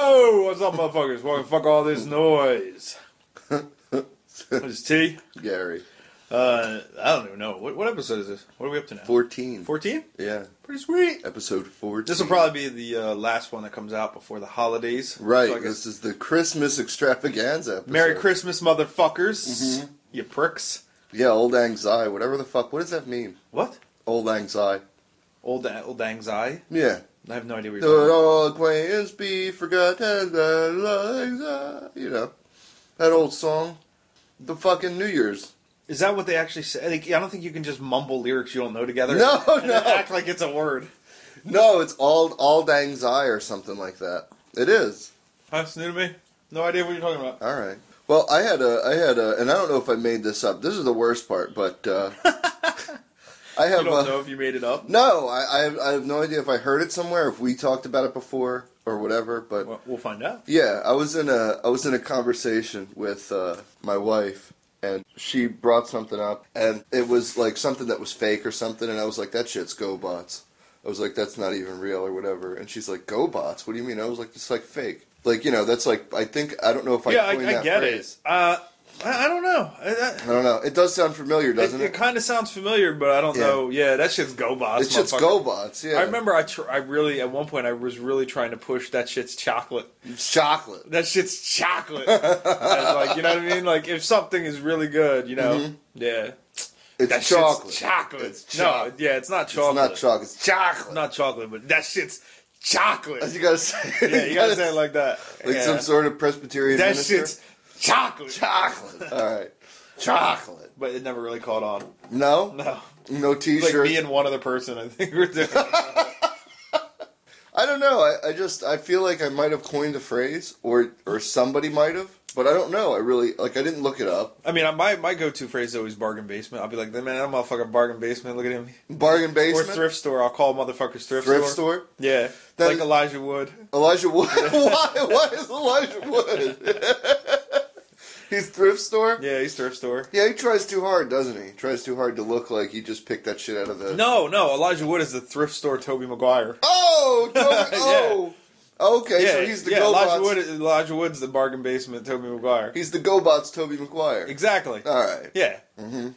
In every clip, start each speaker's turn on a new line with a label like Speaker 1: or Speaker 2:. Speaker 1: up, motherfuckers? Why the fuck all this noise? This is T.
Speaker 2: Gary.
Speaker 1: Uh, I don't even know. What, what episode is this? What are we up to now?
Speaker 2: 14.
Speaker 1: 14?
Speaker 2: Yeah.
Speaker 1: Pretty sweet.
Speaker 2: Episode 14.
Speaker 1: This will probably be the uh, last one that comes out before the holidays.
Speaker 2: Right.
Speaker 1: So I guess-
Speaker 2: this is the Christmas extravaganza episode.
Speaker 1: Merry Christmas, motherfuckers.
Speaker 2: Mm-hmm.
Speaker 1: You pricks.
Speaker 2: Yeah, Old Anxi. Whatever the fuck. What does that mean?
Speaker 1: What?
Speaker 2: Old Anxi.
Speaker 1: Old, old anxiety?
Speaker 2: Yeah.
Speaker 1: I have no idea what you're talking
Speaker 2: Could
Speaker 1: about.
Speaker 2: all acquaintance be forgotten? that Old Anxi- You know. That old song. The fucking New Year's.
Speaker 1: Is that what they actually say? Like, I don't think you can just mumble lyrics you don't know together.
Speaker 2: No,
Speaker 1: and then
Speaker 2: no.
Speaker 1: Act like it's a word.
Speaker 2: No, it's Old, old Anxi or something like that. It is.
Speaker 1: That's new to me. No idea what you're talking about.
Speaker 2: All right. Well, I had a, I had a, and I don't know if I made this up. This is the worst part, but uh, I
Speaker 1: You
Speaker 2: have.
Speaker 1: don't
Speaker 2: uh,
Speaker 1: know if you made it up.
Speaker 2: No, I, I, have, I have no idea if I heard it somewhere, if we talked about it before or whatever. But
Speaker 1: Well, we'll find out.
Speaker 2: yeah, I was in a, I was in a conversation with uh, my wife, and she brought something up, and it was like something that was fake or something, and I was like, that shit's GoBots. I was like, that's not even real or whatever, and she's like, GoBots? What do you mean? I was like, it's like fake. Like you know, that's like I think I don't know if I
Speaker 1: yeah, I,
Speaker 2: coined
Speaker 1: I
Speaker 2: that
Speaker 1: get
Speaker 2: phrase.
Speaker 1: it. Uh, I, I don't know. I, that-
Speaker 2: I don't know. It does sound familiar, doesn't
Speaker 1: it,
Speaker 2: it?
Speaker 1: kind of sounds familiar, but I don't
Speaker 2: Yeah.
Speaker 1: know. Yeah, that shit's GoBots.
Speaker 2: It's just
Speaker 1: motherfucker.
Speaker 2: GoBots. Yeah,
Speaker 1: I remember I, tr- I really at one point I was really trying to push that shit's chocolate.
Speaker 2: It's chocolate.
Speaker 1: That shit's chocolate. I was like, you know what I mean? Like if something is really good, you know, yeah,
Speaker 2: Mm-hmm. It's
Speaker 1: that
Speaker 2: chocolate.
Speaker 1: shit's chocolate.
Speaker 2: It's
Speaker 1: no,
Speaker 2: chocolate.
Speaker 1: yeah, it's not
Speaker 2: It's
Speaker 1: chocolate.
Speaker 2: not chocolate. It's chocolate.
Speaker 1: Not chocolate, but that shit's chocolate.
Speaker 2: As you gotta say.
Speaker 1: yeah, you gotta say it like that.
Speaker 2: like
Speaker 1: yeah.
Speaker 2: some sort of Presbyterian.
Speaker 1: that
Speaker 2: minister.
Speaker 1: shit's chocolate.
Speaker 2: chocolate. All right, chocolate.
Speaker 1: but it never really caught on.
Speaker 2: No,
Speaker 1: No.
Speaker 2: no
Speaker 1: It's
Speaker 2: T-shirt.
Speaker 1: like me and one other person. I think we're doing.
Speaker 2: I don't know. I, I just I feel like I might have coined the phrase, or or somebody might have, but I don't know. I really like I didn't look it up.
Speaker 1: I mean, my my go to phrase is always bargain basement. I'll be like, man, that motherfucker bargain basement. Look at him.
Speaker 2: Bargain
Speaker 1: Or
Speaker 2: basement,
Speaker 1: thrift store. I'll call motherfuckers thrift,
Speaker 2: Thrift
Speaker 1: store.
Speaker 2: store.
Speaker 1: Yeah,
Speaker 2: That
Speaker 1: like
Speaker 2: is-
Speaker 1: Elijah Wood.
Speaker 2: Elijah Wood. Why? Why is Elijah Wood? He's thrift store.
Speaker 1: Yeah, he's thrift store.
Speaker 2: Yeah, he tries too hard, doesn't he? Tries too hard to look like he just picked that shit out of the.
Speaker 1: No, no, Elijah Wood is the thrift store Toby Maguire.
Speaker 2: Oh, Toby-
Speaker 1: Yeah.
Speaker 2: oh. Okay,
Speaker 1: yeah,
Speaker 2: so he's the
Speaker 1: yeah, Elijah
Speaker 2: GoBots.
Speaker 1: Wood. Elijah Wood's the bargain basement Toby Maguire.
Speaker 2: He's the GoBots, Toby McGuire.
Speaker 1: Exactly.
Speaker 2: All right.
Speaker 1: yeah. Mm-hmm.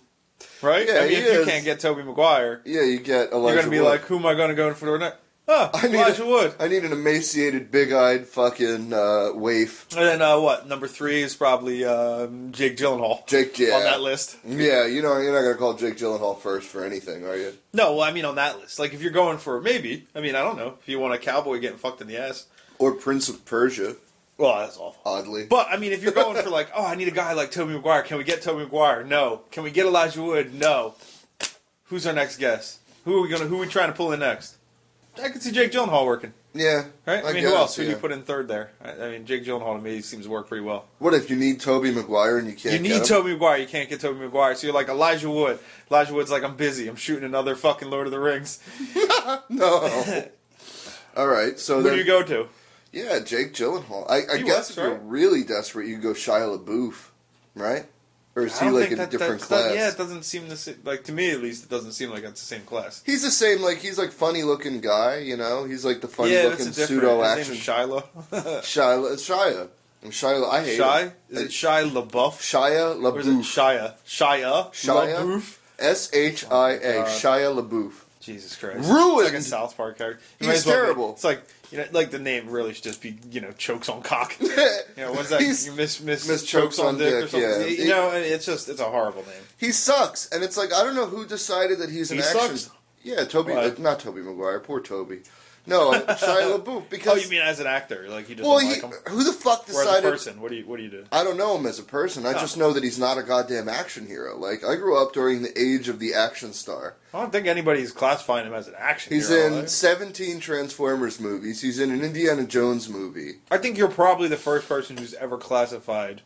Speaker 1: Right.
Speaker 2: Uh, Yeah,
Speaker 1: I mean,
Speaker 2: he
Speaker 1: if you
Speaker 2: is.
Speaker 1: can't get Toby Maguire,
Speaker 2: Yeah, you get Elijah.
Speaker 1: you're gonna be
Speaker 2: Wood.
Speaker 1: like, who am I gonna go in for next? Oh,
Speaker 2: I need
Speaker 1: Elijah
Speaker 2: a-
Speaker 1: Wood.
Speaker 2: I need an emaciated, big-eyed fucking uh, waif.
Speaker 1: And then uh, what? Number three is probably um, Jake Gyllenhaal
Speaker 2: Jake J.
Speaker 1: on that list.
Speaker 2: Yeah, you know you're not gonna call Jake Gyllenhaal first for anything, are you?
Speaker 1: No, well, I mean on that list. Like if you're going for maybe, I mean I don't know if you want a cowboy getting fucked in the ass.
Speaker 2: Or Prince of Persia,
Speaker 1: Well, that's awful.
Speaker 2: oddly.
Speaker 1: But I mean, if you're going for like, oh, I need a guy like Toby Maguire. Can we get Toby Maguire? No. Can we get Elijah Wood? No. Who's our next guest? Who are we gonna? Who are we trying to pull in next? I could see Jake Gyllenhaal working.
Speaker 2: yeah,
Speaker 1: Right? I, mean,
Speaker 2: guess,
Speaker 1: who else? Who do
Speaker 2: yeah.
Speaker 1: you put in third there? I, I mean, Jake Gyllenhaal to me seems to work pretty well.
Speaker 2: What if you need Toby McGuire and you can't?
Speaker 1: you
Speaker 2: get
Speaker 1: need
Speaker 2: him?
Speaker 1: Toby Maguire. You can't get Toby Maguire. So you're like Elijah Wood. Elijah Wood's like, I'm busy. I'm shooting another fucking Lord of the Rings.
Speaker 2: No. All right, so
Speaker 1: Who
Speaker 2: then
Speaker 1: do you go to?
Speaker 2: yeah, Jake Gyllenhaal. I, I
Speaker 1: He
Speaker 2: guess
Speaker 1: was,
Speaker 2: if you're
Speaker 1: right?
Speaker 2: really desperate, you go Shia LaBeouf, right? Or is
Speaker 1: I
Speaker 2: he
Speaker 1: don't
Speaker 2: like
Speaker 1: think
Speaker 2: in a
Speaker 1: that-
Speaker 2: different
Speaker 1: that's-
Speaker 2: class?
Speaker 1: That, yeah, it doesn't seem the same. Like to me, at least, it doesn't seem like it's the same class.
Speaker 2: He's the same, like he's like funny-looking guy, you know. He's like the
Speaker 1: yeah,
Speaker 2: funny-looking
Speaker 1: that's a different.
Speaker 2: pseudo
Speaker 1: his
Speaker 2: action.
Speaker 1: name is Shiloh.
Speaker 2: Shia, it's Shia, and Shia. I hate
Speaker 1: Shy?
Speaker 2: him.
Speaker 1: Is it Shy LaBeouf?
Speaker 2: Shia
Speaker 1: Or is it
Speaker 2: LaBeouf?
Speaker 1: Shia? Shia?
Speaker 2: Shia?
Speaker 1: LaBeouf?
Speaker 2: S H I
Speaker 1: Oh
Speaker 2: A.
Speaker 1: my God.
Speaker 2: Shia LaBeouf.
Speaker 1: Jesus Christ.
Speaker 2: Ruined.
Speaker 1: It's like a South Park character. You
Speaker 2: He's
Speaker 1: might as well be-
Speaker 2: terrible.
Speaker 1: it's like, you know, like the name really should just be, you know, chokes on cock. you know, what's that?
Speaker 2: He's-
Speaker 1: You miss, miss,
Speaker 2: Miss
Speaker 1: chokes, on dick, or something.
Speaker 2: yeah.
Speaker 1: You know, and it's just, it's a horrible name.
Speaker 2: He sucks, and it's like I don't know who decided that he's an
Speaker 1: He
Speaker 2: action.
Speaker 1: sucks?
Speaker 2: Yeah, Toby,
Speaker 1: Why?
Speaker 2: uh, not Toby Maguire. Poor Toby. No, uh, Shia LaBeouf. Because
Speaker 1: Oh, you mean as an actor? Like, you just
Speaker 2: well,
Speaker 1: don't
Speaker 2: he,
Speaker 1: like him?
Speaker 2: who the fuck
Speaker 1: Or as a
Speaker 2: decided?
Speaker 1: person? What do you, what do you do?
Speaker 2: I don't know him as a person. I
Speaker 1: Oh.
Speaker 2: just know that he's not a goddamn action hero. Like I grew up during the age of the action star.
Speaker 1: I don't think anybody's classifying him as an action
Speaker 2: He's
Speaker 1: hero,
Speaker 2: in
Speaker 1: right?
Speaker 2: 17 Transformers movies. He's in an Indiana Jones movie.
Speaker 1: I think you're probably the first person who's ever classified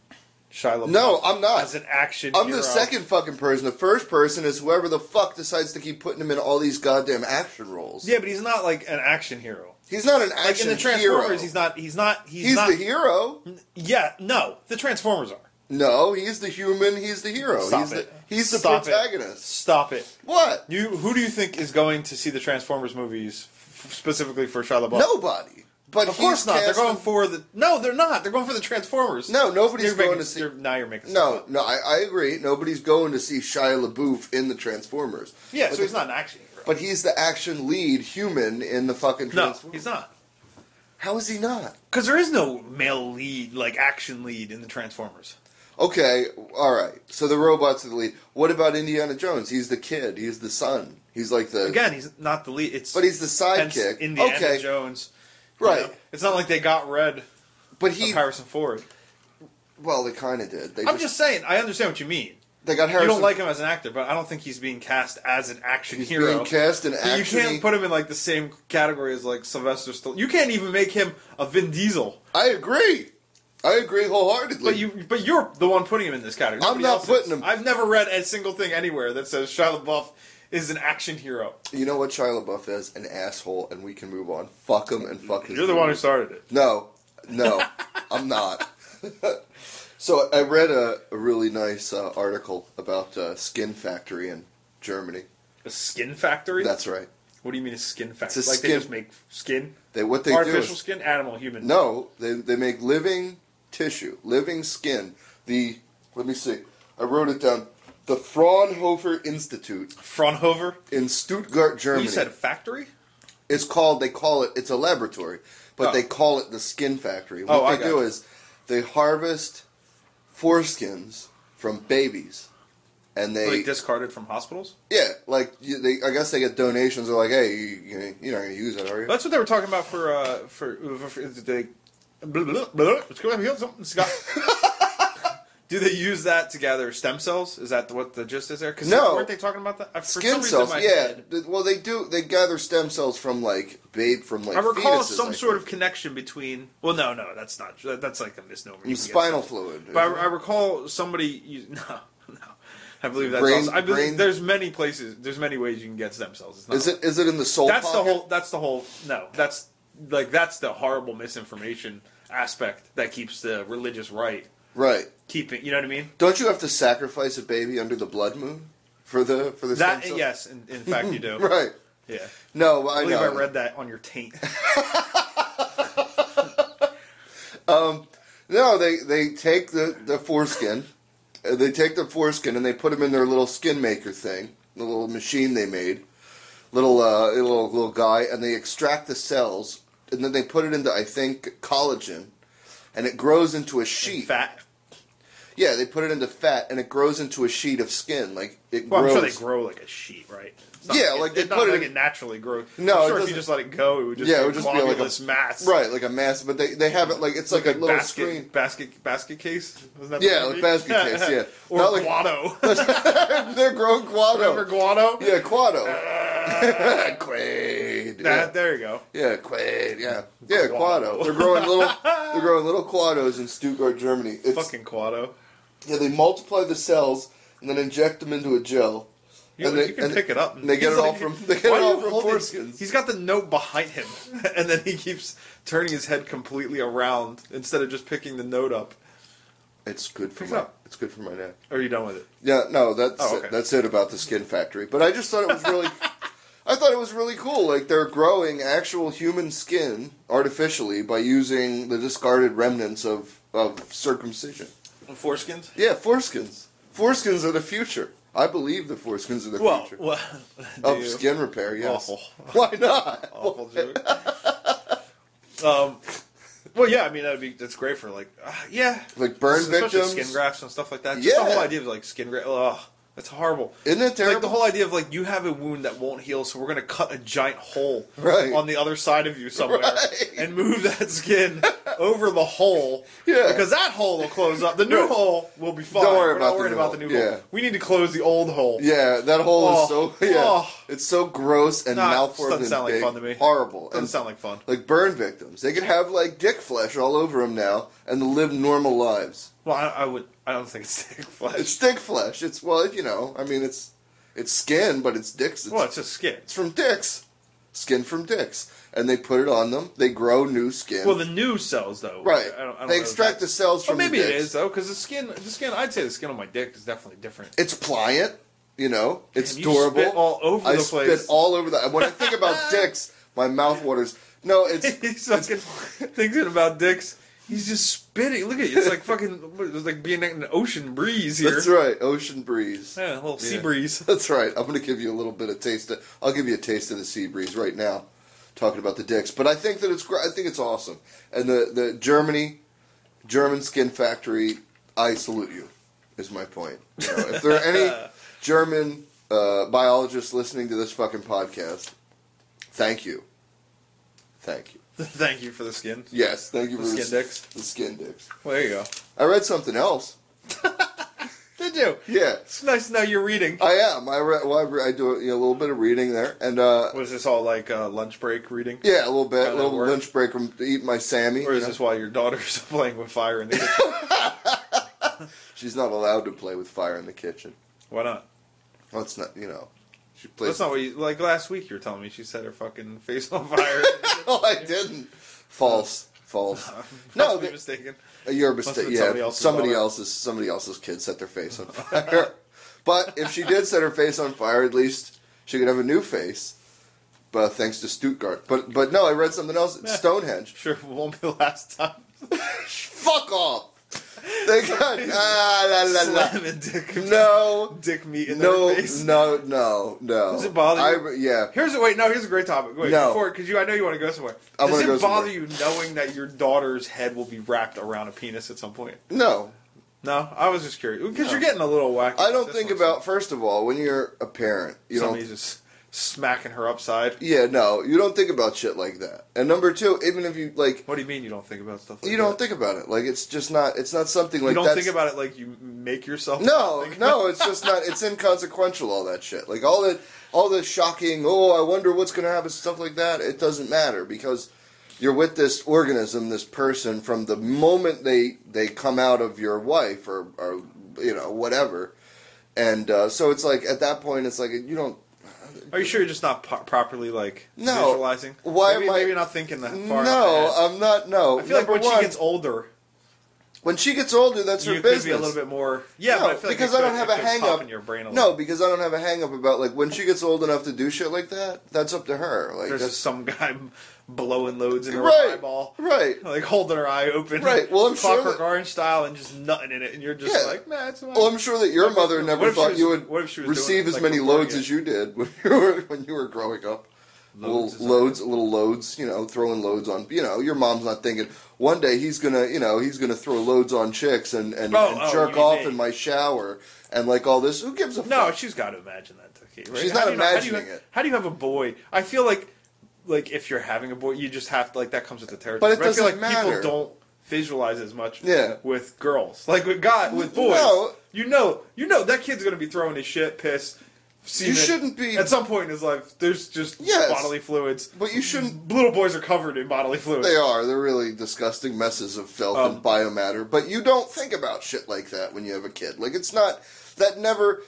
Speaker 1: Shia LaBeouf
Speaker 2: No, I'm not.
Speaker 1: Oh, as an action
Speaker 2: I'm
Speaker 1: hero.
Speaker 2: the second fucking person. The first person is whoever the fuck decides to keep putting him in all these goddamn action roles.
Speaker 1: Yeah, but he's not like an action hero.
Speaker 2: He's not an action
Speaker 1: Like in the Transformers, he's not. He's not. He's,
Speaker 2: He's,
Speaker 1: not.
Speaker 2: the hero.
Speaker 1: Yeah, no, the Transformers are.
Speaker 2: No, he's the human. He's the hero.
Speaker 1: Stop
Speaker 2: he's
Speaker 1: it.
Speaker 2: the he's the
Speaker 1: Stop it.
Speaker 2: protagonist.
Speaker 1: Stop it.
Speaker 2: What?
Speaker 1: You. Who do you think is going to see the Transformers movies f- specifically for Shia LaBeouf?
Speaker 2: Nobody. But
Speaker 1: Of course
Speaker 2: he's
Speaker 1: not. They're
Speaker 2: casting-
Speaker 1: going for the no. They're not. They're going for the Transformers.
Speaker 2: No, nobody's
Speaker 1: You're
Speaker 2: going
Speaker 1: making-
Speaker 2: to see.
Speaker 1: you're- now you're making stuff
Speaker 2: No,
Speaker 1: up.
Speaker 2: no, I, I agree. Nobody's going to see Shia LaBeouf in the Transformers.
Speaker 1: Yeah,
Speaker 2: but
Speaker 1: so he's not an action hero.
Speaker 2: But he's the action lead human in the fucking
Speaker 1: no,
Speaker 2: Transformers.
Speaker 1: he's not.
Speaker 2: How is he not?
Speaker 1: Because there is no male lead, like action lead in the Transformers.
Speaker 2: Okay, all right. So the robots are the lead. What about Indiana Jones? He's the kid. He's the son. He's like the.
Speaker 1: Again, he's not the lead. It's
Speaker 2: but he's the
Speaker 1: hence
Speaker 2: sidekick.
Speaker 1: Indiana
Speaker 2: okay,
Speaker 1: Jones. you
Speaker 2: right.
Speaker 1: know? It's not like they got red
Speaker 2: But
Speaker 1: of
Speaker 2: he.
Speaker 1: Harrison Ford.
Speaker 2: Well, they kind of did. They
Speaker 1: I'm
Speaker 2: just,
Speaker 1: just saying. I understand what you mean.
Speaker 2: They got Harrison.
Speaker 1: You don't like him as an actor, but I don't think he's being cast as an action
Speaker 2: He's
Speaker 1: hero.
Speaker 2: being cast in
Speaker 1: But you
Speaker 2: action.
Speaker 1: can't put him in like the same category as like Sylvester Stallone. You can't even make him a Vin Diesel.
Speaker 2: I agree. I agree wholeheartedly.
Speaker 1: But you, but you're the one putting him in this category.
Speaker 2: I'm
Speaker 1: Nobody
Speaker 2: not
Speaker 1: else is.
Speaker 2: putting him-
Speaker 1: I've never read a single thing anywhere that says Shia LaBeouf is an action hero.
Speaker 2: You know what Shia LaBeouf is? An asshole, and we can move on. Fuck him and fuck his.
Speaker 1: You're the one who
Speaker 2: movies.
Speaker 1: started it.
Speaker 2: No, no, I'm not. so I read a, a really nice uh, article about uh, Skin Factory in Germany.
Speaker 1: A skin factory.
Speaker 2: That's right.
Speaker 1: what do you mean a skin factory?
Speaker 2: It's a
Speaker 1: like they
Speaker 2: skin-
Speaker 1: just make skin,
Speaker 2: They what they do
Speaker 1: artificial
Speaker 2: is
Speaker 1: skin, animal, human.
Speaker 2: no, they they make living tissue, living skin. The let me see. I wrote it down. The Fraunhofer Institute
Speaker 1: Fraunhofer.
Speaker 2: in Stuttgart, Germany.
Speaker 1: You said factory.
Speaker 2: It's called. They call it. It's a laboratory, but
Speaker 1: Oh.
Speaker 2: they call it the skin factory. What
Speaker 1: Oh, I
Speaker 2: they do
Speaker 1: gotcha.
Speaker 2: is they harvest foreskins from babies, and they
Speaker 1: like discarded from hospitals.
Speaker 2: yeah, like you- they. I guess they get donations. They're like, hey, you, you- you're not gonna use it, are you?
Speaker 1: That's what they were talking about for uh, for, for, for they. Blah, blah, blah, Let's go have something. Scott. Do they use that to gather stem cells? Is that what the gist is there? 'Cause
Speaker 2: No.
Speaker 1: weren't they talking about that? I- For some
Speaker 2: Skin
Speaker 1: reason in
Speaker 2: cells.
Speaker 1: my
Speaker 2: Yeah.
Speaker 1: head-
Speaker 2: th- Well, they do. They gather stem cells from like babe from like.
Speaker 1: I recall
Speaker 2: fetuses,
Speaker 1: some
Speaker 2: I
Speaker 1: sort of
Speaker 2: think.
Speaker 1: connection between. Well, no, no, that's not. That, that's like a misnomer. You can get
Speaker 2: spinal
Speaker 1: that.
Speaker 2: fluid.
Speaker 1: But I, I recall somebody. You, no, no. I believe that's.
Speaker 2: Brain-
Speaker 1: also, I believe
Speaker 2: brain-
Speaker 1: there's many places. There's many ways you can get stem cells. It's not
Speaker 2: is it is it in the soul?
Speaker 1: that's
Speaker 2: pocket?
Speaker 1: the whole that's the whole no that's like that's the horrible misinformation aspect that keeps the religious right
Speaker 2: right.
Speaker 1: keeping you know what i mean
Speaker 2: Don't you have to sacrifice a baby under the blood moon for the for the
Speaker 1: that
Speaker 2: stem cells?
Speaker 1: yes in, in fact you do
Speaker 2: Right.
Speaker 1: yeah
Speaker 2: No,
Speaker 1: i
Speaker 2: I,
Speaker 1: believe
Speaker 2: know.
Speaker 1: i read that on your taint
Speaker 2: No, they they take the the foreskin, uh, they take the foreskin and they put them in their little skin maker thing, the little machine they made, little uh, little little guy, and they extract the cells, and then they put it into I think collagen, and it grows into a sheet.
Speaker 1: fat
Speaker 2: Yeah, they put it into fat, and it grows into a sheet of skin. Like it
Speaker 1: well i'm
Speaker 2: grows.
Speaker 1: sure they grow like a sheet right It's not
Speaker 2: Yeah,
Speaker 1: it-
Speaker 2: like they
Speaker 1: it's not
Speaker 2: put it
Speaker 1: like
Speaker 2: in-
Speaker 1: it naturally grows
Speaker 2: No,
Speaker 1: I'm sure
Speaker 2: it
Speaker 1: if you
Speaker 2: doesn't-
Speaker 1: just let it go it would just
Speaker 2: Yeah, it
Speaker 1: be
Speaker 2: would
Speaker 1: a
Speaker 2: just be like a-
Speaker 1: globulous mass
Speaker 2: Right, like a mass, but they, they have it like it's like, a little
Speaker 1: basket,
Speaker 2: screen.
Speaker 1: basket basket case Wasn't that the
Speaker 2: Yeah,
Speaker 1: movie?
Speaker 2: like basket case, yeah.
Speaker 1: or
Speaker 2: Not like-
Speaker 1: guano
Speaker 2: They're growing guano.
Speaker 1: remember guano
Speaker 2: Yeah, Quado. Quaid.
Speaker 1: That-
Speaker 2: Yeah.
Speaker 1: there you go
Speaker 2: yeah, Quaid. Yeah, yeah,
Speaker 1: Quado.
Speaker 2: Quado. They're growing little. They're growing little Quados in Stuttgart, Germany. It's,
Speaker 1: fucking guano
Speaker 2: Yeah, they multiply the cells and then inject them into a gel.
Speaker 1: You,
Speaker 2: and they,
Speaker 1: you can
Speaker 2: and
Speaker 1: pick it up.
Speaker 2: and they get
Speaker 1: He's
Speaker 2: it all
Speaker 1: like-
Speaker 2: from. They get
Speaker 1: why
Speaker 2: it
Speaker 1: do
Speaker 2: all
Speaker 1: you
Speaker 2: from
Speaker 1: hold it?
Speaker 2: foreskins.
Speaker 1: He's got the note behind him, and then he keeps turning his head completely around instead of just picking the note up.
Speaker 2: It's good for
Speaker 1: Pick it
Speaker 2: my.
Speaker 1: up.
Speaker 2: It's good for my neck.
Speaker 1: Are you done with it?
Speaker 2: Yeah, no, that's
Speaker 1: Oh,
Speaker 2: it.
Speaker 1: okay.
Speaker 2: that's it about the skin factory. But I just thought it was really, I thought it was really cool. Like they're growing actual human skin artificially by using the discarded remnants of of circumcision.
Speaker 1: Foreskins.
Speaker 2: Yeah, foreskins. Foreskins are the future. I believe the foreskins are the
Speaker 1: Well,
Speaker 2: future
Speaker 1: well
Speaker 2: of
Speaker 1: do you- Oh.
Speaker 2: skin repair. Yes.
Speaker 1: Awful.
Speaker 2: Why not?
Speaker 1: awful joke. um, well, yeah, I mean that'd be that's great for like, uh, yeah,
Speaker 2: Like burn
Speaker 1: especially
Speaker 2: victims.
Speaker 1: skin grafts and stuff like that. Just the
Speaker 2: Yeah.
Speaker 1: whole idea of like skin graft. Oh, that's horrible.
Speaker 2: Isn't it terrible?
Speaker 1: Like the whole idea of like you have a wound that won't heal, so we're gonna cut a giant hole
Speaker 2: Right.
Speaker 1: on the other side of you somewhere
Speaker 2: Right.
Speaker 1: and move that skin over the hole.
Speaker 2: Yeah.
Speaker 1: Because that hole will close up. The new
Speaker 2: Right.
Speaker 1: hole will be fine.
Speaker 2: Don't worry
Speaker 1: we're
Speaker 2: about
Speaker 1: not
Speaker 2: the
Speaker 1: worried
Speaker 2: new
Speaker 1: about the
Speaker 2: hole.
Speaker 1: new
Speaker 2: Yeah.
Speaker 1: hole. We need to close the old hole.
Speaker 2: yeah, that hole is
Speaker 1: Oh,
Speaker 2: so yeah,
Speaker 1: oh.
Speaker 2: it's so gross and
Speaker 1: Nah,
Speaker 2: malformed
Speaker 1: doesn't
Speaker 2: and
Speaker 1: sound like
Speaker 2: big,
Speaker 1: fun to me.
Speaker 2: horrible.
Speaker 1: Doesn't
Speaker 2: and
Speaker 1: sound like fun.
Speaker 2: like burn victims. They could have like dick flesh all over them now and live normal lives.
Speaker 1: Well, I, I would. I don't think it's dick flesh.
Speaker 2: It's dick flesh. It's well, you know, I mean, it's it's skin, but it's dicks. It's,
Speaker 1: Well, it's just skin.
Speaker 2: it's from dicks, skin from dicks, and they put it on them. They grow new skin.
Speaker 1: Well, the new cells though.
Speaker 2: right.
Speaker 1: I don't, I don't know
Speaker 2: they
Speaker 1: if
Speaker 2: extract the
Speaker 1: that's-
Speaker 2: cells
Speaker 1: Or
Speaker 2: from.
Speaker 1: maybe
Speaker 2: the
Speaker 1: it
Speaker 2: dicks.
Speaker 1: is though, because the skin, the skin. I'd say the skin on my dick is definitely different.
Speaker 2: It's pliant. You know, it's
Speaker 1: you
Speaker 2: durable.
Speaker 1: spit all over
Speaker 2: I
Speaker 1: the place.
Speaker 2: spit all over the. When I think about dicks, my mouth waters. No, it's
Speaker 1: he's fucking thinking about dicks. He's just spitting. Look at you. It's like fucking. It's like being in an ocean breeze here.
Speaker 2: that's right. Ocean breeze.
Speaker 1: Yeah, a little sea
Speaker 2: Yeah.
Speaker 1: breeze.
Speaker 2: That's right. I'm going to give you a little bit of taste. Of, I'll give you a taste of the sea breeze right now, talking about the dicks. But I think that it's gr- I think it's awesome. And the the Germany, German skin factory. I salute you. Is my point. You know, if there are any German uh, biologists listening to this fucking podcast, thank you. Thank you.
Speaker 1: Thank you for the skin.
Speaker 2: Yes, thank you
Speaker 1: The
Speaker 2: for
Speaker 1: skin
Speaker 2: s-
Speaker 1: dicks.
Speaker 2: The skin dicks.
Speaker 1: Well, there you go.
Speaker 2: I read something else.
Speaker 1: Did you?
Speaker 2: Yeah,
Speaker 1: It's nice to know you're reading.
Speaker 2: I am. I read. Well, I, re- I do you know, a little bit of reading there, and uh,
Speaker 1: Was this all like uh, lunch break reading?
Speaker 2: Yeah, a little bit.
Speaker 1: How that
Speaker 2: A little
Speaker 1: works.
Speaker 2: lunch break from to eat my Sammy.
Speaker 1: Or
Speaker 2: you
Speaker 1: is
Speaker 2: know?
Speaker 1: this why your daughter's playing with fire in the kitchen?
Speaker 2: She's not allowed to play with fire in the kitchen.
Speaker 1: Why not?
Speaker 2: Well, it's not, you know. She plays.
Speaker 1: That's not what you like. Last week you were telling me she set her fucking face on fire.
Speaker 2: no, I didn't. False. False. No,
Speaker 1: Must be
Speaker 2: they-
Speaker 1: mistaken.
Speaker 2: Your
Speaker 1: Must've
Speaker 2: mistake.
Speaker 1: been
Speaker 2: Yeah,
Speaker 1: somebody
Speaker 2: somebody
Speaker 1: else's
Speaker 2: else's
Speaker 1: daughter.
Speaker 2: somebody else's, kid set their face on fire. but if she did set her face on fire, at least she could have a new face. But uh, thanks to Stuttgart. But but no, I read something else. It's Stonehenge.
Speaker 1: Sure, it won't be the last time.
Speaker 2: Fuck off. They got ah, la, la, la.
Speaker 1: Slamming dick,
Speaker 2: No.
Speaker 1: dick meat in
Speaker 2: No,
Speaker 1: their face.
Speaker 2: no, no, no.
Speaker 1: Does it bother you?
Speaker 2: I, yeah.
Speaker 1: Here's a wait. No, here's a great topic. Wait,
Speaker 2: No.
Speaker 1: before because you, I know you want to go somewhere.
Speaker 2: I
Speaker 1: Does
Speaker 2: wanna
Speaker 1: it
Speaker 2: go
Speaker 1: bother
Speaker 2: somewhere.
Speaker 1: you knowing that your daughter's head will be wrapped around a penis at some point?
Speaker 2: No.
Speaker 1: No, I was just curious because
Speaker 2: No.
Speaker 1: you're getting a little wacky.
Speaker 2: I
Speaker 1: with
Speaker 2: don't
Speaker 1: this
Speaker 2: think
Speaker 1: one.
Speaker 2: about, first of all, when you're a parent, you
Speaker 1: somebody
Speaker 2: don't.
Speaker 1: just smacking her upside.
Speaker 2: Yeah, no, you don't think about shit like that. And number two, even if you, like,
Speaker 1: What do you mean you don't think about stuff? like
Speaker 2: you
Speaker 1: that?
Speaker 2: don't think about it. Like, it's just not, it's not something like
Speaker 1: you don't
Speaker 2: that's,
Speaker 1: think about it like you make yourself.
Speaker 2: No,
Speaker 1: think about
Speaker 2: no, it's just not, it's inconsequential, all that shit. Like, all the, all the shocking, oh, I wonder what's going to happen, stuff like that, it doesn't matter because you're with this organism, this person, from the moment they, they come out of your wife or, or you know, whatever. And uh, so it's like, at that point, it's like, you don't,
Speaker 1: it. Are you sure you're just not po- properly like
Speaker 2: No.
Speaker 1: visualizing?
Speaker 2: Why
Speaker 1: maybe,
Speaker 2: am I-
Speaker 1: maybe not thinking that far.
Speaker 2: No,
Speaker 1: enough ahead.
Speaker 2: I'm not. No,
Speaker 1: I feel like
Speaker 2: Number
Speaker 1: when
Speaker 2: one,
Speaker 1: she gets older,
Speaker 2: when she gets older, that's
Speaker 1: you
Speaker 2: her
Speaker 1: could
Speaker 2: business.
Speaker 1: be a little bit more. Yeah,
Speaker 2: No,
Speaker 1: but I feel like
Speaker 2: because
Speaker 1: it
Speaker 2: I don't
Speaker 1: could-
Speaker 2: have
Speaker 1: it
Speaker 2: a
Speaker 1: could
Speaker 2: hang
Speaker 1: pop
Speaker 2: up.
Speaker 1: in your brain a little.
Speaker 2: no, because I don't have a hang up about like when she gets old enough to do shit like that. That's up to her. Like
Speaker 1: There's
Speaker 2: that's
Speaker 1: just some guy blowing loads in her
Speaker 2: Right.
Speaker 1: eyeball,
Speaker 2: right.
Speaker 1: like holding her eye open,
Speaker 2: Right, well, I'm sure
Speaker 1: Clockwork
Speaker 2: that-
Speaker 1: Orange style, and just nothing in it, and you're just
Speaker 2: Yeah.
Speaker 1: like, man, it's fine."
Speaker 2: Well, I'm sure that your
Speaker 1: What if-
Speaker 2: mother
Speaker 1: what
Speaker 2: never
Speaker 1: if she
Speaker 2: thought
Speaker 1: was-
Speaker 2: you would
Speaker 1: what if she was doing
Speaker 2: receive
Speaker 1: it,
Speaker 2: as
Speaker 1: like,
Speaker 2: many
Speaker 1: recording
Speaker 2: loads
Speaker 1: it?
Speaker 2: as you did when you were when you were growing up.
Speaker 1: Loads is
Speaker 2: little loads, little loads, you know, throwing loads on. You know, your mom's not thinking one day he's gonna, you know, he's gonna throw loads on chicks and and,
Speaker 1: Oh,
Speaker 2: and
Speaker 1: oh, you
Speaker 2: jerk
Speaker 1: mean
Speaker 2: off
Speaker 1: me.
Speaker 2: in my shower and like all this. Who gives a
Speaker 1: No,
Speaker 2: fuck?
Speaker 1: she's got to imagine that. Tucky, right?
Speaker 2: She's
Speaker 1: How
Speaker 2: not
Speaker 1: do you know- how do you-
Speaker 2: imagining it.
Speaker 1: How do you have a boy? I feel like, like if you're having a boy, you just have to like that comes with the territory.
Speaker 2: But it
Speaker 1: I feel
Speaker 2: doesn't
Speaker 1: like
Speaker 2: matter.
Speaker 1: people don't visualize as much.
Speaker 2: Yeah.
Speaker 1: with girls, like with God, with boys,
Speaker 2: No.
Speaker 1: you know, you know that kid's gonna be throwing his shit, piss. semen.
Speaker 2: shouldn't be-
Speaker 1: at some point in his life. There's just
Speaker 2: Yes.
Speaker 1: bodily fluids.
Speaker 2: But you shouldn't
Speaker 1: Little boys are covered in bodily fluids.
Speaker 2: They are. They're really disgusting messes of filth
Speaker 1: Um,
Speaker 2: and biomatter. But you don't think about shit like that when you have a kid. Like it's not that never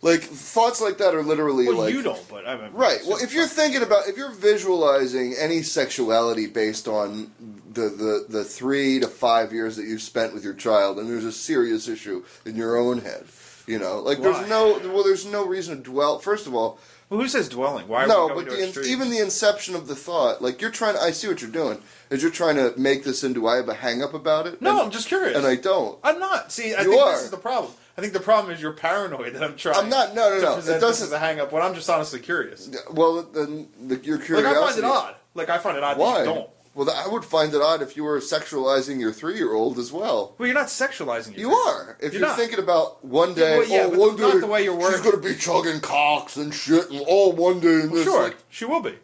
Speaker 2: like thoughts like that are literally
Speaker 1: Well,
Speaker 2: like
Speaker 1: you don't, but I mean,
Speaker 2: right. Well, if you're thinking about if you're visualizing any sexuality based on the the the three to five years that you've spent with your child, and there's a serious issue in your own head. You know, like
Speaker 1: Why?
Speaker 2: there's no well, there's no reason to dwell. First of all,
Speaker 1: Well, who says dwelling? Why are
Speaker 2: no,
Speaker 1: we going
Speaker 2: but
Speaker 1: to
Speaker 2: the, in-
Speaker 1: extremes?
Speaker 2: even the inception of the thought, like you're trying. I see what you're doing. Is you're trying to make this into I have a hang up about it.
Speaker 1: no, I'm
Speaker 2: and,
Speaker 1: just curious.
Speaker 2: and I don't.
Speaker 1: I'm not. See, I
Speaker 2: You
Speaker 1: think
Speaker 2: are.
Speaker 1: this is the problem. I think the problem is you're paranoid that I'm trying.
Speaker 2: I'm not- no, no,
Speaker 1: to
Speaker 2: no. It
Speaker 1: present this
Speaker 2: doesn't-
Speaker 1: as a hang up when I'm just honestly curious.
Speaker 2: Well, then the, your
Speaker 1: Like
Speaker 2: curiosity.
Speaker 1: I find it odd. Like I find it odd
Speaker 2: Why?
Speaker 1: that you don't.
Speaker 2: Well, th- I would find it odd if you were sexualizing your three year old as well.
Speaker 1: Well, you're not sexualizing. your
Speaker 2: You
Speaker 1: kids.
Speaker 2: are. If
Speaker 1: You're
Speaker 2: you're,
Speaker 1: not.
Speaker 2: thinking about one day,
Speaker 1: Well, yeah,
Speaker 2: oh,
Speaker 1: but
Speaker 2: one
Speaker 1: not
Speaker 2: day
Speaker 1: the way you're
Speaker 2: she's
Speaker 1: working.
Speaker 2: going to be chugging cocks and shit, and all one day. And
Speaker 1: Well,
Speaker 2: this,
Speaker 1: sure,
Speaker 2: like,
Speaker 1: she will be.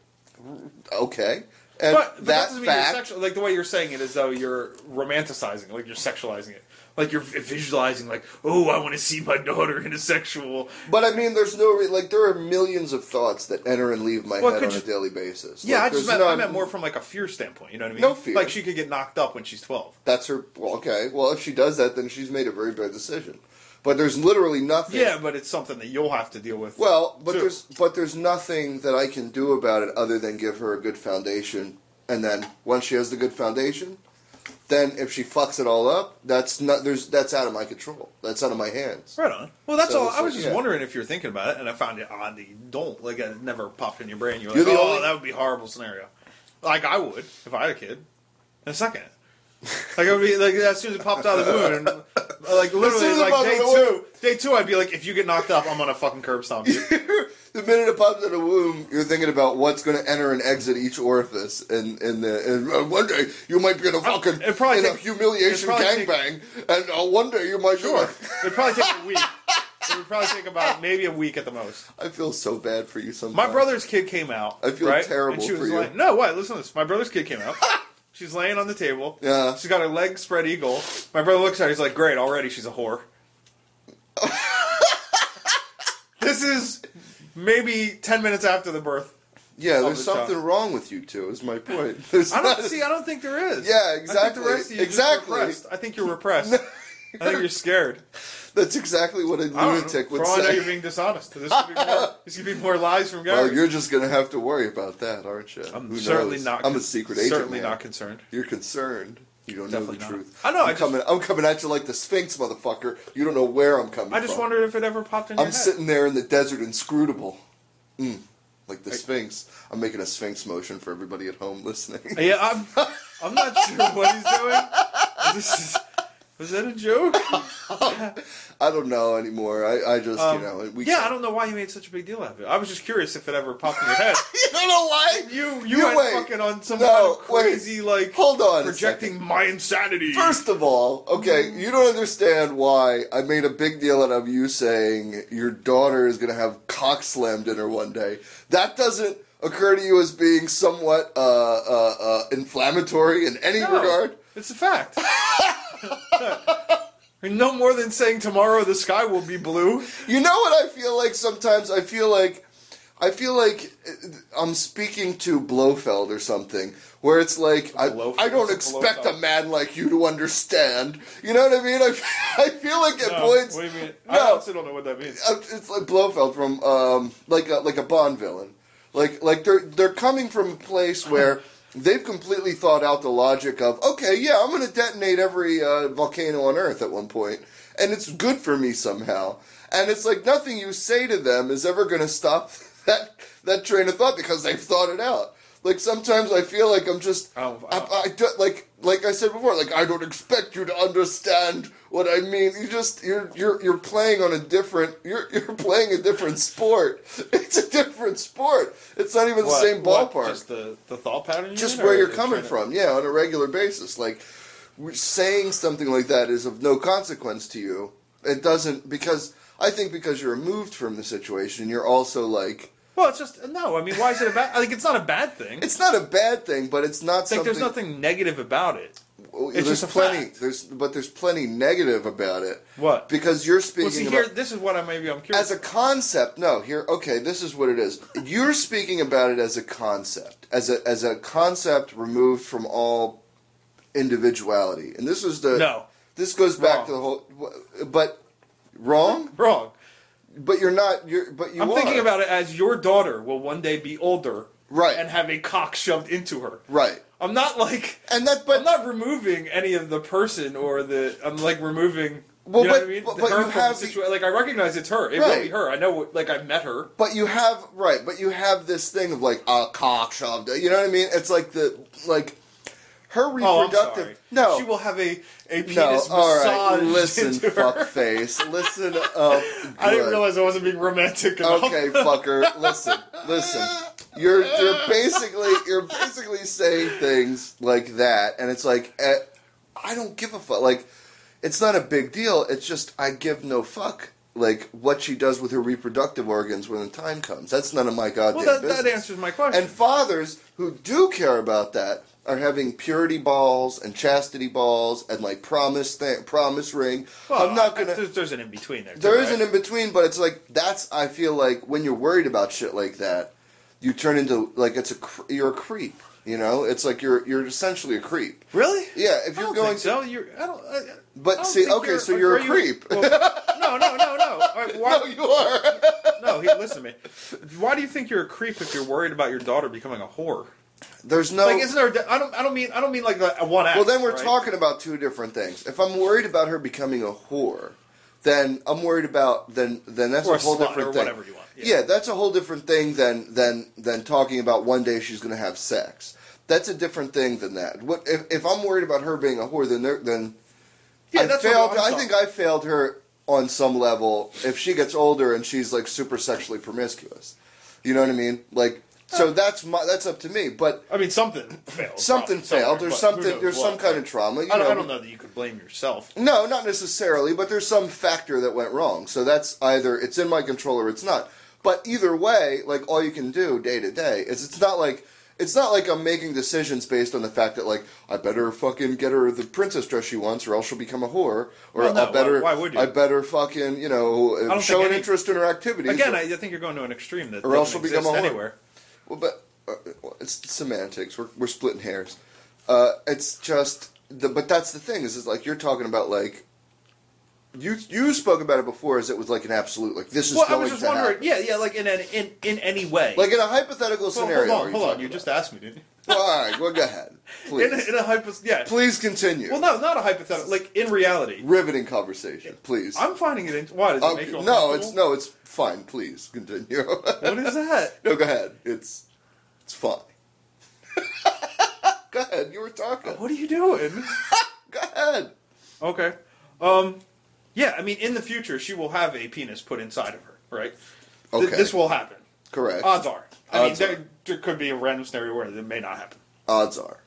Speaker 2: okay. And
Speaker 1: But, but that,
Speaker 2: that,
Speaker 1: doesn't mean
Speaker 2: fact,
Speaker 1: you're sexual. Like the way you're saying it is though you're romanticizing, like you're sexualizing it, like you're visualizing, like oh, I want to see my daughter in a sexual.
Speaker 2: But I mean, there's no re- like there are millions of thoughts that enter and leave my
Speaker 1: Well,
Speaker 2: head
Speaker 1: could
Speaker 2: on a
Speaker 1: you-
Speaker 2: daily basis.
Speaker 1: Yeah,
Speaker 2: Like,
Speaker 1: I just
Speaker 2: there's
Speaker 1: meant, I
Speaker 2: none-
Speaker 1: meant more from like a fear standpoint. You know what I mean?
Speaker 2: No fear.
Speaker 1: Like she could get knocked up when she's twelve.
Speaker 2: That's her. Well, okay. Well, if she does that, then she's made a very bad decision. But there's literally nothing.
Speaker 1: Yeah, but it's something that you'll have to deal with.
Speaker 2: Well, but
Speaker 1: Sure.
Speaker 2: there's but there's nothing that I can do about it other than give her a good foundation, and then once she has the good foundation, then if she fucks it all up, that's not there's that's out of my control. That's out of my hands.
Speaker 1: Right on. Well, that's
Speaker 2: So
Speaker 1: all.
Speaker 2: it's
Speaker 1: I was
Speaker 2: like,
Speaker 1: just
Speaker 2: yeah.
Speaker 1: wondering if you're thinking about it, and I found it odd that you don't. Like, it never popped in your brain. You're,
Speaker 2: You're
Speaker 1: like,
Speaker 2: the
Speaker 1: oh,
Speaker 2: only-
Speaker 1: that would be a horrible scenario. Like I would if I had a kid. In a second. Like I would be like as soon as it popped out of the moon, like
Speaker 2: soon
Speaker 1: literally
Speaker 2: as it
Speaker 1: like
Speaker 2: popped
Speaker 1: day
Speaker 2: out of the
Speaker 1: two, day two, I'd be like, if you get knocked up, I'm gonna fucking curb stomp you.
Speaker 2: the minute it pops out of the womb, you're thinking about what's going to enter and exit each orifice, and and, the, and uh, one day you might be in a fucking
Speaker 1: it'd probably
Speaker 2: in a
Speaker 1: take- it'd
Speaker 2: humiliation
Speaker 1: probably take-
Speaker 2: gangbang, and uh, one day you might. be
Speaker 1: Sure,
Speaker 2: like-
Speaker 1: it'd probably take a week. It would probably take about maybe a week at the most.
Speaker 2: I feel so bad for you. Sometimes
Speaker 1: My brother's kid came out.
Speaker 2: I feel
Speaker 1: right?
Speaker 2: terrible
Speaker 1: and she was
Speaker 2: for you.
Speaker 1: Like, no, what? Listen to this. My brother's kid came out. She's laying on the table.
Speaker 2: Yeah.
Speaker 1: She's got her legs spread eagle. My brother looks at her. He's like, "Great, already she's a whore." this is maybe ten minutes after the birth.
Speaker 2: Yeah,
Speaker 1: all
Speaker 2: there's
Speaker 1: the time.
Speaker 2: something wrong with you two. Is my point. There's
Speaker 1: I
Speaker 2: not-
Speaker 1: don't see. I don't think there is.
Speaker 2: Yeah,
Speaker 1: I think the
Speaker 2: exactly.
Speaker 1: rest of you exactly.
Speaker 2: Exactly.
Speaker 1: Repressed. I think you're repressed. I think you're scared.
Speaker 2: That's exactly what a
Speaker 1: I don't
Speaker 2: lunatic
Speaker 1: know. For
Speaker 2: would
Speaker 1: all I know,
Speaker 2: say.
Speaker 1: you're being dishonest. This could be more, this could be more lies from Gary.
Speaker 2: Well, you're just gonna have to worry about that, aren't you?
Speaker 1: I'm certainly not.
Speaker 2: I'm a
Speaker 1: con-
Speaker 2: secret agent.
Speaker 1: Certainly
Speaker 2: man.
Speaker 1: not concerned.
Speaker 2: You're concerned. You don't
Speaker 1: Definitely
Speaker 2: know
Speaker 1: not.
Speaker 2: the truth.
Speaker 1: I know, I
Speaker 2: I'm
Speaker 1: just-
Speaker 2: coming. I'm coming at you like the Sphinx, motherfucker. You don't know where I'm coming.
Speaker 1: I just
Speaker 2: from.
Speaker 1: wondered if it ever popped in your
Speaker 2: I'm
Speaker 1: head.
Speaker 2: sitting there in the desert, inscrutable, mm, like the Sphinx. I'm making a Sphinx motion for everybody at home listening.
Speaker 1: Yeah, I'm. I'm not sure what he's doing. This is, was that a joke?
Speaker 2: I don't know anymore. I, I just,
Speaker 1: Um,
Speaker 2: you know, we.
Speaker 1: yeah, I don't know why you made such a big deal out of it. I was just curious if it ever popped in your head.
Speaker 2: You don't know why.
Speaker 1: You you
Speaker 2: You
Speaker 1: went
Speaker 2: wait.
Speaker 1: fucking on some
Speaker 2: No,
Speaker 1: kind of
Speaker 2: wait.
Speaker 1: crazy like
Speaker 2: Hold on. a
Speaker 1: projecting my insanity.
Speaker 2: First of all, okay, you don't understand why I made a big deal out of you saying your daughter is going to have cock slam dinner one day. That doesn't occur to you as being somewhat uh, uh, uh, inflammatory in any
Speaker 1: No,
Speaker 2: regard.
Speaker 1: it's a fact. I mean, no more than saying tomorrow the sky will be blue.
Speaker 2: You know what I feel like sometimes? I feel like. I feel like uh, I'm speaking to Blofeld or something, where it's like I,
Speaker 1: Blofeld?
Speaker 2: I don't
Speaker 1: It's a
Speaker 2: expect a
Speaker 1: Blofeld.
Speaker 2: man like you to understand. You know what I mean? I, I feel like at
Speaker 1: No,
Speaker 2: points.
Speaker 1: what do you mean? I
Speaker 2: No.
Speaker 1: honestly don't know what that means.
Speaker 2: Uh, it's like Blofeld from um, like a, like a Bond villain. Like like they're they're coming from a place where they've completely thought out the logic of okay yeah I'm going to detonate every uh, volcano on Earth at one point and it's good for me somehow and it's like nothing you say to them is ever going to stop that that train of thought because they've thought it out. Like sometimes I feel like I'm just
Speaker 1: Oh,
Speaker 2: I,
Speaker 1: wow.
Speaker 2: I do- like like I said before, like I don't expect you to understand what I mean. You just you're you're you're playing on a different you're you're playing a different sport. It's a different sport. It's not even
Speaker 1: What-
Speaker 2: the same
Speaker 1: what,
Speaker 2: ballpark.
Speaker 1: just
Speaker 2: just
Speaker 1: the, the thought pattern. You mean,
Speaker 2: where
Speaker 1: or
Speaker 2: you're
Speaker 1: the
Speaker 2: coming
Speaker 1: train of-
Speaker 2: from, yeah, on a regular basis. Like we're saying something like that is of no consequence to you. It doesn't because I think because you're removed from the situation, you're also like
Speaker 1: Well, it's just no. I mean, why is it a bad? I think it's not a bad thing.
Speaker 2: it's not a bad thing, but it's not
Speaker 1: It's like
Speaker 2: something.
Speaker 1: there's nothing negative about it.
Speaker 2: Well,
Speaker 1: It's
Speaker 2: there's
Speaker 1: just a
Speaker 2: plenty.
Speaker 1: fact.
Speaker 2: There's but there's plenty negative about it.
Speaker 1: What?
Speaker 2: Because you're
Speaker 1: Well,
Speaker 2: speaking
Speaker 1: see,
Speaker 2: about
Speaker 1: here, this is what I maybe I'm curious.
Speaker 2: as a concept. No, here. Okay, this is what it is. You're speaking about it as a concept, as a as a concept removed from all individuality. And this is the
Speaker 1: No.
Speaker 2: This goes back to the whole. But wrong.
Speaker 1: wrong.
Speaker 2: But you're not. You're. But you.
Speaker 1: I'm
Speaker 2: are.
Speaker 1: thinking about it as your daughter will one day be older,
Speaker 2: Right.
Speaker 1: and have a cock shoved into her.
Speaker 2: right.
Speaker 1: I'm not like,
Speaker 2: And that.
Speaker 1: but
Speaker 2: But
Speaker 1: I'm not removing any of the person or the. I'm like removing.
Speaker 2: Well,
Speaker 1: you know
Speaker 2: but-
Speaker 1: what I mean?
Speaker 2: but- but
Speaker 1: her
Speaker 2: you
Speaker 1: from
Speaker 2: have
Speaker 1: the
Speaker 2: the-
Speaker 1: situa- like I recognize it's her. It will
Speaker 2: Right.
Speaker 1: be her. I know. what- Like I met her.
Speaker 2: But you have right, but you have this thing of like a cock shoved. You know what I mean? It's like the like her
Speaker 1: Oh, I'm
Speaker 2: reproductive.
Speaker 1: sorry.
Speaker 2: No,
Speaker 1: she will have a a penis
Speaker 2: no.
Speaker 1: massage.
Speaker 2: All right, listen,
Speaker 1: into her.
Speaker 2: fuckface. Listen up.
Speaker 1: I didn't
Speaker 2: good.
Speaker 1: realize I wasn't being romantic enough.
Speaker 2: Okay, fucker. Listen, listen. You're you're basically you're basically saying things like that, and it's like eh, I don't give a fuck. Like it's not a big deal. It's just I give no fuck. Like what she does with her reproductive organs when the time comes. That's none of my goddamn
Speaker 1: Well, that,
Speaker 2: business.
Speaker 1: that answers my question.
Speaker 2: And fathers who do care about that are having purity balls and chastity balls and like promise th- promise ring.
Speaker 1: Well,
Speaker 2: I'm not
Speaker 1: I-
Speaker 2: gonna.
Speaker 1: There's, there's an in between there.
Speaker 2: There
Speaker 1: too,
Speaker 2: is an
Speaker 1: right?
Speaker 2: in between, but it's like that's. I feel like when you're worried about shit like that, you turn into like it's a cr- you're a creep. You know, it's like you're you're essentially a creep.
Speaker 1: Really?
Speaker 2: Yeah, if
Speaker 1: I
Speaker 2: you're
Speaker 1: don't
Speaker 2: going
Speaker 1: think so. You're. I don't. I, I
Speaker 2: But
Speaker 1: don't
Speaker 2: see,
Speaker 1: think
Speaker 2: okay, so you're
Speaker 1: are
Speaker 2: a
Speaker 1: you-
Speaker 2: creep.
Speaker 1: well, no, no, no, no. All right, why,
Speaker 2: no, you are.
Speaker 1: no, he, listen to me. Why do you think you're a creep if you're worried about your daughter becoming a whore?
Speaker 2: There's no.
Speaker 1: Like, isn't there? I don't. I don't mean. I don't mean like a one act.
Speaker 2: well, then we're
Speaker 1: right?
Speaker 2: talking about two different things. If I'm worried about her becoming a whore, then I'm worried about then then that's
Speaker 1: Or
Speaker 2: a whole
Speaker 1: slut, or
Speaker 2: different thing.
Speaker 1: whatever you want. Yeah.
Speaker 2: Yeah. that's a whole different thing than than than talking about one day she's going to have sex. That's a different thing than that. What if, if I'm worried about her being a whore? Then there, then
Speaker 1: Yeah,
Speaker 2: I
Speaker 1: that's what
Speaker 2: failed.
Speaker 1: I'm
Speaker 2: I
Speaker 1: talking-
Speaker 2: think I failed her on some level. If she gets older and she's like super sexually promiscuous, you know what I mean? Like, so that's my that's up to me. But
Speaker 1: I mean, something failed.
Speaker 2: something
Speaker 1: probably, somewhere,
Speaker 2: failed. There's
Speaker 1: but who
Speaker 2: something.
Speaker 1: knows
Speaker 2: There's
Speaker 1: what,
Speaker 2: some kind
Speaker 1: right?
Speaker 2: of trauma. You
Speaker 1: I don't,
Speaker 2: know,
Speaker 1: I don't know that you could blame yourself.
Speaker 2: No, not necessarily, but there's some factor that went wrong. So that's either it's in my control or it's not. But either way, like all you can do day to day is it's not like it's not like I'm making decisions based on the fact that like I better fucking get her the princess dress she wants or else she'll become a whore or
Speaker 1: Well, no,
Speaker 2: I better
Speaker 1: why- why would you?
Speaker 2: I better fucking you know
Speaker 1: don't
Speaker 2: show
Speaker 1: think
Speaker 2: an
Speaker 1: any-
Speaker 2: interest in her activities
Speaker 1: Again, I, I think you're going to an extreme that
Speaker 2: Or else
Speaker 1: doesn't
Speaker 2: she'll become
Speaker 1: exist
Speaker 2: a whore.
Speaker 1: anywhere.
Speaker 2: Well, but uh, it's semantics. We're we're splitting hairs. Uh, it's just the but that's the thing is it's like you're talking about like you you spoke about it before as it was like an absolute like this is
Speaker 1: Well, I
Speaker 2: going
Speaker 1: was just
Speaker 2: to
Speaker 1: wondering.
Speaker 2: happen.
Speaker 1: Yeah, yeah, like in an, in in any way.
Speaker 2: Like in a hypothetical
Speaker 1: Well, hold
Speaker 2: scenario. are
Speaker 1: on,
Speaker 2: you
Speaker 1: hold on.
Speaker 2: talking
Speaker 1: You
Speaker 2: about?
Speaker 1: just asked me, didn't you?
Speaker 2: Well, all right, well, go ahead,
Speaker 1: In
Speaker 2: please,
Speaker 1: a, in a hypo- yeah.
Speaker 2: please continue.
Speaker 1: Well, no, not a hypothetical. Like in reality,
Speaker 2: riveting conversation, please.
Speaker 1: I'm finding it. In- why does it
Speaker 2: Um,
Speaker 1: make you
Speaker 2: no, it's
Speaker 1: uncomfortable?
Speaker 2: no, it's fine. Please continue.
Speaker 1: What is that?
Speaker 2: no, go ahead. It's it's fine. go ahead. You were talking.
Speaker 1: What are you doing?
Speaker 2: Go ahead.
Speaker 1: Okay. Um, yeah, I mean, in the future, she will have a penis put inside of her, right? Th-
Speaker 2: Okay.
Speaker 1: this will happen.
Speaker 2: Correct.
Speaker 1: Odds are. I
Speaker 2: Odds
Speaker 1: mean,
Speaker 2: are.
Speaker 1: There, there could be a random scenario where it may not happen.
Speaker 2: Odds are.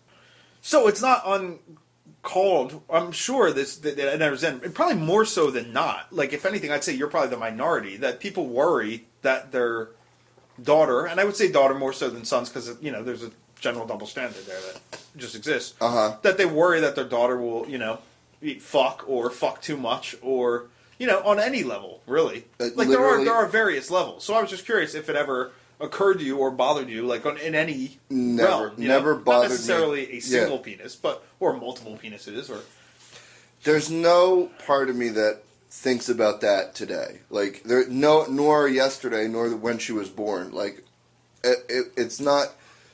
Speaker 1: So it's not uncalled. I'm sure this that, that enters in, and probably more so than not. Like, if anything, I'd say you're probably the minority that people worry that their daughter, and I would say daughter more so than sons, because you know there's a general double standard there that just exists.
Speaker 2: Uh-huh.
Speaker 1: That they worry that their daughter will, you know, eat fuck or fuck too much or you know on any level really.
Speaker 2: Uh,
Speaker 1: like there are
Speaker 2: literally-
Speaker 1: there are various levels. So I was just curious if it ever occurred to you or bothered you like on in any
Speaker 2: Never-
Speaker 1: realm, you
Speaker 2: never
Speaker 1: know?
Speaker 2: bothered
Speaker 1: Not
Speaker 2: me.
Speaker 1: necessarily a single
Speaker 2: Yeah.
Speaker 1: penis, but or multiple penises, or
Speaker 2: There's no part of me that thinks about that today. Like there, no, nor yesterday, nor when she was born. Like it, it, it's not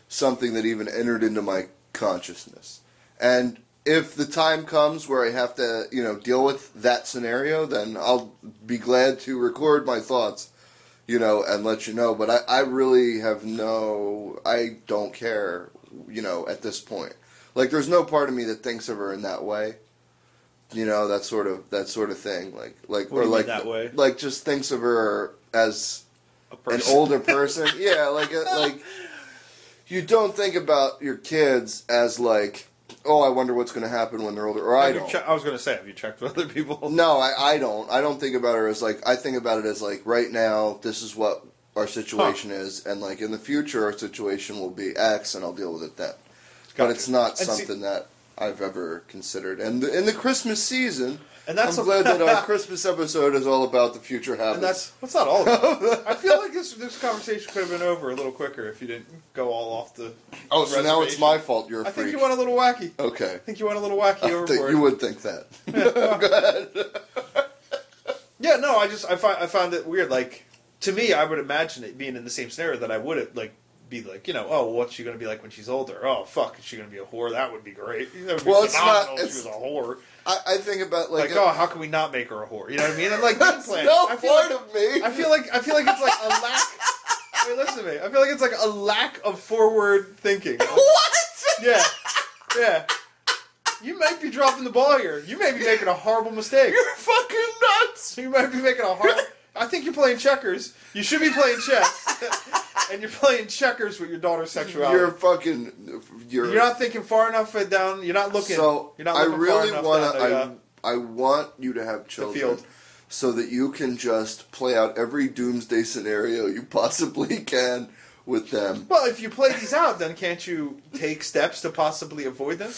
Speaker 2: something that even entered into my consciousness. And if the time comes where I have to, you know, deal with that scenario, then I'll be glad to record my thoughts, you know, and let you know. But I, I really have no, I don't care, you know, at this point. Like, there's no part of me that thinks of her in that way. You know that sort of that sort of thing, like like
Speaker 1: What do
Speaker 2: or
Speaker 1: you mean
Speaker 2: like
Speaker 1: that way?
Speaker 2: like just thinks of her as
Speaker 1: a
Speaker 2: an
Speaker 1: person.
Speaker 2: older person. yeah, like a, like you don't think about your kids as like, oh, I wonder what's going to happen when they're older, or I
Speaker 1: Have you
Speaker 2: don't.
Speaker 1: che- I was going to say, have you checked with other people?
Speaker 2: no, I, I don't. I don't think about her as like. I think about it as like right now. This is what our situation is, and like in the future, our situation will be X, and I'll deal with it then. But
Speaker 1: Gotcha.
Speaker 2: it's not
Speaker 1: And see-
Speaker 2: something that I've ever considered. And the, in the Christmas season,
Speaker 1: And that's
Speaker 2: I'm
Speaker 1: a-
Speaker 2: glad that our Christmas episode is all about the future habits.
Speaker 1: And that's what's not all. About. I feel like this this conversation could have been over a little quicker if you didn't go all off the.
Speaker 2: oh, so now it's
Speaker 1: reservation.
Speaker 2: my fault. You're a
Speaker 1: I
Speaker 2: freak.
Speaker 1: think you went a little wacky.
Speaker 2: okay.
Speaker 1: I think you went a little wacky
Speaker 2: I
Speaker 1: overboard.
Speaker 2: think you would think that.
Speaker 1: Yeah, no, I just I find I found it weird. Like to me, I would imagine it being in the same scenario that I would like be like, you know, oh, what's she gonna be like when she's older? Oh, fuck, is she gonna be a whore? That would be great. That would be
Speaker 2: Well,
Speaker 1: well,
Speaker 2: it's
Speaker 1: phenomenal
Speaker 2: not-
Speaker 1: if
Speaker 2: it's-
Speaker 1: she was a whore.
Speaker 2: I, I think about like,
Speaker 1: Like,
Speaker 2: a-
Speaker 1: oh, how can we not make her a whore? You know what I mean? And like, game
Speaker 2: that's
Speaker 1: plan.
Speaker 2: no
Speaker 1: I
Speaker 2: part
Speaker 1: feel like,
Speaker 2: of me.
Speaker 1: I feel like I feel like it's like a lack. Wait, listen to me. I feel like it's like a lack of forward thinking.
Speaker 2: what?
Speaker 1: Yeah, yeah. You might be dropping the ball here. You may be making a horrible mistake.
Speaker 2: You're fucking nuts.
Speaker 1: So you might be making a hard. I think you're playing checkers. You should be playing chess, and you're playing checkers with your daughter's sexuality.
Speaker 2: You're
Speaker 1: You're,
Speaker 2: fucking. You're,
Speaker 1: not thinking far enough down. You're not looking.
Speaker 2: So
Speaker 1: you're not
Speaker 2: I
Speaker 1: looking
Speaker 2: really
Speaker 1: far enough
Speaker 2: wanna.
Speaker 1: down the, uh,
Speaker 2: I, I want you to have children.
Speaker 1: field.
Speaker 2: So that you can just play out every doomsday scenario you possibly can with them.
Speaker 1: well, if you play these out, then can't you take steps to possibly avoid them?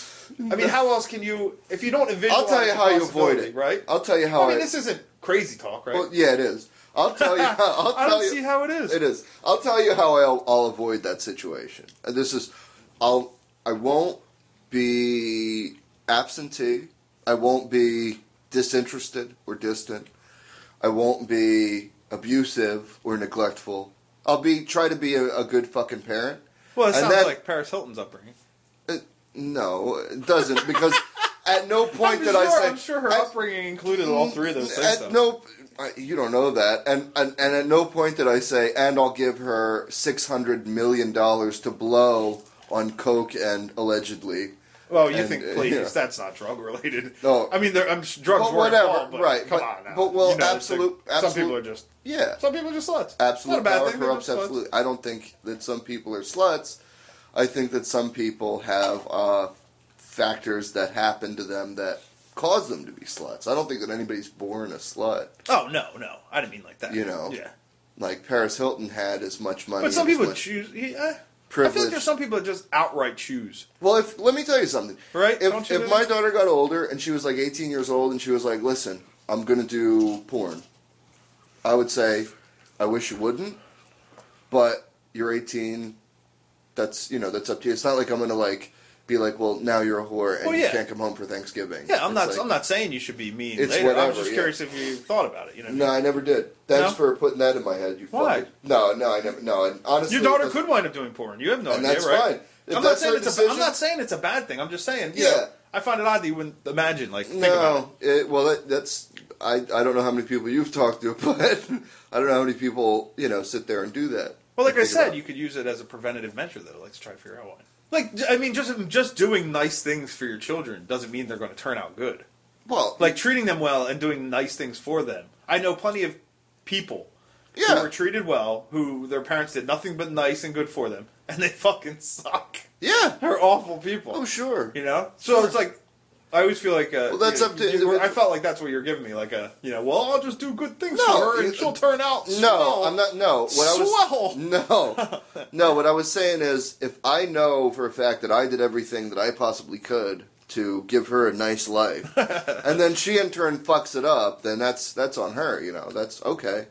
Speaker 1: I mean, how else can you if you don't envision?
Speaker 2: I'll tell you how you avoid it.
Speaker 1: right?
Speaker 2: I'll tell you how.
Speaker 1: I mean, this isn't crazy talk, right?
Speaker 2: well, yeah, it is. I'll tell you. How, I'll
Speaker 1: I
Speaker 2: tell
Speaker 1: don't
Speaker 2: you,
Speaker 1: see how it is.
Speaker 2: It is. I'll tell you how I'll, I'll avoid that situation. And This is, I'll, I won't be absentee. I won't be disinterested or distant. I won't be abusive or neglectful. I'll be try to be a, a good fucking parent.
Speaker 1: Well, it
Speaker 2: And
Speaker 1: sounds
Speaker 2: that-
Speaker 1: like Paris Hilton's upbringing.
Speaker 2: It, no, it doesn't because at no
Speaker 1: I'm
Speaker 2: point did
Speaker 1: sure,
Speaker 2: I say
Speaker 1: I'm sure her
Speaker 2: at-
Speaker 1: upbringing included all three of those things.
Speaker 2: At
Speaker 1: though.
Speaker 2: no, I- you don't know that, and, and and at no point did I say, and I'll give her six hundred million dollars to blow on coke and allegedly.
Speaker 1: Well, you
Speaker 2: And,
Speaker 1: think
Speaker 2: uh,
Speaker 1: please?
Speaker 2: yeah.
Speaker 1: That's not drug related.
Speaker 2: No.
Speaker 1: I mean, there, I'm s- drugs
Speaker 2: But
Speaker 1: were
Speaker 2: whatever,
Speaker 1: involved, but
Speaker 2: right,
Speaker 1: Come
Speaker 2: but-
Speaker 1: on now.
Speaker 2: but, well,
Speaker 1: You know, it's
Speaker 2: absolute-
Speaker 1: like, Some people
Speaker 2: absolute-
Speaker 1: are just.
Speaker 2: Yeah,
Speaker 1: Some people are just sluts.
Speaker 2: absolute
Speaker 1: It's not a bad
Speaker 2: power
Speaker 1: thing, they're
Speaker 2: corrupts
Speaker 1: just sluts.
Speaker 2: absolute. I don't think that some people are sluts. I think that some people have uh, factors that happen to them that cause them to be sluts. I don't think that anybody's born a slut.
Speaker 1: Oh no, no, I didn't mean like that.
Speaker 2: You know.
Speaker 1: Yeah.
Speaker 2: Like Paris Hilton had as much money.
Speaker 1: But some
Speaker 2: and as
Speaker 1: people
Speaker 2: much-
Speaker 1: choose. Yeah, I feel like
Speaker 2: Privilege.
Speaker 1: there's some people that just outright choose.
Speaker 2: Well, if let me tell you something.
Speaker 1: Right? Don't
Speaker 2: If
Speaker 1: you
Speaker 2: if
Speaker 1: think?
Speaker 2: my daughter got older and she was like 18 years old and she was like, "Listen, I'm going to do porn." I would say, "I wish you wouldn't." But you're 18. That's, you know, that's up to you. It's not like I'm going to like be like, "Well, now you're a whore and
Speaker 1: Well,
Speaker 2: you
Speaker 1: yeah.
Speaker 2: can't come home for Thanksgiving."
Speaker 1: Yeah, I'm
Speaker 2: It's
Speaker 1: not.
Speaker 2: like-
Speaker 1: I'm not saying you should be mean.
Speaker 2: It's
Speaker 1: later. I
Speaker 2: whatever,
Speaker 1: was just
Speaker 2: yeah.
Speaker 1: curious if you thought about it. You know. what I
Speaker 2: No,
Speaker 1: mean?
Speaker 2: I never did. Thanks
Speaker 1: No?
Speaker 2: for putting that in my head. You
Speaker 1: Why?
Speaker 2: fucking- No, no, I never. No, and honestly,
Speaker 1: Your daughter
Speaker 2: that's-
Speaker 1: could wind up doing porn. You have no
Speaker 2: And
Speaker 1: idea,
Speaker 2: that's
Speaker 1: right?
Speaker 2: fine. If
Speaker 1: I'm not
Speaker 2: that's
Speaker 1: saying
Speaker 2: her
Speaker 1: it's. A, I'm
Speaker 2: decision-
Speaker 1: not saying it's a bad thing. I'm just saying. You
Speaker 2: Yeah.
Speaker 1: Know, I find it odd that you wouldn't imagine. Like, think about it.
Speaker 2: No, it, well, that, that's I. I don't know how many people you've talked to, but I don't know how many people you know sit there and do that.
Speaker 1: Well, like
Speaker 2: And
Speaker 1: I
Speaker 2: think
Speaker 1: said,
Speaker 2: about-
Speaker 1: you could use it as a preventative measure, though. Like, to try to figure out why. Like, j- I mean, just just doing nice things for your children doesn't mean they're going to turn out good.
Speaker 2: well,
Speaker 1: Like treating them well and doing nice things for them. I know plenty of people who
Speaker 2: Yeah.
Speaker 1: were treated well who their parents did nothing but nice and good for them, and they fucking suck.
Speaker 2: yeah.
Speaker 1: They're awful people.
Speaker 2: Oh, sure.
Speaker 1: You know, so
Speaker 2: Sure.
Speaker 1: it's like I always feel like uh,
Speaker 2: Well, that's
Speaker 1: you-
Speaker 2: up to-
Speaker 1: you were- I felt like that's what you're giving me, like a you know, well, I'll just do good things
Speaker 2: No,
Speaker 1: for her and
Speaker 2: you-
Speaker 1: she'll turn out.
Speaker 2: No,
Speaker 1: swell.
Speaker 2: I'm not. No, what
Speaker 1: Swell.
Speaker 2: I was no, no. What I was saying is, if I know for a fact that I did everything that I possibly could to give her a nice life, and then she in turn fucks it up, then that's that's on her. You know, that's okay.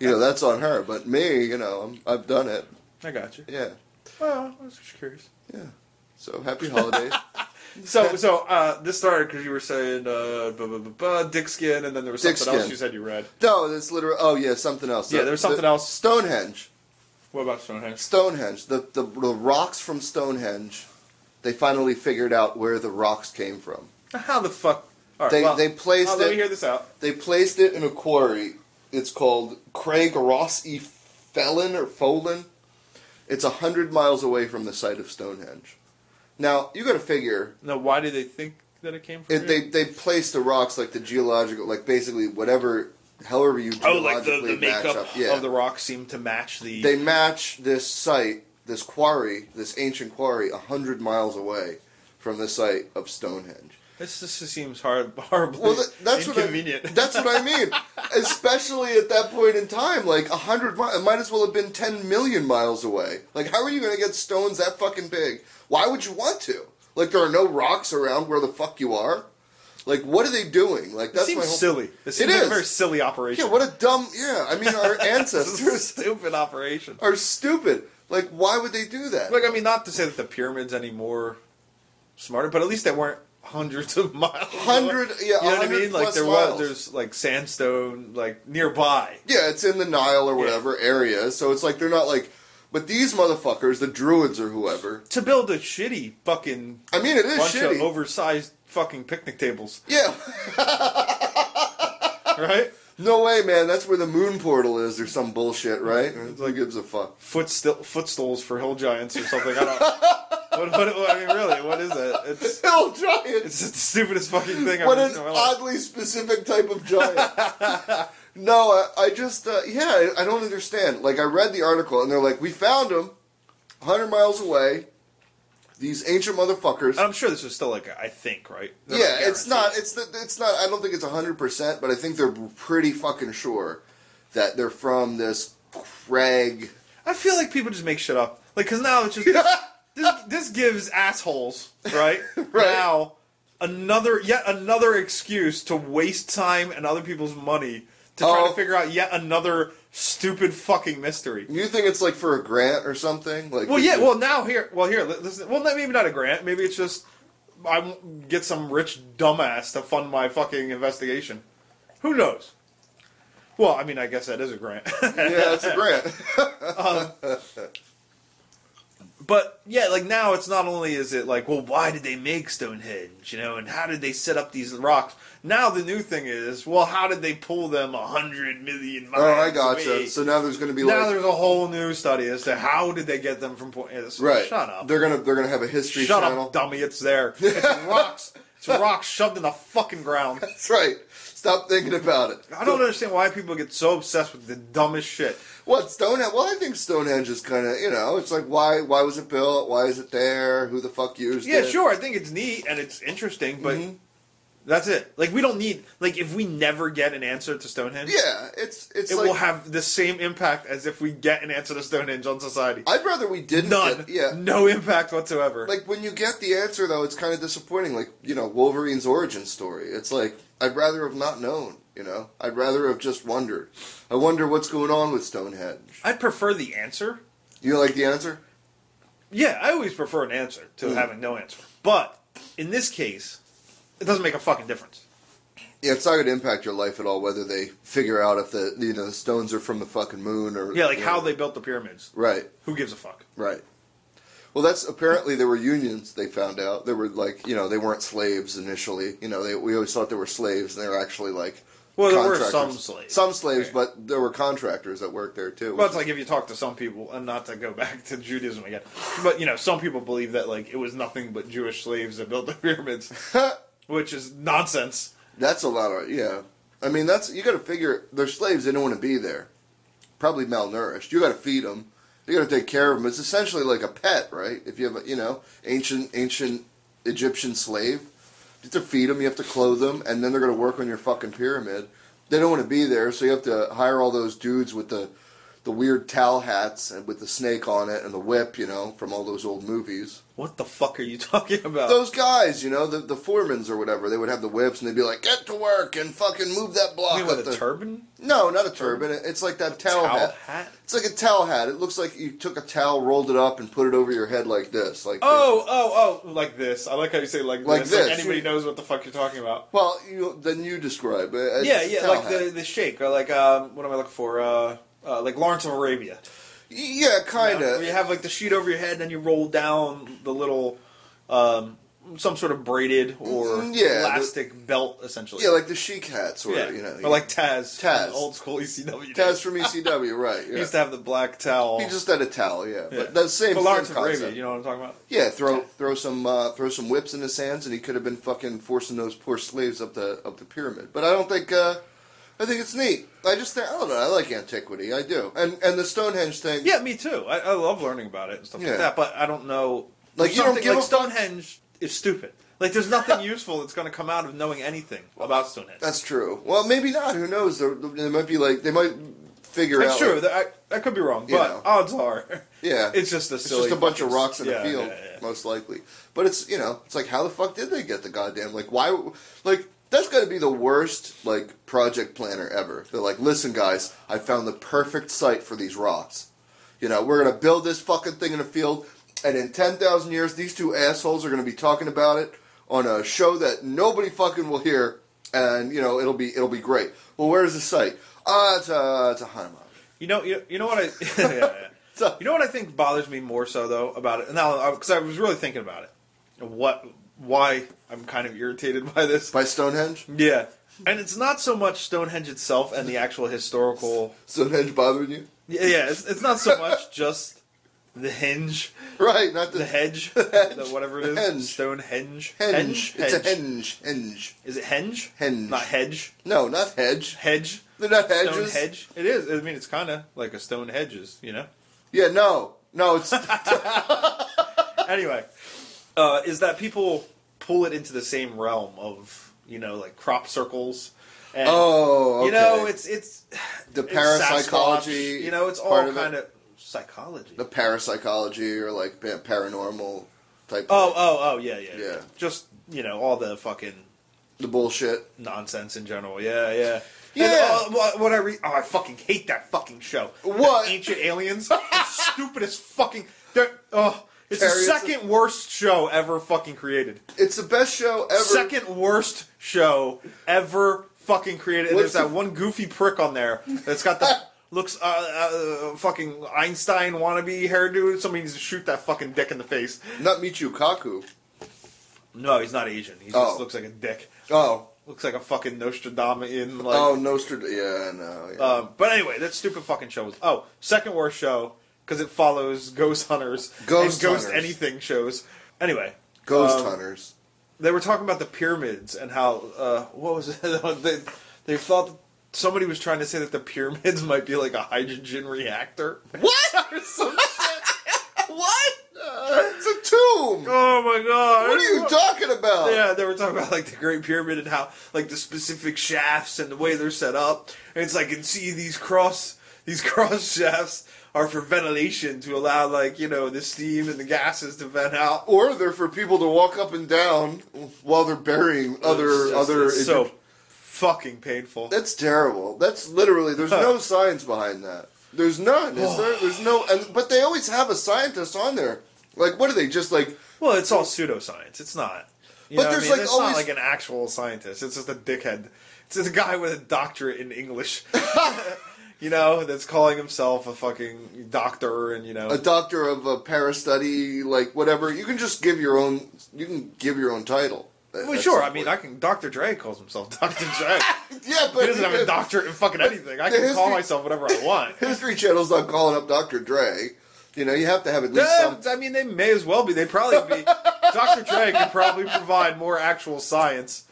Speaker 2: You know, that's on her. But me, you know, I'm, I've done it.
Speaker 1: I got you.
Speaker 2: Yeah.
Speaker 1: Well, I was just curious.
Speaker 2: Yeah. So happy holidays.
Speaker 1: So, so uh, this started because you were saying uh, blah, blah, blah, blah, dick skin, and then there was
Speaker 2: Dick
Speaker 1: something else
Speaker 2: skin.
Speaker 1: you said you read.
Speaker 2: no, that's literally. Oh yeah, something else.
Speaker 1: Yeah, there was something
Speaker 2: the-
Speaker 1: else.
Speaker 2: Stonehenge.
Speaker 1: What about Stonehenge?
Speaker 2: Stonehenge. The, the the rocks from Stonehenge. They finally figured out where the rocks came from.
Speaker 1: How the fuck? All right,
Speaker 2: They
Speaker 1: well,
Speaker 2: they
Speaker 1: oh,
Speaker 2: placed
Speaker 1: let me hear
Speaker 2: it.
Speaker 1: this out.
Speaker 2: They placed it in a quarry. It's called Craig Ross E. Felon or Folan. It's a hundred miles away from the site of Stonehenge. Now you got to figure
Speaker 1: No, why do they think that it came from?
Speaker 2: It,
Speaker 1: here?
Speaker 2: they they place the rocks like the geological, like basically whatever, however you
Speaker 1: oh, like the,
Speaker 2: geologically
Speaker 1: the
Speaker 2: match
Speaker 1: makeup
Speaker 2: up. Yeah,
Speaker 1: of the rock seemed to match the.
Speaker 2: they match this site, this quarry, this ancient quarry, a hundred miles away from the site of Stonehenge.
Speaker 1: this just seems hard, horribly
Speaker 2: Well, that, that's
Speaker 1: inconvenient.
Speaker 2: what I, that's what I mean. Especially at that point in time, like a hundred miles, it might as well have been ten million miles away. Like, how are you going to get stones that fucking big? Why would you want to? Like, there are no rocks around where the fuck you are. Like, what are they doing? Like,
Speaker 1: It
Speaker 2: that's my
Speaker 1: seems
Speaker 2: whole
Speaker 1: silly. It seems like
Speaker 2: is.
Speaker 1: a very silly operation.
Speaker 2: Yeah, what a dumb. Yeah, I mean,
Speaker 1: This is
Speaker 2: our
Speaker 1: a
Speaker 2: ancestors
Speaker 1: stupid operation.
Speaker 2: are stupid. Like, why would they do that?
Speaker 1: Like, I mean, not to say that the pyramids any more smarter, but at least they weren't hundreds of miles.
Speaker 2: Hundred-
Speaker 1: away.
Speaker 2: yeah,
Speaker 1: you know what I
Speaker 2: 100
Speaker 1: mean. Like
Speaker 2: plus
Speaker 1: there was,
Speaker 2: miles.
Speaker 1: there's like sandstone, like nearby.
Speaker 2: yeah, it's in the Nile or whatever area, so it's like they're not like. But these motherfuckers, the druids or whoever.
Speaker 1: To build a shitty fucking
Speaker 2: I mean, it is
Speaker 1: bunch
Speaker 2: shitty.
Speaker 1: of oversized fucking picnic tables,
Speaker 2: yeah,
Speaker 1: right?
Speaker 2: no way, man. That's where the moon portal is, or some bullshit, right? It's like gives a fuck.
Speaker 1: Footstool, footstools for hill giants or something. I don't. what, what, I mean, really, what is that? It's
Speaker 2: Hell, giants.
Speaker 1: it's the stupidest fucking thing I've
Speaker 2: What
Speaker 1: ever
Speaker 2: an
Speaker 1: seen in my life.
Speaker 2: oddly specific type of giant. no, I, I just uh, yeah, I, I don't understand. Like I read the article and they're like, we found him, hundred miles away. These ancient motherfuckers.
Speaker 1: And I'm sure this is still like a, I think, right? They're
Speaker 2: yeah, it's
Speaker 1: guaranteed.
Speaker 2: not. It's the, it's not. I don't think it's hundred percent, but I think they're pretty fucking sure that they're from this Craig.
Speaker 1: I feel like people just make shit up. Like, because now it's just. this, this gives assholes, right?
Speaker 2: Right.
Speaker 1: Now, another, yet another excuse to waste time and other people's money to try
Speaker 2: Oh.
Speaker 1: to figure out yet another stupid fucking mystery.
Speaker 2: You think it's like for a grant or something? Like
Speaker 1: Well, yeah, well, now here, well, here, li- listen. Well, not- maybe not a grant. Maybe it's just I won't get some rich dumbass to fund my fucking investigation. Who knows? Well, I mean, I guess that is a grant.
Speaker 2: yeah, it's a grant.
Speaker 1: But yeah, like now it's not only is it like, well, why did they make Stonehenge, you know, and how did they set up these rocks? Now the new thing is, well, how did they pull them a hundred million miles?
Speaker 2: Oh, I gotcha.
Speaker 1: away?
Speaker 2: So now there's going to be
Speaker 1: now
Speaker 2: like
Speaker 1: there's a whole new study as to how did they get them from point. It's-
Speaker 2: right.
Speaker 1: Shut up.
Speaker 2: They're gonna they're gonna have a history
Speaker 1: Shut
Speaker 2: channel.
Speaker 1: up, dummy. It's there. It's rocks. It's rocks shoved in the fucking ground.
Speaker 2: That's right. Stop thinking about it.
Speaker 1: I don't understand why people get so obsessed with the dumbest shit.
Speaker 2: What Stonehenge? Well, I think Stonehenge is kind of you know it's like why why was it built? Why is it there? Who the fuck used
Speaker 1: Yeah,
Speaker 2: it?
Speaker 1: sure. I think it's neat and it's interesting, but
Speaker 2: Mhm.
Speaker 1: that's it. Like we don't need like if we never get an answer to Stonehenge,
Speaker 2: Yeah, it's it's
Speaker 1: it
Speaker 2: like
Speaker 1: will have the same impact as if we get an answer to Stonehenge on society.
Speaker 2: I'd rather we didn't.
Speaker 1: None.
Speaker 2: Get, yeah.
Speaker 1: No impact whatsoever.
Speaker 2: Like when you get the answer though, it's kind of disappointing. Like you know Wolverine's origin story. It's like I'd rather have not known. You know, I'd rather have just wondered. I wonder what's going on with Stonehenge.
Speaker 1: I'd prefer the answer.
Speaker 2: You like the answer?
Speaker 1: Yeah, I always prefer an answer to
Speaker 2: Mm.
Speaker 1: having no answer. But in this case, it doesn't make a fucking difference.
Speaker 2: Yeah, it's not going to impact your life at all whether they figure out if the you know the stones are from the fucking moon or
Speaker 1: Yeah, like how they built the pyramids.
Speaker 2: right
Speaker 1: Who gives a fuck?
Speaker 2: right. Well, that's apparently there were unions. They found out there were like you know they weren't slaves initially. You know they we always thought they were slaves and they were actually like
Speaker 1: Well, there were
Speaker 2: contractors.
Speaker 1: some slaves.
Speaker 2: some slaves,
Speaker 1: Right.
Speaker 2: but there were contractors that worked there too.
Speaker 1: Well,
Speaker 2: which
Speaker 1: it's like if you talk to some people, and not to go back to Judaism again, but you know, some people believe that like it was nothing but Jewish slaves that built the pyramids,
Speaker 2: is-
Speaker 1: which is nonsense.
Speaker 2: that's a lot of yeah. I mean that's you got to figure they're slaves. They don't want to be there. Probably malnourished. You got to feed them. You got to take care of them. It's essentially like a pet, right? If you have a you know ancient ancient Egyptian slave, you have to feed them. You have to clothe them, and then they're going to work on your fucking pyramid. They don't want to be there, so you have to hire all those dudes with the the weird towel hats and with the snake on it and the whip, you know, from all those old movies.
Speaker 1: What the fuck are you talking about?
Speaker 2: those guys, you know, the the foremans or whatever, they would have the whips and they'd be like, "Get to work and fucking move that block."
Speaker 1: you mean with
Speaker 2: up
Speaker 1: a
Speaker 2: the-"
Speaker 1: turban,
Speaker 2: no, not a turban. It's like that towel,
Speaker 1: towel
Speaker 2: hat.
Speaker 1: hat?
Speaker 2: It's like a towel hat. It looks like you took a towel, rolled it up, and put it over your head like this. Like
Speaker 1: Oh, oh, oh! Like this. I like how you say like,
Speaker 2: Like
Speaker 1: this.
Speaker 2: this.
Speaker 1: Like anybody knows what the fuck you're talking about.
Speaker 2: this. well, you then you describe it. It's
Speaker 1: yeah,
Speaker 2: a
Speaker 1: yeah.
Speaker 2: towel
Speaker 1: Like
Speaker 2: hat.
Speaker 1: the the sheikh, or like um, what am I looking for? Uh, uh, like Lawrence of Arabia.
Speaker 2: yeah, kind
Speaker 1: You, know,
Speaker 2: of.
Speaker 1: you have like the sheet over your head, and then you roll down the little, um, some sort of braided or
Speaker 2: Mm, yeah, the-
Speaker 1: elastic belt, essentially.
Speaker 2: yeah, like the chic hats, or
Speaker 1: Yeah.
Speaker 2: you know,
Speaker 1: or like Taz,
Speaker 2: Taz.
Speaker 1: from old school E ECW.
Speaker 2: Taz from ECW, right?
Speaker 1: He
Speaker 2: Yeah.
Speaker 1: used to have the black towel.
Speaker 2: He just had a towel, yeah.
Speaker 1: Yeah.
Speaker 2: But the same,
Speaker 1: but Lawrence
Speaker 2: same
Speaker 1: of Arabia,
Speaker 2: concept.
Speaker 1: you know what I'm talking about?
Speaker 2: Yeah, throw throw some uh, throw some whips in his hands, and he could have been fucking forcing those poor slaves up the up the pyramid. But I don't think uh, I think it's neat. I just think I don't know. I like antiquity. I do, and and the Stonehenge thing.
Speaker 1: Yeah, me too. I, I love learning about it and stuff
Speaker 2: Yeah.
Speaker 1: like that. But I don't know.
Speaker 2: Like,
Speaker 1: there's
Speaker 2: you don't
Speaker 1: something-
Speaker 2: give
Speaker 1: like
Speaker 2: a-
Speaker 1: Stonehenge is stupid. Like there's nothing useful that's going to come out of knowing anything about Stonehenge.
Speaker 2: that's true. Well, maybe not. Who knows? There, there might be like they might figure
Speaker 1: That's
Speaker 2: out.
Speaker 1: true.
Speaker 2: like,
Speaker 1: That- I, I could be wrong,
Speaker 2: You
Speaker 1: but
Speaker 2: know.
Speaker 1: odds are
Speaker 2: yeah,
Speaker 1: it's just a
Speaker 2: It's
Speaker 1: silly
Speaker 2: just a bunch of
Speaker 1: fucking-
Speaker 2: rocks in
Speaker 1: yeah,
Speaker 2: a field,
Speaker 1: yeah, yeah.
Speaker 2: most likely. But it's you know, it's like how the fuck did they get the goddamn like why like that's got to be the worst like project planner ever. They're like, listen guys, I found the perfect site for these rocks. You know, we're gonna build this fucking thing in a field, and in ten thousand years, these two assholes are gonna be talking about it on a show that nobody fucking will hear, and you know it'll be it'll be great. Well, where's the site? Ah, it's a it's a Hanuman.
Speaker 1: You know, you, you know what I, yeah, yeah.
Speaker 2: So-
Speaker 1: you know what I think bothers me more so though about it now because I was really thinking about it, what, why I'm kind of irritated by this.
Speaker 2: by Stonehenge.
Speaker 1: Yeah, and it's not so much Stonehenge itself and the actual historical.
Speaker 2: Stonehenge bothering you?
Speaker 1: Yeah, yeah it's, it's not so much just the hinge,
Speaker 2: Right, not
Speaker 1: the
Speaker 2: the
Speaker 1: hedge, the whatever it is,
Speaker 2: Henge.
Speaker 1: Stonehenge,
Speaker 2: Henge.
Speaker 1: Henge?
Speaker 2: It's
Speaker 1: Henge.
Speaker 2: a henge. Henge.
Speaker 1: Is it henge?
Speaker 2: Henge.
Speaker 1: Not hedge.
Speaker 2: No, not hedge.
Speaker 1: Hedge.
Speaker 2: They're not
Speaker 1: Stone
Speaker 2: hedges.
Speaker 1: hedge. It is. I mean, it's kind of like a stone hedges, you know.
Speaker 2: Yeah, no. No, it's
Speaker 1: anyway, uh, is that people pull it into the same realm of you know like crop circles. And,
Speaker 2: Oh, okay.
Speaker 1: you know it's it's
Speaker 2: The
Speaker 1: it's
Speaker 2: parapsychology
Speaker 1: Sasquatch, you know, it's
Speaker 2: part
Speaker 1: all
Speaker 2: of it?
Speaker 1: kind of psychology.
Speaker 2: the parapsychology or like pa- paranormal type
Speaker 1: oh, oh, oh, yeah, yeah,
Speaker 2: Yeah.
Speaker 1: Just you know all the fucking
Speaker 2: the bullshit.
Speaker 1: nonsense in general. Yeah, yeah.
Speaker 2: Yeah.
Speaker 1: And, uh, what- what I re- oh, I fucking hate that fucking show.
Speaker 2: What?
Speaker 1: The ancient aliens? it's stupid as fucking. They're, oh, it's
Speaker 2: Chariots
Speaker 1: the
Speaker 2: of-
Speaker 1: second worst show ever fucking created.
Speaker 2: It's the best show ever.
Speaker 1: second worst show ever fucking created. And
Speaker 2: What's
Speaker 1: there's that
Speaker 2: the-
Speaker 1: one goofy prick on there that's got the looks uh, uh, fucking Einstein wannabe hairdo. Somebody needs to shoot that fucking dick in the face.
Speaker 2: Not Michio Kaku.
Speaker 1: No, he's not Asian. He
Speaker 2: Oh.
Speaker 1: just looks like a dick.
Speaker 2: Oh.
Speaker 1: Looks like a fucking Nostradamus in like.
Speaker 2: oh, Nostrad. Yeah, no. Yeah.
Speaker 1: Um, but anyway, that stupid fucking show was. Oh, second worst show because it follows Ghost Hunters
Speaker 2: Ghost
Speaker 1: and Ghost
Speaker 2: Hunters.
Speaker 1: Anything shows. Anyway,
Speaker 2: Ghost
Speaker 1: um,
Speaker 2: Hunters.
Speaker 1: they were talking about the pyramids and how uh, what was it? they they thought somebody was trying to say that the pyramids might be like a hydrogen reactor. What? or some shit.
Speaker 2: What? it's a tomb.
Speaker 1: Oh my god!
Speaker 2: what are you talking about?
Speaker 1: Yeah, they were talking about like the Great Pyramid and how like the specific shafts and the way they're set up. And it's like, and see these cross these cross shafts are for ventilation to allow like you know the steam and the gases to vent out.
Speaker 2: Or they're for people to walk up and down while they're burying other
Speaker 1: It's just-
Speaker 2: other.
Speaker 1: it's so fucking painful.
Speaker 2: That's terrible. That's literally there's no science behind that. There's none. Is there? There's no. And but they always have a scientist on there. Like what are they just like?
Speaker 1: Well, it's all pseudoscience. It's not. You
Speaker 2: But
Speaker 1: know what I
Speaker 2: there's,
Speaker 1: mean?
Speaker 2: like,
Speaker 1: it's
Speaker 2: always-
Speaker 1: not like an actual scientist. It's just a dickhead. It's just a guy with a doctorate in English. you know, that's calling himself a fucking doctor, and you know,
Speaker 2: a doctor of a para study, like whatever. You can just give your own. You can give your own title. at-
Speaker 1: Well,
Speaker 2: at
Speaker 1: sure.
Speaker 2: some
Speaker 1: I mean, I
Speaker 2: point.
Speaker 1: can. Dr. Dre calls himself Dr. Dre.
Speaker 2: yeah, but
Speaker 1: he doesn't have a doctorate in fucking anything. I can
Speaker 2: the
Speaker 1: call
Speaker 2: history-
Speaker 1: myself whatever I want.
Speaker 2: History Channel's not calling up Dr. Dre. You know, you have to have at least
Speaker 1: Yeah,
Speaker 2: some.
Speaker 1: I mean, they may as well be. They probably be. Dr. Dre could probably provide more actual science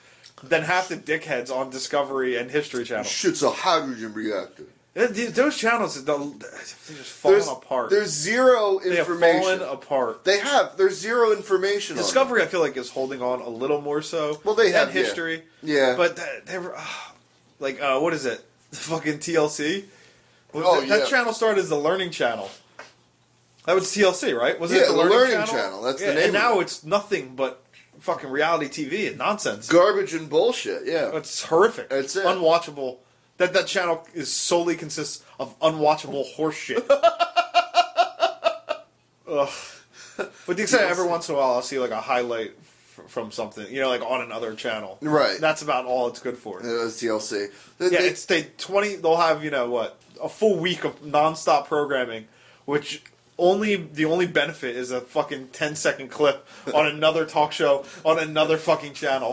Speaker 1: than half the dickheads on Discovery and History Channel.
Speaker 2: Shit's a hydrogen reactor.
Speaker 1: Th- th- Those channels, they're they're just falling apart.
Speaker 2: There's zero
Speaker 1: they have
Speaker 2: information.
Speaker 1: fallen apart.
Speaker 2: They have. There's zero information. on
Speaker 1: Discovery, I feel like, is holding on a little more so.
Speaker 2: Well, they
Speaker 1: than
Speaker 2: have, yeah.
Speaker 1: history.
Speaker 2: Yeah.
Speaker 1: but th- they were ah, like, uh, what is it? fucking TLC. Well,
Speaker 2: Oh,
Speaker 1: th- that
Speaker 2: yeah.
Speaker 1: channel started as the Learning Channel. That was TLC, right? Was
Speaker 2: Yeah,
Speaker 1: it the
Speaker 2: the
Speaker 1: Learning,
Speaker 2: Learning
Speaker 1: channel?
Speaker 2: Channel, that's the
Speaker 1: Yeah,
Speaker 2: name
Speaker 1: And
Speaker 2: of
Speaker 1: now
Speaker 2: it.
Speaker 1: it's nothing but fucking reality TV and nonsense.
Speaker 2: Garbage and bullshit. Yeah.
Speaker 1: It's horrific.
Speaker 2: That's it.
Speaker 1: Unwatchable. That that channel is solely consists of unwatchable horseshit. Ugh. With the exception, every once in a while, I'll see like a highlight f- from something, you know, like on another channel.
Speaker 2: Right.
Speaker 1: That's about all it's good for.
Speaker 2: It was TLC. They-
Speaker 1: Yeah,
Speaker 2: they-
Speaker 1: it's they twenty. They'll have you know what a full week of nonstop programming, which only the only benefit is a fucking 10 second clip on another talk show on another fucking channel.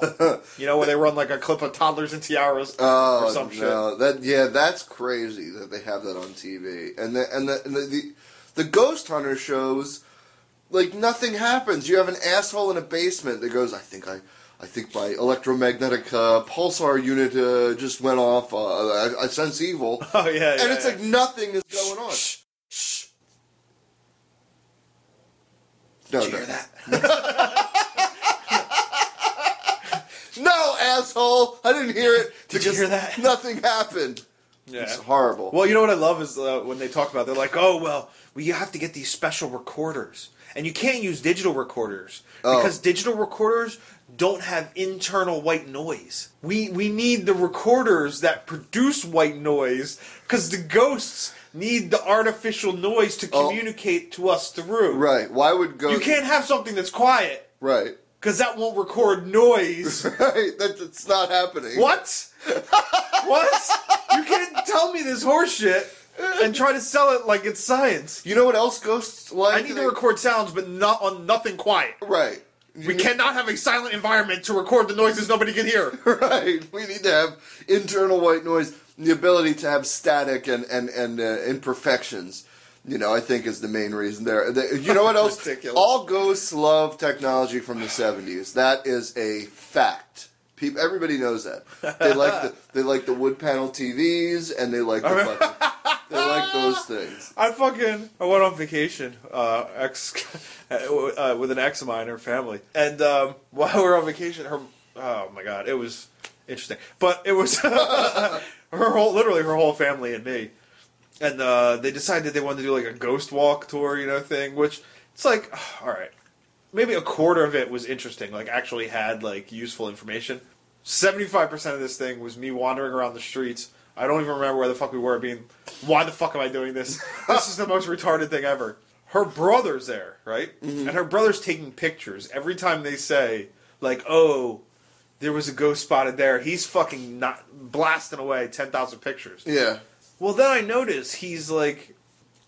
Speaker 1: You know where they run like a clip of toddlers and tiaras
Speaker 2: oh
Speaker 1: or some shit.
Speaker 2: no, that yeah, that's crazy that they have that on TV. And the and the and the, the, the ghost hunter shows, like nothing happens. You have an asshole in a basement that goes, I think I. I think my electromagnetic uh, pulsar unit uh, just went off. Uh, I, I sense evil,
Speaker 1: Oh yeah, yeah,
Speaker 2: and it's
Speaker 1: yeah.
Speaker 2: like nothing is going on. No,
Speaker 1: Did you
Speaker 2: no.
Speaker 1: hear that?
Speaker 2: No, asshole! I didn't hear it.
Speaker 1: Did you
Speaker 2: because
Speaker 1: hear that?
Speaker 2: Nothing happened.
Speaker 1: Yeah.
Speaker 2: It's horrible.
Speaker 1: Well, you know what I love is uh, when they talk about they're like, oh well, we have to get these special recorders, and you can't use digital recorders
Speaker 2: Oh.
Speaker 1: because digital recorders don't have internal white noise. We we need the recorders that produce white noise because the ghosts need the artificial noise to
Speaker 2: Oh.
Speaker 1: communicate to us through.
Speaker 2: Right? Why would go?
Speaker 1: You can't have something that's quiet
Speaker 2: Right.
Speaker 1: because that won't record noise.
Speaker 2: Right. That, that's not happening.
Speaker 1: What? what? You can't tell me this horse shit and try to sell it like it's science.
Speaker 2: You know what else ghosts like?
Speaker 1: I need
Speaker 2: They-
Speaker 1: to record sounds, but not on nothing quiet.
Speaker 2: Right. You
Speaker 1: We
Speaker 2: need-
Speaker 1: cannot have a silent environment to record the noises nobody can hear.
Speaker 2: Right. We need to have internal white noise, the ability to have static and and and uh, imperfections. You know, I think is the main reason there. The- You know what else?
Speaker 1: Ridiculous.
Speaker 2: All ghosts love technology from the '70s. That is a fact. Peop everybody knows that. They like the they like the wood panel TVs, and they like the fucking, they like those things.
Speaker 1: I fucking I went on vacation uh, ex uh, with an ex of mine, her family, and um, while we were on vacation, her oh my god, it was interesting, but it was her whole literally her whole family and me, and uh, they decided they wanted to do like a ghost walk tour, you know, thing, which it's like all right, maybe a quarter of it was interesting, like actually had like useful information. Seventy-five percent of this thing was me wandering around the streets. I don't even remember where the fuck we were. Being, why the fuck am I doing this? this is the most retarded thing ever. Her brother's there, right? And her brother's taking pictures every time they say like, "Oh, there was a ghost spotted there." He's fucking not blasting away ten thousand pictures.
Speaker 2: Yeah.
Speaker 1: Well, then I notice he's like,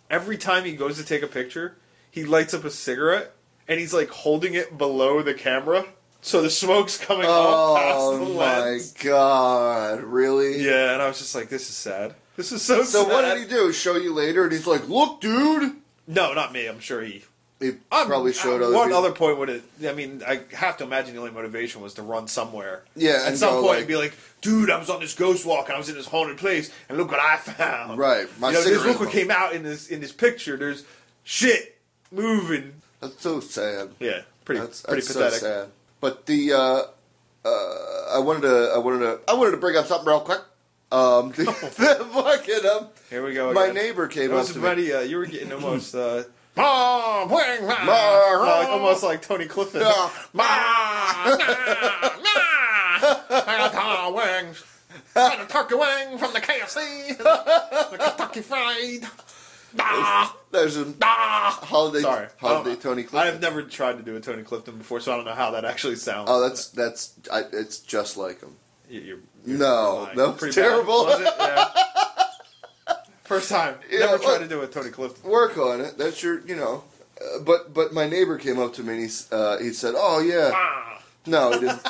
Speaker 1: every time he goes to take a picture, he lights up a cigarette and he's like holding it below the camera, so the smoke's coming all
Speaker 2: Oh
Speaker 1: past the
Speaker 2: my
Speaker 1: lens.
Speaker 2: god! Really?
Speaker 1: Yeah, and I was just like, this is sad. This is so,
Speaker 2: So
Speaker 1: sad.
Speaker 2: what did he do? Show you later, and he's like, "Look, dude."
Speaker 1: No, not me. I'm sure he
Speaker 2: He
Speaker 1: I'm-
Speaker 2: probably showed
Speaker 1: at
Speaker 2: other.
Speaker 1: What
Speaker 2: people.
Speaker 1: Um, other point would it? I mean, I have to imagine the only motivation was to run somewhere.
Speaker 2: Yeah,
Speaker 1: At
Speaker 2: and
Speaker 1: some
Speaker 2: go,
Speaker 1: point,
Speaker 2: like-
Speaker 1: and be like, "Dude, I was on this ghost walk, and I was in this haunted place, and look what I found."
Speaker 2: Right, my
Speaker 1: you know, this
Speaker 2: cigarette
Speaker 1: look what
Speaker 2: box.
Speaker 1: came out in this in this picture. There's shit moving.
Speaker 2: That's so sad.
Speaker 1: Yeah, pretty
Speaker 2: that's,
Speaker 1: pretty
Speaker 2: that's
Speaker 1: pathetic.
Speaker 2: So sad. But the uh, uh, I wanted to I wanted to I wanted to bring up something real quick. Um, the, the fucking um,
Speaker 1: Here we go.
Speaker 2: My
Speaker 1: again.
Speaker 2: neighbor came
Speaker 1: Oh. That
Speaker 2: up
Speaker 1: was
Speaker 2: to me.
Speaker 1: buddy. Uh, you were getting almost. Uh, Mom, wing, ma,
Speaker 2: Ma,
Speaker 1: like,
Speaker 2: ma.
Speaker 1: almost like Tony Clifton.
Speaker 2: Yeah.
Speaker 1: Ma, ma, ma, Grandpa wings, Got a turkey wing from the KFC, the Kentucky Fried. Da,
Speaker 2: There's a
Speaker 1: da.
Speaker 2: holiday
Speaker 1: Ah! Sorry,
Speaker 2: holiday
Speaker 1: I don't-
Speaker 2: Tony
Speaker 1: I
Speaker 2: Clifton.
Speaker 1: have never tried to do a Tony Clifton before, so I don't know how that actually sounds.
Speaker 2: oh, that's that's I, it's just like him.
Speaker 1: You- you're,
Speaker 2: No,
Speaker 1: lying.
Speaker 2: that was
Speaker 1: Pretty bad,
Speaker 2: terrible.
Speaker 1: Oh, was it? Yeah. First time.
Speaker 2: Yeah,
Speaker 1: never
Speaker 2: look.
Speaker 1: tried to do a Tony Clifton.
Speaker 2: Work on it. That's your you know. Uh, but but my neighbor came up to me and he s- uh, he said, "Oh yeah."
Speaker 1: Ah.
Speaker 2: No, he didn't.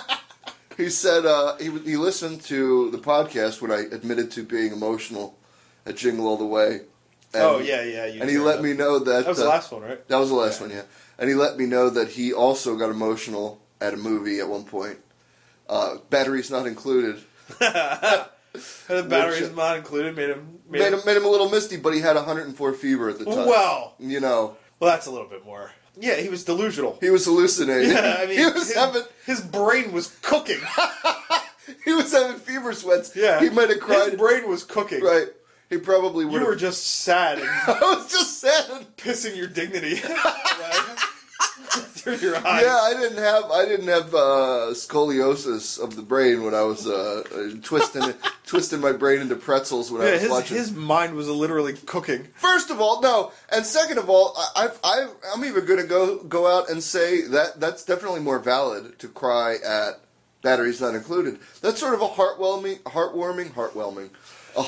Speaker 2: he said uh, he he listened to the podcast when I admitted to being emotional at Jingle All the Way. And,
Speaker 1: oh yeah, yeah. You
Speaker 2: and he
Speaker 1: turned
Speaker 2: let
Speaker 1: up.
Speaker 2: me know that
Speaker 1: That was
Speaker 2: uh,
Speaker 1: the last one, right?
Speaker 2: that was the last
Speaker 1: yeah.
Speaker 2: one, yeah. And he let me know that he also got emotional at a movie at one point. Uh, batteries not included.
Speaker 1: And the batteries
Speaker 2: Which-
Speaker 1: not included made him made,
Speaker 2: Made
Speaker 1: him,
Speaker 2: him, made him a little misty, but he had 104 fever at the time.
Speaker 1: well.
Speaker 2: you know,
Speaker 1: Well, that's a little bit more. Yeah, he was delusional.
Speaker 2: he was hallucinating.
Speaker 1: Yeah, I mean,
Speaker 2: he was
Speaker 1: his,
Speaker 2: having
Speaker 1: his brain was cooking.
Speaker 2: he was having fever sweats.
Speaker 1: Yeah,
Speaker 2: he might have
Speaker 1: His
Speaker 2: cried.
Speaker 1: brain was cooking.
Speaker 2: Right, he probably would.
Speaker 1: You
Speaker 2: have
Speaker 1: were just sad and
Speaker 2: I was just sad.
Speaker 1: pissing your dignity right? through your eyes.
Speaker 2: Yeah, I didn't have I didn't have uh, scoliosis of the brain when I was uh, uh, twisting it, twisting my brain into pretzels when I
Speaker 1: Yeah,
Speaker 2: was
Speaker 1: his,
Speaker 2: watching.
Speaker 1: his mind was literally cooking.
Speaker 2: First of all, no, and second of all, I, I, I I'm even gonna go go out and say that that's definitely more valid to cry at batteries not included. That's sort of a heartwarming, heartwarming, heartwarming, a heartwarming.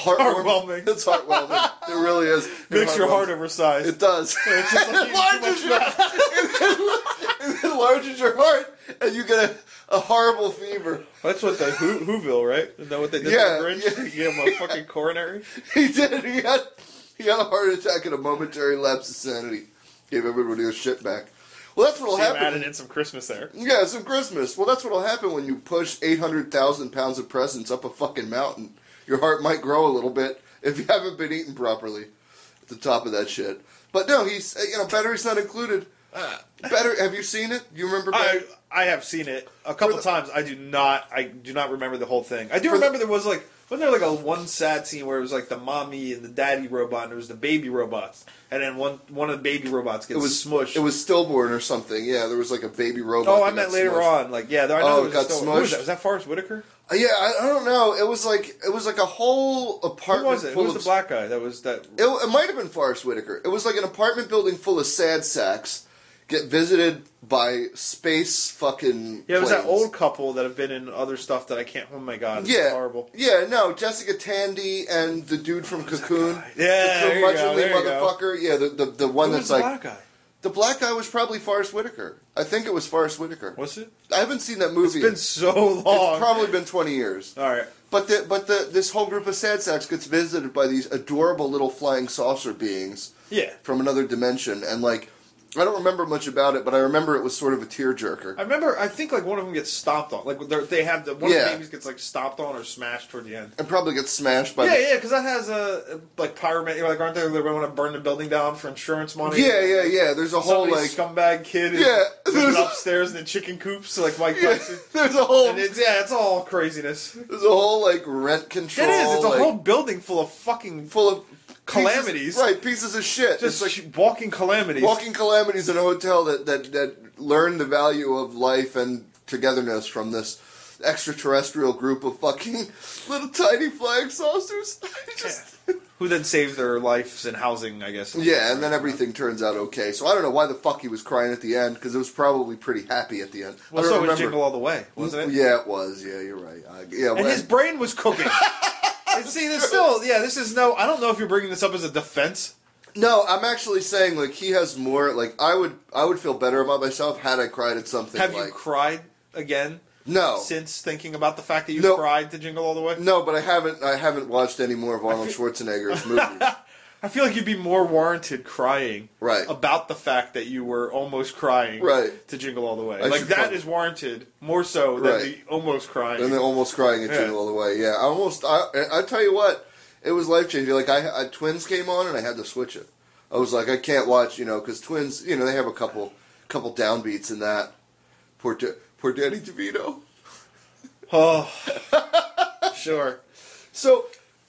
Speaker 1: Heartwarming.
Speaker 2: It's heartwarming. it really is. It
Speaker 1: Makes your
Speaker 2: heartwarms.
Speaker 1: heart oversized.
Speaker 2: It does.
Speaker 1: It's just like eating too much fat.
Speaker 2: it enlarges your heart, and you get a, a horrible fever.
Speaker 1: That's what the Who, Whoville, right? Is that what they did
Speaker 2: Yeah,
Speaker 1: to the Grinch?
Speaker 2: yeah.
Speaker 1: You Give him a fucking coronary.
Speaker 2: He did. He had he had a heart attack and a momentary lapse of sanity. Gave everybody their shit back. Well, that's what'll
Speaker 1: See him added
Speaker 2: happen.
Speaker 1: in some Christmas there.
Speaker 2: Yeah, some Christmas. Well, that's what'll happen when you push eight hundred thousand pounds of presents up a fucking mountain. Your heart might grow a little bit if you haven't been eating properly. At the top of that shit. But no, he's you know battery's not included. Better. Have you seen it? You remember?
Speaker 1: Ah. I
Speaker 2: Battery?
Speaker 1: I have seen it a couple
Speaker 2: the-
Speaker 1: times. I do not I do not remember the whole thing. I do
Speaker 2: For the-
Speaker 1: remember there was like wasn't there like a one sad scene where it was like the mommy and the daddy robot and there was the baby robots and then one one of the baby robots gets
Speaker 2: It was
Speaker 1: smushed.
Speaker 2: It was stillborn or something. Yeah, there was like a baby robot.
Speaker 1: oh, I
Speaker 2: that
Speaker 1: meant
Speaker 2: got
Speaker 1: later
Speaker 2: smushed.
Speaker 1: on. Like yeah, there, I know
Speaker 2: Oh,
Speaker 1: there was
Speaker 2: it
Speaker 1: a
Speaker 2: got
Speaker 1: story- who was
Speaker 2: smushed.
Speaker 1: that? Was that Forrest Whitaker?
Speaker 2: Uh, Yeah, I, I don't know. It was like it was like a whole
Speaker 1: Who
Speaker 2: apartment.
Speaker 1: was it? Who
Speaker 2: full
Speaker 1: was the
Speaker 2: of,
Speaker 1: black guy that was that?
Speaker 2: It, it might have been Forrest Whitaker. It was like an apartment building full of sad sacks get visited by space fucking.
Speaker 1: Yeah, it was that
Speaker 2: planes.
Speaker 1: old couple that have been in other stuff that I can't. Oh my god, it's
Speaker 2: Yeah,
Speaker 1: horrible.
Speaker 2: Yeah, no, Jessica Tandy and the dude from Cocoon.
Speaker 1: guy? Yeah,
Speaker 2: the
Speaker 1: there you go,
Speaker 2: curmudgeonly
Speaker 1: there you go.
Speaker 2: motherfucker. Yeah, the the, the one
Speaker 1: Who was
Speaker 2: that's
Speaker 1: the
Speaker 2: like
Speaker 1: black guy?
Speaker 2: the black guy was probably Forrest Whitaker. I think it was Forrest Whitaker.
Speaker 1: Was it?
Speaker 2: I haven't seen that movie.
Speaker 1: It's been so long.
Speaker 2: It's probably been twenty years.
Speaker 1: All right.
Speaker 2: But the, but the, this whole group of sad sacks gets visited by these adorable little flying saucer beings
Speaker 1: Yeah.
Speaker 2: from another dimension, and like I don't remember much about it, but I remember it was sort of a
Speaker 1: I
Speaker 2: tearjerker.
Speaker 1: remember. I think like one of them gets stomped on. Like they're- they have the one of
Speaker 2: Yeah.
Speaker 1: the babies gets like stomped on or smashed toward the end.
Speaker 2: And probably gets smashed by
Speaker 1: yeah,
Speaker 2: the,
Speaker 1: yeah, because that has a like pyroman. Like aren't they? They want to burn the building down for insurance money.
Speaker 2: yeah, yeah, yeah. There's a whole
Speaker 1: Some
Speaker 2: like
Speaker 1: scumbag kid. Is
Speaker 2: Yeah,
Speaker 1: living
Speaker 2: there's-
Speaker 1: upstairs in the chicken coops like Mike
Speaker 2: yeah,
Speaker 1: Tyson.
Speaker 2: there's a whole
Speaker 1: And it's yeah, it's all craziness.
Speaker 2: there's a whole like rent control.
Speaker 1: It is. It's a
Speaker 2: like,
Speaker 1: whole building full of fucking
Speaker 2: full of pieces-
Speaker 1: Calamities.
Speaker 2: right? Pieces of shit.
Speaker 1: just
Speaker 2: Just like
Speaker 1: sh- walking calamities.
Speaker 2: walking calamities in a hotel that that that learn the value of life and togetherness from this extraterrestrial group of fucking little tiny flying saucers. I just-
Speaker 1: Who then save their lives and housing? I guess.
Speaker 2: yeah, and then everything turns out okay. So I don't know why the fuck he was crying at the end because it was probably pretty happy at the end.
Speaker 1: Well,
Speaker 2: I
Speaker 1: so
Speaker 2: don't
Speaker 1: it was
Speaker 2: remember.
Speaker 1: Jingle All the Way, wasn't it?
Speaker 2: Yeah, it was. Yeah, you're right. I, yeah,
Speaker 1: And
Speaker 2: well,
Speaker 1: his brain was cooking. And see, there's still yeah. This is no. I don't know if you're bringing this up as a defense.
Speaker 2: No, I'm actually saying like he has more. Like I would, I would feel better about myself had I cried at something.
Speaker 1: Have
Speaker 2: like,
Speaker 1: you cried again
Speaker 2: No,
Speaker 1: since thinking about the fact that you
Speaker 2: No.
Speaker 1: cried to Jingle All the Way?
Speaker 2: no, but I haven't. I haven't watched any more of Arnold Schwarzenegger's movies.
Speaker 1: I feel like you'd be more warranted crying
Speaker 2: Right.
Speaker 1: about the fact that you were almost crying
Speaker 2: Right.
Speaker 1: to Jingle All the Way.
Speaker 2: I
Speaker 1: like
Speaker 2: should
Speaker 1: that
Speaker 2: probably-
Speaker 1: is warranted more so than
Speaker 2: Right.
Speaker 1: the almost crying.
Speaker 2: and then almost crying at
Speaker 1: Yeah.
Speaker 2: Jingle All the Way. Yeah, I almost. I, I tell you what, it was life changing. Like I, I, Twins came on, and I had to switch it. I was like, I can't watch, you know, because Twins, you know, they have a couple, couple downbeats in that. Poor, Da- poor Danny DeVito.
Speaker 1: oh, sure.
Speaker 2: So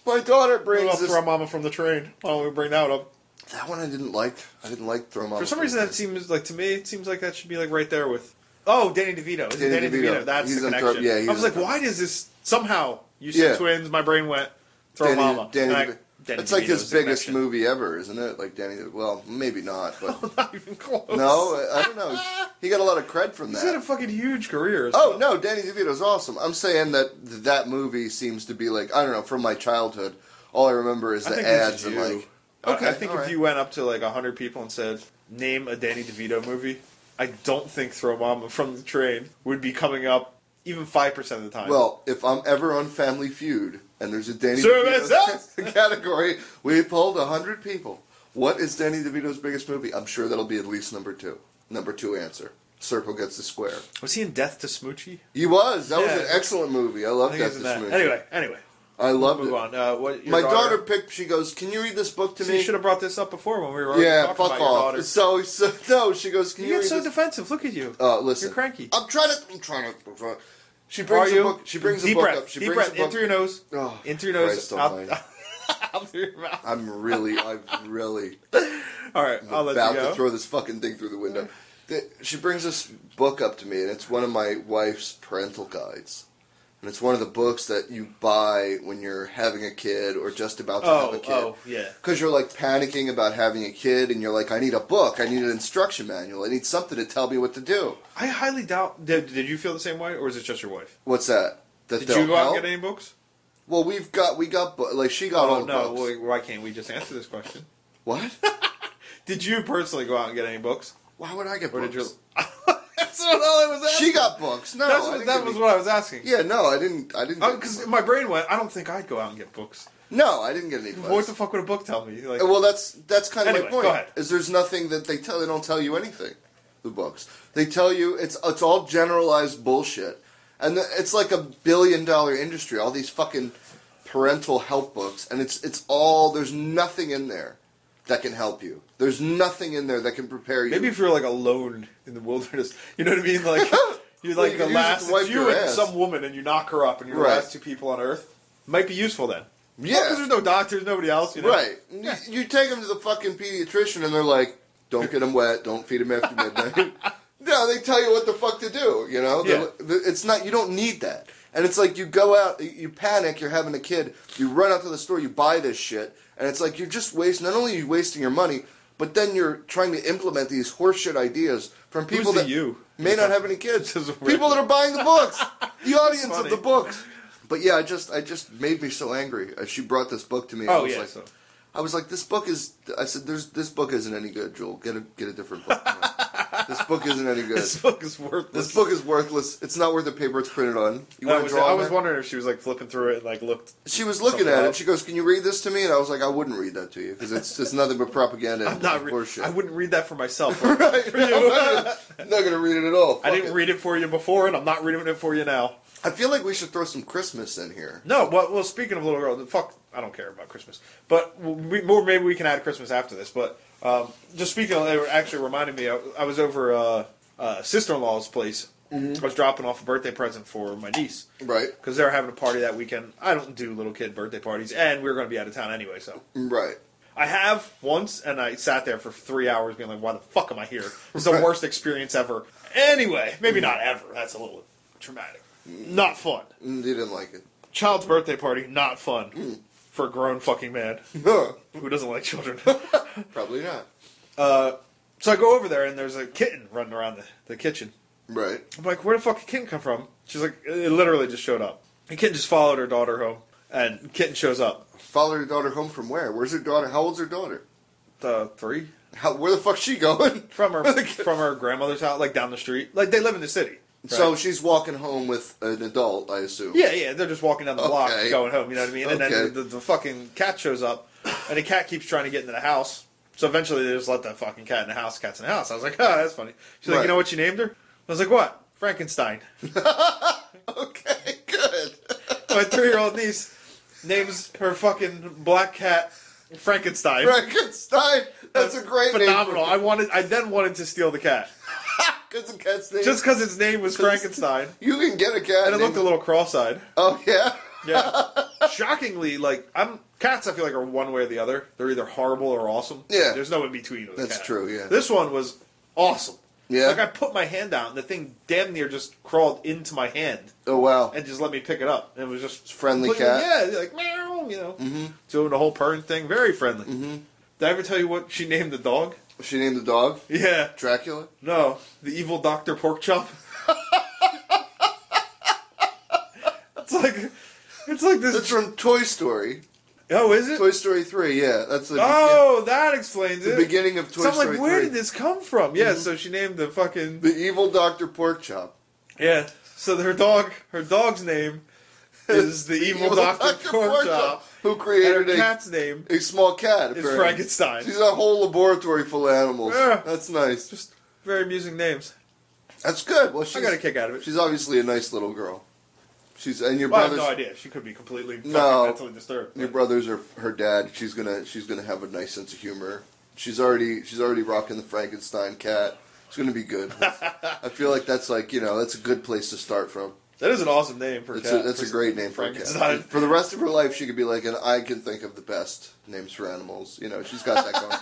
Speaker 2: my daughter
Speaker 1: Bring
Speaker 2: brings this.
Speaker 1: throw Mama from the train. Why don't we bring that up?
Speaker 2: that one I didn't like. I didn't like Throw Mama.
Speaker 1: For some
Speaker 2: Throw
Speaker 1: reason,
Speaker 2: Mama.
Speaker 1: that seems like to me. It seems like that should be like right there with. Oh, Danny DeVito. Is
Speaker 2: Danny
Speaker 1: it Danny DeVito?
Speaker 2: DeVito.
Speaker 1: That's
Speaker 2: He's
Speaker 1: the
Speaker 2: in Throw-
Speaker 1: connection.
Speaker 2: yeah, he's
Speaker 1: I was
Speaker 2: in
Speaker 1: like,
Speaker 2: Throw-
Speaker 1: why does this somehow? You said
Speaker 2: Yeah.
Speaker 1: twins. My brain went throw
Speaker 2: Danny,
Speaker 1: mama.
Speaker 2: Danny,
Speaker 1: And I-
Speaker 2: DeVito.
Speaker 1: Danny
Speaker 2: That's like
Speaker 1: DeVito's
Speaker 2: his
Speaker 1: the
Speaker 2: biggest
Speaker 1: connection.
Speaker 2: movie ever, isn't it? Like Danny. Well, maybe not, but
Speaker 1: Not even close.
Speaker 2: no, I- I don't know. He got a lot of cred from
Speaker 1: he's
Speaker 2: that.
Speaker 1: had a fucking huge career. as
Speaker 2: Oh
Speaker 1: well.
Speaker 2: no, Danny DeVito's awesome. I'm saying that that movie seems to be like I don't know from my childhood. All I remember is
Speaker 1: I
Speaker 2: the
Speaker 1: think this
Speaker 2: ads
Speaker 1: is
Speaker 2: and
Speaker 1: you.
Speaker 2: like
Speaker 1: I-
Speaker 2: Okay,
Speaker 1: I think if
Speaker 2: alright.
Speaker 1: you went up to like hundred people and said, "Name a Danny DeVito movie," I don't think "Throw Mama from the Train" would be coming up even five percent of the time.
Speaker 2: well, if I'm ever on Family Feud and there's a Danny
Speaker 1: Service
Speaker 2: DeVito category, we polled hundred people. What is Danny DeVito's biggest movie? I'm sure that'll be at least number two. Number two answer. Circle gets the square.
Speaker 1: was he in Death to Smoochie?
Speaker 2: He was. That
Speaker 1: Yeah.
Speaker 2: was an excellent movie. I
Speaker 1: I
Speaker 2: loved
Speaker 1: think
Speaker 2: that.
Speaker 1: he's in that.
Speaker 2: This movie.
Speaker 1: Anyway, anyway,
Speaker 2: I loved
Speaker 1: move
Speaker 2: it.
Speaker 1: on. Uh, what, your
Speaker 2: My daughter picked. She goes, "Can you read this book to
Speaker 1: So
Speaker 2: me?"
Speaker 1: you should have brought this up before when we were already
Speaker 2: yeah,
Speaker 1: talking
Speaker 2: fuck
Speaker 1: about your
Speaker 2: off.
Speaker 1: daughter.
Speaker 2: So, so no, she goes, "Can
Speaker 1: You
Speaker 2: you, read
Speaker 1: get so
Speaker 2: this
Speaker 1: defensive. Look at you.
Speaker 2: Uh, listen,
Speaker 1: You're cranky.
Speaker 2: I'm trying to. I'm trying to. I'm trying to- She
Speaker 1: Are
Speaker 2: brings a
Speaker 1: you?
Speaker 2: book. She brings
Speaker 1: deep
Speaker 2: a book
Speaker 1: breath,
Speaker 2: up. She
Speaker 1: deep
Speaker 2: brings
Speaker 1: breath.
Speaker 2: a book.
Speaker 1: In through your nose.
Speaker 2: Oh,
Speaker 1: in through your nose.
Speaker 2: Christ
Speaker 1: Out,
Speaker 2: almighty.
Speaker 1: out through your mouth.
Speaker 2: I'm really, I'm really
Speaker 1: All right, I'll let
Speaker 2: about
Speaker 1: you go.
Speaker 2: to throw this fucking thing through the window. The- She brings this book up to me, and it's one of my wife's parental guides, and it's one of the books that you buy when you're having a kid or just about to have
Speaker 1: oh,
Speaker 2: a kid.
Speaker 1: oh, yeah.
Speaker 2: because you're like panicking about having a kid and you're like i need a book i need an instruction manual i need something to tell me what to do
Speaker 1: I highly doubt. Did, did you feel the same way, or is it just your wife?
Speaker 2: what's that that
Speaker 1: Did
Speaker 2: they'll
Speaker 1: you go out
Speaker 2: help?
Speaker 1: and get any books?
Speaker 2: well we've got we got bu- like she got all
Speaker 1: oh
Speaker 2: the
Speaker 1: no.
Speaker 2: books
Speaker 1: Well, why can't we just answer this question?
Speaker 2: what
Speaker 1: Did you personally go out and get any books,
Speaker 2: why would i get
Speaker 1: or
Speaker 2: books
Speaker 1: did you? That's not all I was asking.
Speaker 2: she got books no
Speaker 1: That's
Speaker 2: I
Speaker 1: what,
Speaker 2: didn't
Speaker 1: that
Speaker 2: get
Speaker 1: was
Speaker 2: any-
Speaker 1: what I was asking.
Speaker 2: yeah no i didn't i didn't get
Speaker 1: Because
Speaker 2: any books.
Speaker 1: Oh, my brain went, I don't think I'd go out and get books.
Speaker 2: no i didn't get any books
Speaker 1: What the fuck would a book tell me? Like,
Speaker 2: well that's that's kind of
Speaker 1: Anyway,
Speaker 2: my
Speaker 1: go
Speaker 2: point
Speaker 1: ahead.
Speaker 2: is there's nothing that they tell they don't tell you anything the books they tell you it's it's all generalized bullshit and the, it's like a billion dollar industry all these fucking parental help books and it's it's all there's nothing in there that can help you there's nothing in there that can prepare you
Speaker 1: maybe if you're like alone in the wilderness, you know what I mean? Like, you're
Speaker 2: Well,
Speaker 1: like the
Speaker 2: you could use it
Speaker 1: last,
Speaker 2: to wipe
Speaker 1: it's you
Speaker 2: your
Speaker 1: and
Speaker 2: ass.
Speaker 1: some woman, and you knock her up, and you're the
Speaker 2: Right.
Speaker 1: last two people on Earth. Might be useful then.
Speaker 2: Yeah.
Speaker 1: because there's no doctors, nobody else. You know?
Speaker 2: right
Speaker 1: Yeah.
Speaker 2: you, you take them to the fucking pediatrician and they're like don't get them wet don't feed them after midnight no they tell you what the fuck to do you know
Speaker 1: Yeah.
Speaker 2: They're- it's not you don't need that and it's like you go out you- you panic you're having a kid you run out to the store you buy this shit and it's like you're just wasting not only are you wasting your money but then you're trying to implement these horseshit ideas from people
Speaker 1: Who's the
Speaker 2: that
Speaker 1: you?
Speaker 2: may not have any kids
Speaker 1: This is weird.
Speaker 2: people that are buying the books the audience
Speaker 1: funny.
Speaker 2: of the books but yeah, I just I just made me so angry. Uh, She brought this book to me. and I
Speaker 1: Oh
Speaker 2: was
Speaker 1: yeah.
Speaker 2: like,
Speaker 1: so.
Speaker 2: I was like, this book is. I said, there's this book isn't any good, Joel. Get a get a different book. this book isn't any good.
Speaker 1: This
Speaker 2: This,
Speaker 1: book is worthless.
Speaker 2: book is worthless. It's not worth the paper it's printed on. You
Speaker 1: I
Speaker 2: want to
Speaker 1: was,
Speaker 2: draw?
Speaker 1: I
Speaker 2: on
Speaker 1: was
Speaker 2: that?
Speaker 1: wondering if she was like flipping through it and like looked.
Speaker 2: She was looking
Speaker 1: something
Speaker 2: at it.
Speaker 1: up.
Speaker 2: She goes, "Can you read this to me?" And I was like, "I wouldn't read that to you because it's just nothing but propaganda
Speaker 1: I'm
Speaker 2: and
Speaker 1: not. Re-
Speaker 2: horseshit."
Speaker 1: I wouldn't read that for myself.
Speaker 2: Right?
Speaker 1: For you.
Speaker 2: I'm not gonna- not going to read it at all.
Speaker 1: I
Speaker 2: Fuck
Speaker 1: didn't
Speaker 2: it.
Speaker 1: read it for you before, and I'm not reading it for you now.
Speaker 2: I feel like we should throw some Christmas in here.
Speaker 1: No, well, well speaking of little girl, the fuck, I don't care about Christmas. But we, more, maybe we can add Christmas after this. But um, just speaking, of, it actually reminded me. I, I was over uh, uh, sister in law's place. I was dropping off a birthday present for my niece
Speaker 2: Right.
Speaker 1: because they were having a party that weekend. I don't do little kid birthday parties, and we were going to be out of town anyway. So
Speaker 2: Right.
Speaker 1: I have once, and I sat there for three hours, being like, "Why the fuck am I here? It's the worst experience ever." Anyway, maybe not ever. That's a little traumatic. Not fun
Speaker 2: Mm, You didn't like it.
Speaker 1: child's birthday party not fun for a grown fucking man
Speaker 2: No,
Speaker 1: who doesn't like children.
Speaker 2: probably not.
Speaker 1: so I go over there and there's a kitten running around the, the kitchen.
Speaker 2: Right.
Speaker 1: I'm like, where the fuck did kitten come from? She's like, it literally just showed up. The kitten just followed her daughter home. and Kitten shows up.
Speaker 2: Follow your daughter home from where? Where's her daughter? How old's her daughter?
Speaker 1: The three
Speaker 2: How, where the fuck's she going?
Speaker 1: from her from her grandmother's house, like down the street. Like they live in the city. right?
Speaker 2: So she's walking home with an adult, I assume.
Speaker 1: yeah, yeah, they're just walking down the block,
Speaker 2: Okay.
Speaker 1: going home. You know what I mean? And
Speaker 2: Okay.
Speaker 1: then the, the, the fucking cat shows up, and the cat keeps trying to get into the house. So eventually, they just let that fucking cat in the house. Cat's in the house. I was like, oh, that's funny. She's like,
Speaker 2: Right.
Speaker 1: you know what you named her? I was like, what? Frankenstein.
Speaker 2: Okay, good.
Speaker 1: My three-year-old niece names her fucking black cat Frankenstein.
Speaker 2: Frankenstein. That's a great
Speaker 1: phenomenal.
Speaker 2: name.
Speaker 1: I wanted. I then wanted to steal the cat
Speaker 2: Because the cat's name.
Speaker 1: just because its name was Frankenstein,
Speaker 2: you can get a cat.
Speaker 1: and it looked
Speaker 2: named-
Speaker 1: a little cross-eyed.
Speaker 2: Oh yeah.
Speaker 1: Yeah, shockingly, like I'm cats. I feel like are one way or the other. They're either horrible or awesome.
Speaker 2: Yeah.
Speaker 1: there's no in between. With a
Speaker 2: That's
Speaker 1: cat.
Speaker 2: true, yeah.
Speaker 1: this one was awesome.
Speaker 2: Yeah.
Speaker 1: like I put my hand out, and the thing damn near just crawled into my hand
Speaker 2: Oh wow.
Speaker 1: and just let me pick it up. And it was just
Speaker 2: friendly
Speaker 1: completely-
Speaker 2: cat. Mm-hmm.
Speaker 1: Yeah, like meow, you know, doing the whole purring thing. Very friendly. Mm-hmm. Did I ever tell you what she named the dog?
Speaker 2: She named the dog
Speaker 1: Yeah.
Speaker 2: Dracula.
Speaker 1: No, the evil Doctor Porkchop. it's like, it's like
Speaker 2: That's
Speaker 1: this.
Speaker 2: from Toy Story.
Speaker 1: Oh, is it?
Speaker 2: Toy Story three. Yeah, that's the,
Speaker 1: Oh, that explains
Speaker 2: the
Speaker 1: it.
Speaker 2: beginning of Toy
Speaker 1: so I'm
Speaker 2: Story
Speaker 1: like, where
Speaker 2: three. Mm-hmm.
Speaker 1: did this come from? Yeah, so she named the fucking
Speaker 2: the evil Doctor Porkchop.
Speaker 1: yeah. So her dog, her dog's name is the evil, Doctor Porkchop,
Speaker 2: who
Speaker 1: and her
Speaker 2: created a,
Speaker 1: cat's name
Speaker 2: a small cat.
Speaker 1: is
Speaker 2: apparently.
Speaker 1: Frankenstein.
Speaker 2: She's a whole laboratory full of animals.
Speaker 1: Yeah.
Speaker 2: That's nice.
Speaker 1: Just very amusing names.
Speaker 2: That's good. Well, she's
Speaker 1: I got a kick out of it.
Speaker 2: She's obviously a nice little girl. She's and your
Speaker 1: Well, I have
Speaker 2: brothers.
Speaker 1: no idea. She could be completely fucking
Speaker 2: No.
Speaker 1: mentally disturbed.
Speaker 2: Your brothers are her dad. She's gonna she's gonna have a nice sense of humor. She's already she's already rocking the Frankenstein cat. It's gonna be good. I feel like that's like you know that's a good place to start from.
Speaker 1: That is an awesome name for a
Speaker 2: That's
Speaker 1: cat.
Speaker 2: a, that's a
Speaker 1: For-
Speaker 2: great name for a
Speaker 1: Frankenstein.
Speaker 2: cat. For the rest of her life, she could be like, and I can think of the best names for animals. You know, she's got that going.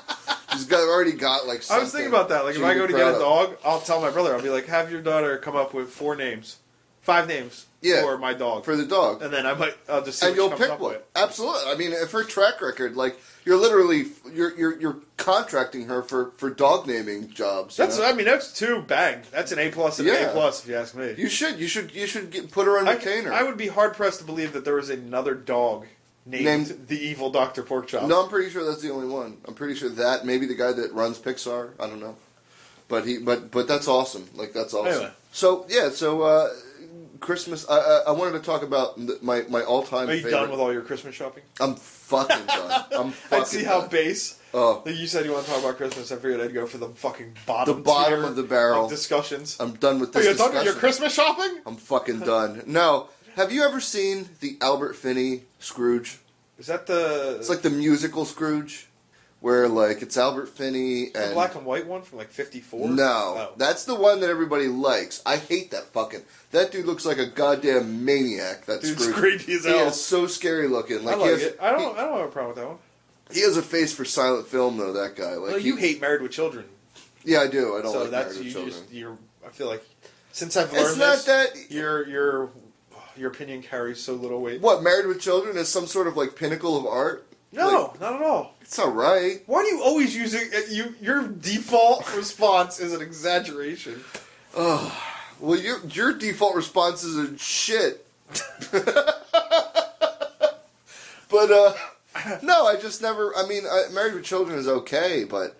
Speaker 2: she's got already got like.
Speaker 1: I was thinking
Speaker 2: something
Speaker 1: about that. Like,
Speaker 2: she
Speaker 1: if
Speaker 2: can
Speaker 1: I
Speaker 2: be
Speaker 1: go to
Speaker 2: proud
Speaker 1: get a
Speaker 2: of.
Speaker 1: dog, I'll tell my brother. I'll be like, "Have your daughter come up with four names, five names
Speaker 2: Yeah.
Speaker 1: for my dog,"
Speaker 2: for the dog,
Speaker 1: and then I might I'll just see
Speaker 2: and
Speaker 1: what she
Speaker 2: you'll
Speaker 1: comes
Speaker 2: pick
Speaker 1: up
Speaker 2: one.
Speaker 1: with.
Speaker 2: Absolutely. I mean, if her track record, like you're literally you're you're, you're contracting her for for dog naming jobs. You,
Speaker 1: That's
Speaker 2: know?
Speaker 1: I mean that's two bang. That's an A plus and an
Speaker 2: Yeah.
Speaker 1: A plus if you ask me.
Speaker 2: you should you should you should get, put her on
Speaker 1: I,
Speaker 2: retainer.
Speaker 1: I would be hard pressed to believe that there was another dog named,
Speaker 2: Named-
Speaker 1: the evil Doctor Porkchop.
Speaker 2: No, I'm pretty sure that's the only one. I'm pretty sure that maybe the guy that runs Pixar. I don't know, but he but but that's awesome. Like that's awesome.
Speaker 1: Anyway.
Speaker 2: So yeah, so uh, Christmas. I, I I wanted to talk about th- my my all time.
Speaker 1: Are you
Speaker 2: favorite.
Speaker 1: done with all your Christmas shopping?
Speaker 2: I'm fucking done. I'm fucking.
Speaker 1: I see how
Speaker 2: done.
Speaker 1: base.
Speaker 2: Oh.
Speaker 1: Like you said you want to talk about Christmas. I figured I'd go for the fucking bottom.
Speaker 2: The bottom
Speaker 1: tier
Speaker 2: of the barrel.
Speaker 1: discussions.
Speaker 2: I'm done with
Speaker 1: Are
Speaker 2: this.
Speaker 1: you talking about your
Speaker 2: discussion.
Speaker 1: Christmas shopping?
Speaker 2: I'm fucking done. No, have you ever seen the Albert Finney Scrooge?
Speaker 1: Is that the,
Speaker 2: It's like the musical Scrooge, where like it's Albert Finney
Speaker 1: the
Speaker 2: and
Speaker 1: black and white one from like Oh. '54?
Speaker 2: No, that's the one that everybody likes. I hate that fucking. That dude looks like a goddamn maniac. That
Speaker 1: Dude's
Speaker 2: Scrooge.
Speaker 1: creepy as
Speaker 2: He
Speaker 1: hell.
Speaker 2: is so scary looking. Like
Speaker 1: I
Speaker 2: he
Speaker 1: like
Speaker 2: has,
Speaker 1: it. I don't. I don't have a problem with that one.
Speaker 2: He, he has a face for silent film though. That guy. Like
Speaker 1: well, you
Speaker 2: he-
Speaker 1: hate Married with Children,
Speaker 2: Yeah, I do. I don't
Speaker 1: so
Speaker 2: like
Speaker 1: that's
Speaker 2: married
Speaker 1: you.
Speaker 2: children.
Speaker 1: Just, you're. I feel like since I've learned
Speaker 2: it's not
Speaker 1: this,
Speaker 2: that.
Speaker 1: your your your opinion carries so little weight.
Speaker 2: What Married with Children is some sort of like pinnacle of art.
Speaker 1: No,
Speaker 2: Like,
Speaker 1: not at all.
Speaker 2: it's all right.
Speaker 1: Why do you always use it? uh, You your default response is an exaggeration.
Speaker 2: Well, your your default responses are shit. but uh, no, I just never. I mean, I, Married with Children is okay, but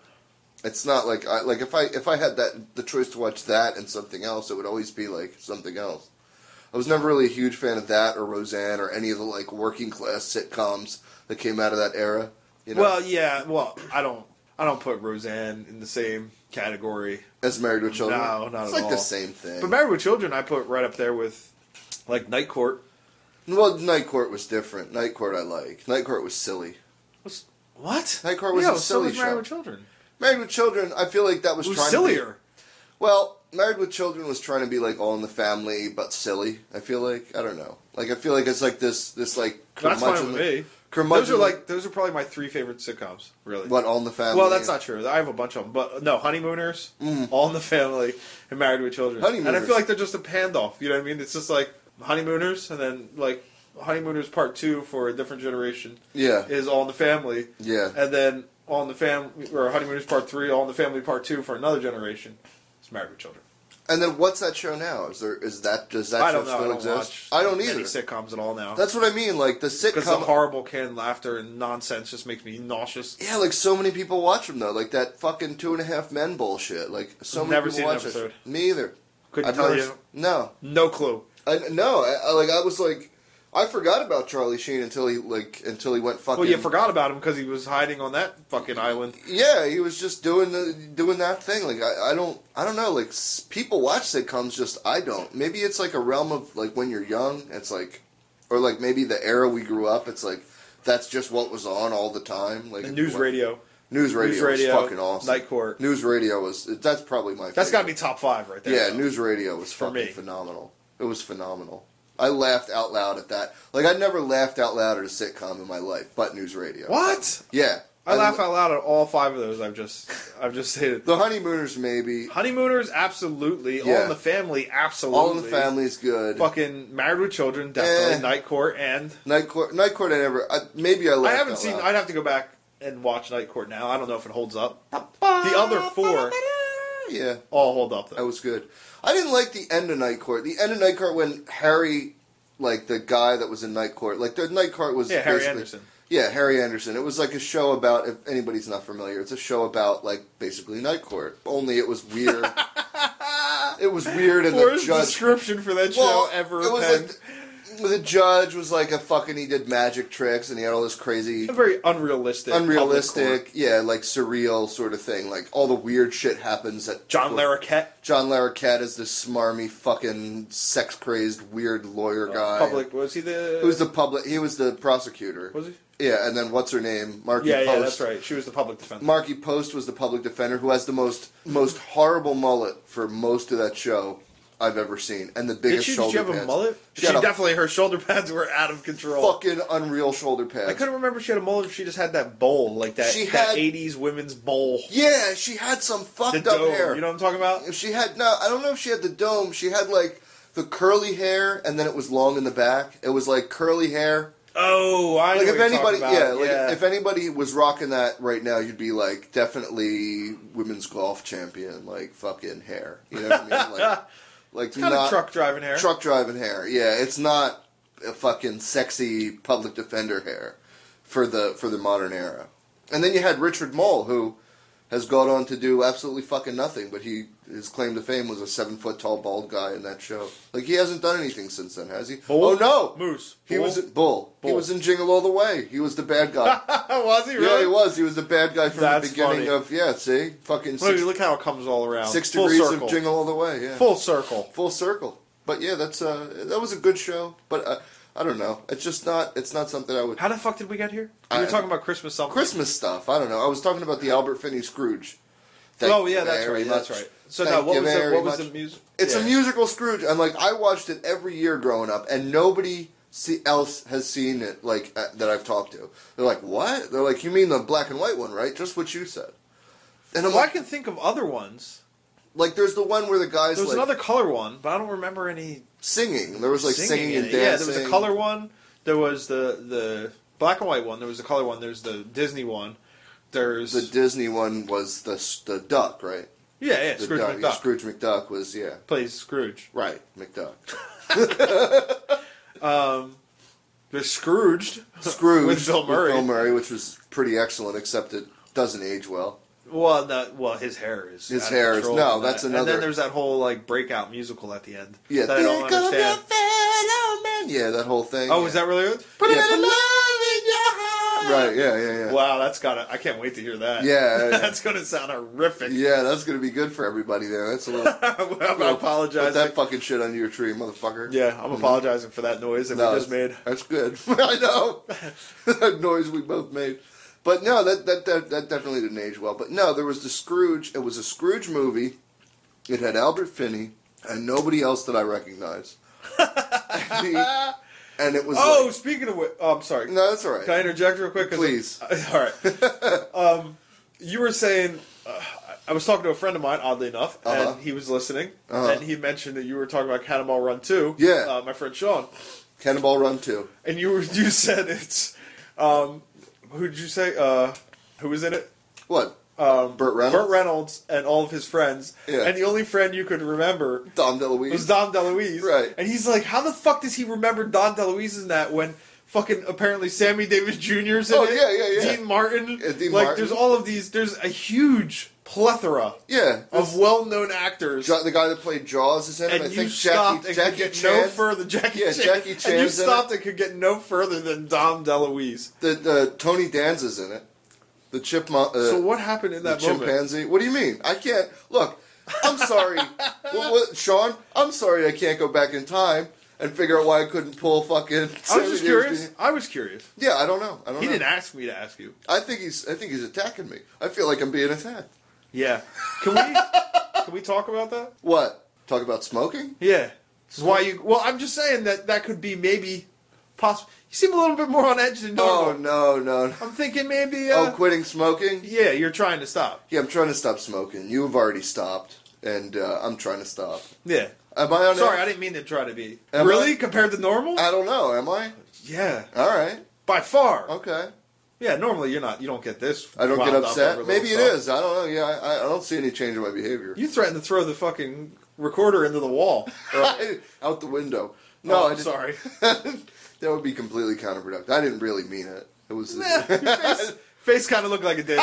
Speaker 2: it's not like I like if I if I had that the choice to watch that and something else, it would always be like something else. I was never really a huge fan of that or Roseanne or any of the like working class sitcoms that came out of that era. You know,
Speaker 1: Well, yeah. Well, I don't. I don't put Roseanne in the same category.
Speaker 2: as Married with Children,
Speaker 1: No, not
Speaker 2: it's
Speaker 1: at
Speaker 2: like the
Speaker 1: all.
Speaker 2: same thing.
Speaker 1: But Married with Children, I put right up there with like Night Court.
Speaker 2: well, Night Court was different. Night Court I like. Night Court was silly.
Speaker 1: Was, what?
Speaker 2: Night Court was
Speaker 1: yeah,
Speaker 2: a
Speaker 1: so
Speaker 2: silly
Speaker 1: was Married
Speaker 2: show.
Speaker 1: with Children.
Speaker 2: Married with Children, I feel like that was,
Speaker 1: It was
Speaker 2: trying to
Speaker 1: sillier.
Speaker 2: be, Well, Married with Children was trying to be like all in the family but silly. I feel like I don't know. Like I feel like it's like this this like
Speaker 1: That's fine with
Speaker 2: curmudgeonly-
Speaker 1: me. Those
Speaker 2: curmudgeonly-
Speaker 1: are like those are probably my three favorite sitcoms. Really.
Speaker 2: what all in the family. Mm.
Speaker 1: Well, that's not true. I have a bunch of them, but no, honeymooners, all in the family, and married with children. And I
Speaker 2: Honeymooners.
Speaker 1: feel like they're just a handoff. You know what I mean? It's just like honeymooners, and then like honeymooners part two for a different generation
Speaker 2: Yeah,
Speaker 1: is all in the family,
Speaker 2: yeah.
Speaker 1: and then all in the family or honeymooners part three, all in the family part two for another generation. It's married with children.
Speaker 2: And then what's that show now? Is there is that does that
Speaker 1: I
Speaker 2: show
Speaker 1: don't know. I
Speaker 2: still
Speaker 1: don't
Speaker 2: exist?
Speaker 1: watch.
Speaker 2: I don't
Speaker 1: any
Speaker 2: either.
Speaker 1: sitcoms at all now.
Speaker 2: That's what I mean. Like the
Speaker 1: Because the
Speaker 2: sitcom.
Speaker 1: horrible canned laughter and nonsense just makes me nauseous.
Speaker 2: yeah, like so many people watch them though. Like that fucking two and a half men bullshit. Like so many
Speaker 1: Never
Speaker 2: people
Speaker 1: seen an
Speaker 2: watch that
Speaker 1: episode.
Speaker 2: shit. Me either.
Speaker 1: Couldn't
Speaker 2: I've
Speaker 1: tell
Speaker 2: never
Speaker 1: you.
Speaker 2: s- No,
Speaker 1: No clue.
Speaker 2: I, no. I, I, like I was like, I forgot about Charlie Sheen until he like until he went fucking.
Speaker 1: Well, Oh, you forgot about him because he was hiding on that fucking island.
Speaker 2: Yeah, he was just doing the doing that thing. Like I, I don't I don't know. Like s- people watch sitcoms, just I don't. Maybe it's like a realm of like when you're young, it's like, or like maybe the era we grew up. It's like that's just what was on all the time. Like
Speaker 1: And news
Speaker 2: what-
Speaker 1: radio.
Speaker 2: news radio,
Speaker 1: News radio.
Speaker 2: was fucking awesome.
Speaker 1: Night court.
Speaker 2: news radio was that's probably my.
Speaker 1: That's
Speaker 2: favorite.
Speaker 1: got to be top five right there.
Speaker 2: Yeah,
Speaker 1: though.
Speaker 2: news radio was
Speaker 1: For me.
Speaker 2: fucking phenomenal. It was phenomenal. I laughed out loud at that. Like I never laughed out loud at a sitcom in my life, but news radio.
Speaker 1: What?
Speaker 2: Yeah,
Speaker 1: I laugh out loud at all five of those. I've just, I've just stated.
Speaker 2: The honeymooners, maybe.
Speaker 1: Honeymooners, absolutely. All
Speaker 2: Yeah.
Speaker 1: in the family, absolutely.
Speaker 2: All in the Family is good.
Speaker 1: Fucking Married with Children, definitely.
Speaker 2: Eh.
Speaker 1: Night Court, and
Speaker 2: Night Court. Night Court. I never. I, maybe I.
Speaker 1: I
Speaker 2: laughed
Speaker 1: haven't
Speaker 2: out
Speaker 1: seen.
Speaker 2: loud.
Speaker 1: I'd have to go back and watch Night Court now. I don't know if it holds up. The other four
Speaker 2: Yeah,
Speaker 1: all hold up
Speaker 2: that
Speaker 1: though.
Speaker 2: was good. I didn't like the end of Night Court. The end of Night Court when Harry, like the guy that was in Night Court, like the Night Court was
Speaker 1: Yeah, Harry
Speaker 2: basically-
Speaker 1: Anderson.
Speaker 2: Yeah, Harry Anderson. It was like a show about. If anybody's not familiar, it's a show about like basically Night Court. Only it was weird. it was weird, and
Speaker 1: Worst
Speaker 2: the judge
Speaker 1: description for that show
Speaker 2: Well,
Speaker 1: ever.
Speaker 2: It was
Speaker 1: penned.
Speaker 2: like the, the judge was like a fucking. He did magic tricks, and he had all this crazy,
Speaker 1: a very unrealistic, public court.
Speaker 2: unrealistic, yeah, like surreal sort of thing. Like all the weird shit happens at
Speaker 1: John Larroquette,
Speaker 2: John Larroquette is this smarmy, fucking sex crazed, weird lawyer
Speaker 1: Uh,
Speaker 2: guy.
Speaker 1: public. Was he the?
Speaker 2: Who's the public? He was the prosecutor.
Speaker 1: Was he?
Speaker 2: Yeah, and then what's her name? Marky
Speaker 1: Yeah,
Speaker 2: Post.
Speaker 1: yeah, that's right. She was the public defender.
Speaker 2: Marky Post was the public defender who has the most most horrible mullet for most of that show I've ever seen, and the biggest
Speaker 1: Did she,
Speaker 2: shoulder
Speaker 1: did she have a
Speaker 2: pads.
Speaker 1: mullet?
Speaker 2: She
Speaker 1: She,
Speaker 2: had a-
Speaker 1: definitely her shoulder pads were out of control.
Speaker 2: Fucking unreal shoulder pads.
Speaker 1: I couldn't remember if she had a mullet. or if She just had that bowl, like that,
Speaker 2: She
Speaker 1: that
Speaker 2: had-
Speaker 1: '80s women's bowl.
Speaker 2: Yeah, she had some
Speaker 1: The
Speaker 2: fucked up
Speaker 1: dome.
Speaker 2: hair.
Speaker 1: You know what I'm talking about?
Speaker 2: If she had no, I don't know if she had the dome. She had like the curly hair, and then it was long in the back. It was like curly hair.
Speaker 1: Oh, I
Speaker 2: Like
Speaker 1: know
Speaker 2: if
Speaker 1: what you're
Speaker 2: anybody,
Speaker 1: talking
Speaker 2: yeah,
Speaker 1: about.
Speaker 2: like if anybody was rocking that right now, you'd be like definitely women's golf champion, like fucking hair. You know what I mean? Like, like
Speaker 1: kind
Speaker 2: not
Speaker 1: of truck driving hair.
Speaker 2: truck driving hair. Yeah, it's not a fucking sexy public defender hair for the for the modern era. And then you had Richard Mole, who has gone on to do absolutely fucking nothing. But he his claim to fame was a seven foot tall bald guy in that show. Like he hasn't done anything since then, has he?
Speaker 1: Bull?
Speaker 2: Oh no,
Speaker 1: Moose.
Speaker 2: He
Speaker 1: Bull?
Speaker 2: was in Bull. He
Speaker 1: Bull.
Speaker 2: was in Jingle All the Way. He was the bad guy.
Speaker 1: was he
Speaker 2: Yeah,
Speaker 1: really?
Speaker 2: he was. He was the bad guy from
Speaker 1: That's
Speaker 2: the beginning
Speaker 1: funny.
Speaker 2: of yeah. See, fucking
Speaker 1: Look,
Speaker 2: six,
Speaker 1: look how it comes all around.
Speaker 2: six
Speaker 1: Full
Speaker 2: degrees
Speaker 1: circle.
Speaker 2: of Jingle All the Way. Yeah,
Speaker 1: Full circle.
Speaker 2: full circle. But yeah, that's uh, that was a good show. But uh, I don't know. It's just not. It's not something I would.
Speaker 1: How the fuck did we get here? We were
Speaker 2: I-
Speaker 1: talking about Christmas something.
Speaker 2: Christmas stuff. I don't know. I was talking about the Albert Finney Scrooge. Thank
Speaker 1: oh
Speaker 2: you
Speaker 1: yeah, that's
Speaker 2: very
Speaker 1: right. That's
Speaker 2: much.
Speaker 1: right. So
Speaker 2: Thank
Speaker 1: now, what
Speaker 2: you
Speaker 1: was the,
Speaker 2: very
Speaker 1: what was the
Speaker 2: much.
Speaker 1: music?
Speaker 2: It's
Speaker 1: Yeah.
Speaker 2: a musical Scrooge, and like I watched it every year growing up, and nobody see, else has seen it like uh, that I've talked to. They're like, "What?" They're like, "You mean the black and white one, right?" Just what you said. And I'm
Speaker 1: Well, I
Speaker 2: like,
Speaker 1: can think of other ones.
Speaker 2: like, there's the one where the guys
Speaker 1: There was
Speaker 2: like
Speaker 1: another color one, but I don't remember any
Speaker 2: singing. There was like singing,
Speaker 1: in
Speaker 2: and
Speaker 1: it.
Speaker 2: dancing.
Speaker 1: Yeah, there was a color one. There was the the black and white one. There was a color one. There's the Disney one. There's
Speaker 2: The Disney one was the the duck, right?
Speaker 1: yeah, yeah.
Speaker 2: The
Speaker 1: Scrooge
Speaker 2: duck.
Speaker 1: McDuck
Speaker 2: Scrooge McDuck was yeah,
Speaker 1: plays Scrooge.
Speaker 2: right, McDuck.
Speaker 1: There's Scrooged.
Speaker 2: Scrooge
Speaker 1: With Bill Murray.
Speaker 2: Bill Murray, which was pretty excellent, except it doesn't age well.
Speaker 1: Well, no, well, his hair is
Speaker 2: His
Speaker 1: out of
Speaker 2: hair is-
Speaker 1: control
Speaker 2: no,
Speaker 1: and
Speaker 2: that's
Speaker 1: that. And
Speaker 2: another-
Speaker 1: then there's that whole like breakout musical at the end.
Speaker 2: Yeah,
Speaker 1: that I don't
Speaker 2: Think of your
Speaker 1: understand.
Speaker 2: fellow man. Yeah, that whole thing.
Speaker 1: Oh,
Speaker 2: yeah.
Speaker 1: is that really it?
Speaker 2: Put a
Speaker 1: Yeah.
Speaker 2: little love in your heart. Right? Yeah, yeah, yeah.
Speaker 1: Wow, that's gotta. I can't wait to hear that.
Speaker 2: Yeah, yeah.
Speaker 1: that's gonna sound horrific.
Speaker 2: Yeah, that's gonna be good for everybody there. That's a little.
Speaker 1: I'm apologizing.
Speaker 2: Put that fucking shit under your tree, motherfucker.
Speaker 1: Yeah, I'm apologizing for that noise that
Speaker 2: No,
Speaker 1: we just made.
Speaker 2: That's good. I know that noise we both made, but no, that, that that that definitely didn't age well. But no, there was the Scrooge. It was a Scrooge movie. It had Albert Finney and nobody else that I recognized. and, he- and it was
Speaker 1: Oh,
Speaker 2: like-
Speaker 1: speaking of which, oh, I'm sorry.
Speaker 2: no, that's all
Speaker 1: Can I
Speaker 2: right.
Speaker 1: interject real quick? 'Cause-
Speaker 2: Please.
Speaker 1: all right. um, you were saying, uh, I was talking to a friend of mine, oddly enough,
Speaker 2: Uh-huh.
Speaker 1: and he was listening,
Speaker 2: Uh-huh.
Speaker 1: and he mentioned that you were talking about Cannonball Run 2.
Speaker 2: Yeah.
Speaker 1: Uh, my friend Sean.
Speaker 2: Cannonball Run Two.
Speaker 1: And you were, you said it's, um, who did you say, uh, who was in it?
Speaker 2: What?
Speaker 1: um,
Speaker 2: Burt Reynolds?
Speaker 1: Burt Reynolds and all of his friends.
Speaker 2: Yeah.
Speaker 1: And the only friend you could remember
Speaker 2: Dom DeLuise.
Speaker 1: was Don DeLuise.
Speaker 2: Right.
Speaker 1: And he's like, how the fuck does he remember Don DeLuise in that when fucking apparently Sammy Davis Jr.'s in
Speaker 2: Oh,
Speaker 1: it?
Speaker 2: yeah, yeah, yeah.
Speaker 1: Dean Martin.
Speaker 2: Yeah, Dean
Speaker 1: like,
Speaker 2: Martin.
Speaker 1: there's all of these. There's a huge plethora
Speaker 2: yeah,
Speaker 1: of well-known actors.
Speaker 2: Jo- the guy that played Jaws is in it.
Speaker 1: and
Speaker 2: I
Speaker 1: you
Speaker 2: think
Speaker 1: stopped
Speaker 2: Jackie
Speaker 1: and
Speaker 2: Jackie
Speaker 1: could get
Speaker 2: Chan.
Speaker 1: no further. Jackie
Speaker 2: Yeah,
Speaker 1: Chan.
Speaker 2: Jackie
Speaker 1: And you
Speaker 2: Chan's in
Speaker 1: stopped and could get no further than Dom DeLuise.
Speaker 2: the, the Tony Danza's in it. The chipmunk. Uh,
Speaker 1: so what happened in that
Speaker 2: the
Speaker 1: moment?
Speaker 2: chimpanzee. What do you mean? I can't look. I'm sorry, what, what, Sean. I'm sorry I can't go back in time and figure out why I couldn't pull fucking.
Speaker 1: I was just curious. I was curious.
Speaker 2: Yeah, I don't know. I don't
Speaker 1: He
Speaker 2: know.
Speaker 1: didn't ask me to ask you.
Speaker 2: I think he's. I think he's attacking me. I feel like I'm being attacked.
Speaker 1: Yeah. Can we can we talk about that?
Speaker 2: What? Talk about smoking?
Speaker 1: Yeah. This is why you. Well, I'm just saying that that could be maybe possible. You seem a little bit more on edge than normal.
Speaker 2: Oh no, no. no.
Speaker 1: I'm thinking maybe.
Speaker 2: Oh,
Speaker 1: Uh,
Speaker 2: quitting smoking?
Speaker 1: yeah, you're trying to stop.
Speaker 2: Yeah, I'm trying to stop smoking. You have already stopped, and uh, I'm trying to stop.
Speaker 1: Yeah.
Speaker 2: Am I on?
Speaker 1: Sorry, I didn't mean to try to be.
Speaker 2: Am
Speaker 1: really?
Speaker 2: I- Uh,
Speaker 1: Compared to normal?
Speaker 2: I don't know. Am I?
Speaker 1: yeah.
Speaker 2: All right.
Speaker 1: By far.
Speaker 2: Okay.
Speaker 1: Yeah, normally you're not. You don't get this.
Speaker 2: Oh. I don't get
Speaker 1: wound up
Speaker 2: upset.
Speaker 1: over
Speaker 2: Maybe it
Speaker 1: little stuff.
Speaker 2: is. I don't know. Yeah, I, I don't see any change in my behavior.
Speaker 1: You threatened to throw the fucking recorder into the wall.
Speaker 2: Out the window. No,
Speaker 1: Oh, I'm
Speaker 2: I didn't-
Speaker 1: sorry.
Speaker 2: that would be completely counterproductive. I didn't really mean it. It was.
Speaker 1: Nah, your face, face kind of looked like it did.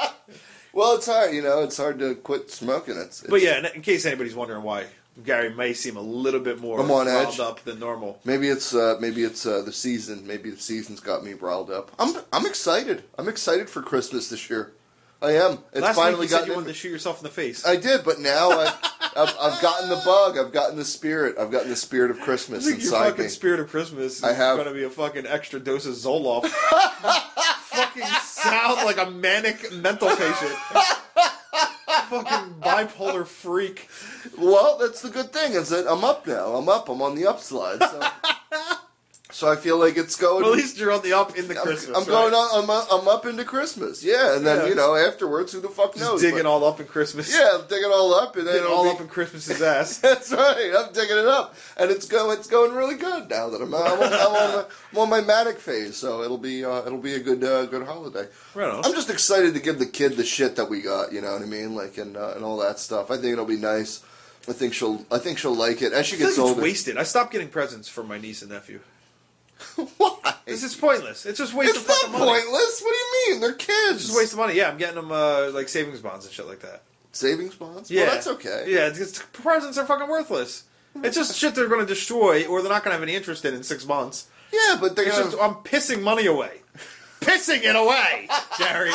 Speaker 2: well, it's hard. You know, it's hard to quit smoking. It's. it's
Speaker 1: But yeah, in, in case anybody's wondering why Gary may seem a little bit more
Speaker 2: I'm on
Speaker 1: riled
Speaker 2: edge.
Speaker 1: up than normal.
Speaker 2: Maybe it's uh, maybe it's uh, the season. Maybe the season's got me riled up. I'm I'm excited. I'm excited for Christmas this year. I am. It's
Speaker 1: Last
Speaker 2: finally
Speaker 1: week you said
Speaker 2: gotten
Speaker 1: you
Speaker 2: in
Speaker 1: wanted
Speaker 2: me.
Speaker 1: to shoot yourself in the face.
Speaker 2: I did, but now I've, I've I've gotten the bug. I've gotten the spirit. I've gotten the spirit of
Speaker 1: I
Speaker 2: Christmas
Speaker 1: think your
Speaker 2: inside
Speaker 1: fucking
Speaker 2: me.
Speaker 1: spirit of Christmas is
Speaker 2: I have-
Speaker 1: going to be a fucking extra dose of Zoloft. You fucking sound like a manic mental patient. fucking bipolar freak.
Speaker 2: Well, that's the good thing is that I'm up now. I'm up. I'm on the upslide. So, so I feel like it's going.
Speaker 1: Well, at least you're on the up in the
Speaker 2: I'm,
Speaker 1: Christmas.
Speaker 2: I'm going
Speaker 1: right?
Speaker 2: on. I'm, up- I'm up into Christmas. Yeah, and then
Speaker 1: Yeah.
Speaker 2: you know afterwards, who the fuck
Speaker 1: Just
Speaker 2: knows?
Speaker 1: digging
Speaker 2: But-
Speaker 1: all up in Christmas.
Speaker 2: Yeah, I'm digging all up, and then
Speaker 1: Digging
Speaker 2: it'll
Speaker 1: all
Speaker 2: be-
Speaker 1: up in Christmas's ass.
Speaker 2: That's right. I'm digging it up, and it's go. It's going really good now that I'm I'm on, I'm on, my, I'm on my manic phase. So it'll be uh, it'll be a good uh, good holiday.
Speaker 1: Right on.
Speaker 2: I'm just excited to give the kid the shit that we got. You know what I mean? Like and uh, and all that stuff. I think it'll be nice. I think she'll I think she'll like it as she
Speaker 1: I feel
Speaker 2: gets
Speaker 1: like it's
Speaker 2: older.
Speaker 1: wasted. I stopped getting presents for my niece and nephew.
Speaker 2: Why?
Speaker 1: This is pointless. It's just waste
Speaker 2: It's
Speaker 1: of
Speaker 2: not
Speaker 1: fucking money.
Speaker 2: pointless. What do you mean? They're kids.
Speaker 1: It's just waste of money. Yeah, I'm getting them uh, like savings bonds and shit like that.
Speaker 2: Savings bonds.
Speaker 1: Yeah,
Speaker 2: well, that's okay.
Speaker 1: Yeah, it's, it's- presents are fucking worthless. It's just shit they're going to destroy or they're not going to have any interest in in six months.
Speaker 2: Yeah, but they're
Speaker 1: It's
Speaker 2: gonna,
Speaker 1: just I'm pissing money away, pissing it away, Jerry.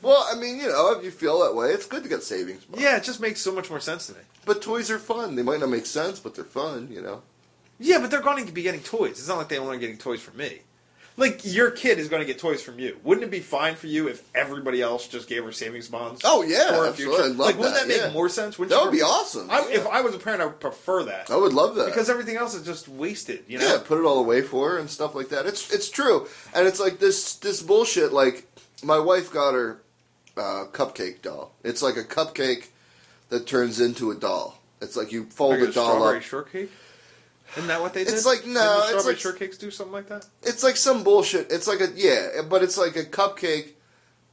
Speaker 2: well. I mean, you know, if you feel that way, it's good to get savings bonds.
Speaker 1: Yeah, it just makes so much more sense to me.
Speaker 2: But toys are fun. They might not make sense, but they're fun. You know.
Speaker 1: Yeah, but they're going to be getting toys. It's not like they only getting toys from me. Like your kid is going to get toys from you. Wouldn't it be fine for you if everybody else just gave her savings bonds?
Speaker 2: Oh yeah,
Speaker 1: for her
Speaker 2: absolutely. I'd love
Speaker 1: like, wouldn't that, make
Speaker 2: yeah.
Speaker 1: more sense? Wouldn't
Speaker 2: That
Speaker 1: you
Speaker 2: would be
Speaker 1: prefer-
Speaker 2: awesome.
Speaker 1: I,
Speaker 2: yeah.
Speaker 1: If I was a parent, I would prefer that
Speaker 2: I would love that.
Speaker 1: because everything else is just wasted. You know,
Speaker 2: yeah, put it all away for her and stuff like that. It's it's true, and it's like this this bullshit. Like my wife got her uh, cupcake doll. It's like a cupcake that turns into a doll. It's like you fold
Speaker 1: like
Speaker 2: a
Speaker 1: a
Speaker 2: doll
Speaker 1: strawberry
Speaker 2: up.
Speaker 1: shortcake. Isn't that what they did?
Speaker 2: It's like,
Speaker 1: Didn't
Speaker 2: no,
Speaker 1: the
Speaker 2: it's
Speaker 1: strawberry
Speaker 2: like-
Speaker 1: shortcakes do something like that.
Speaker 2: It's like some bullshit. It's like a yeah, but it's like a cupcake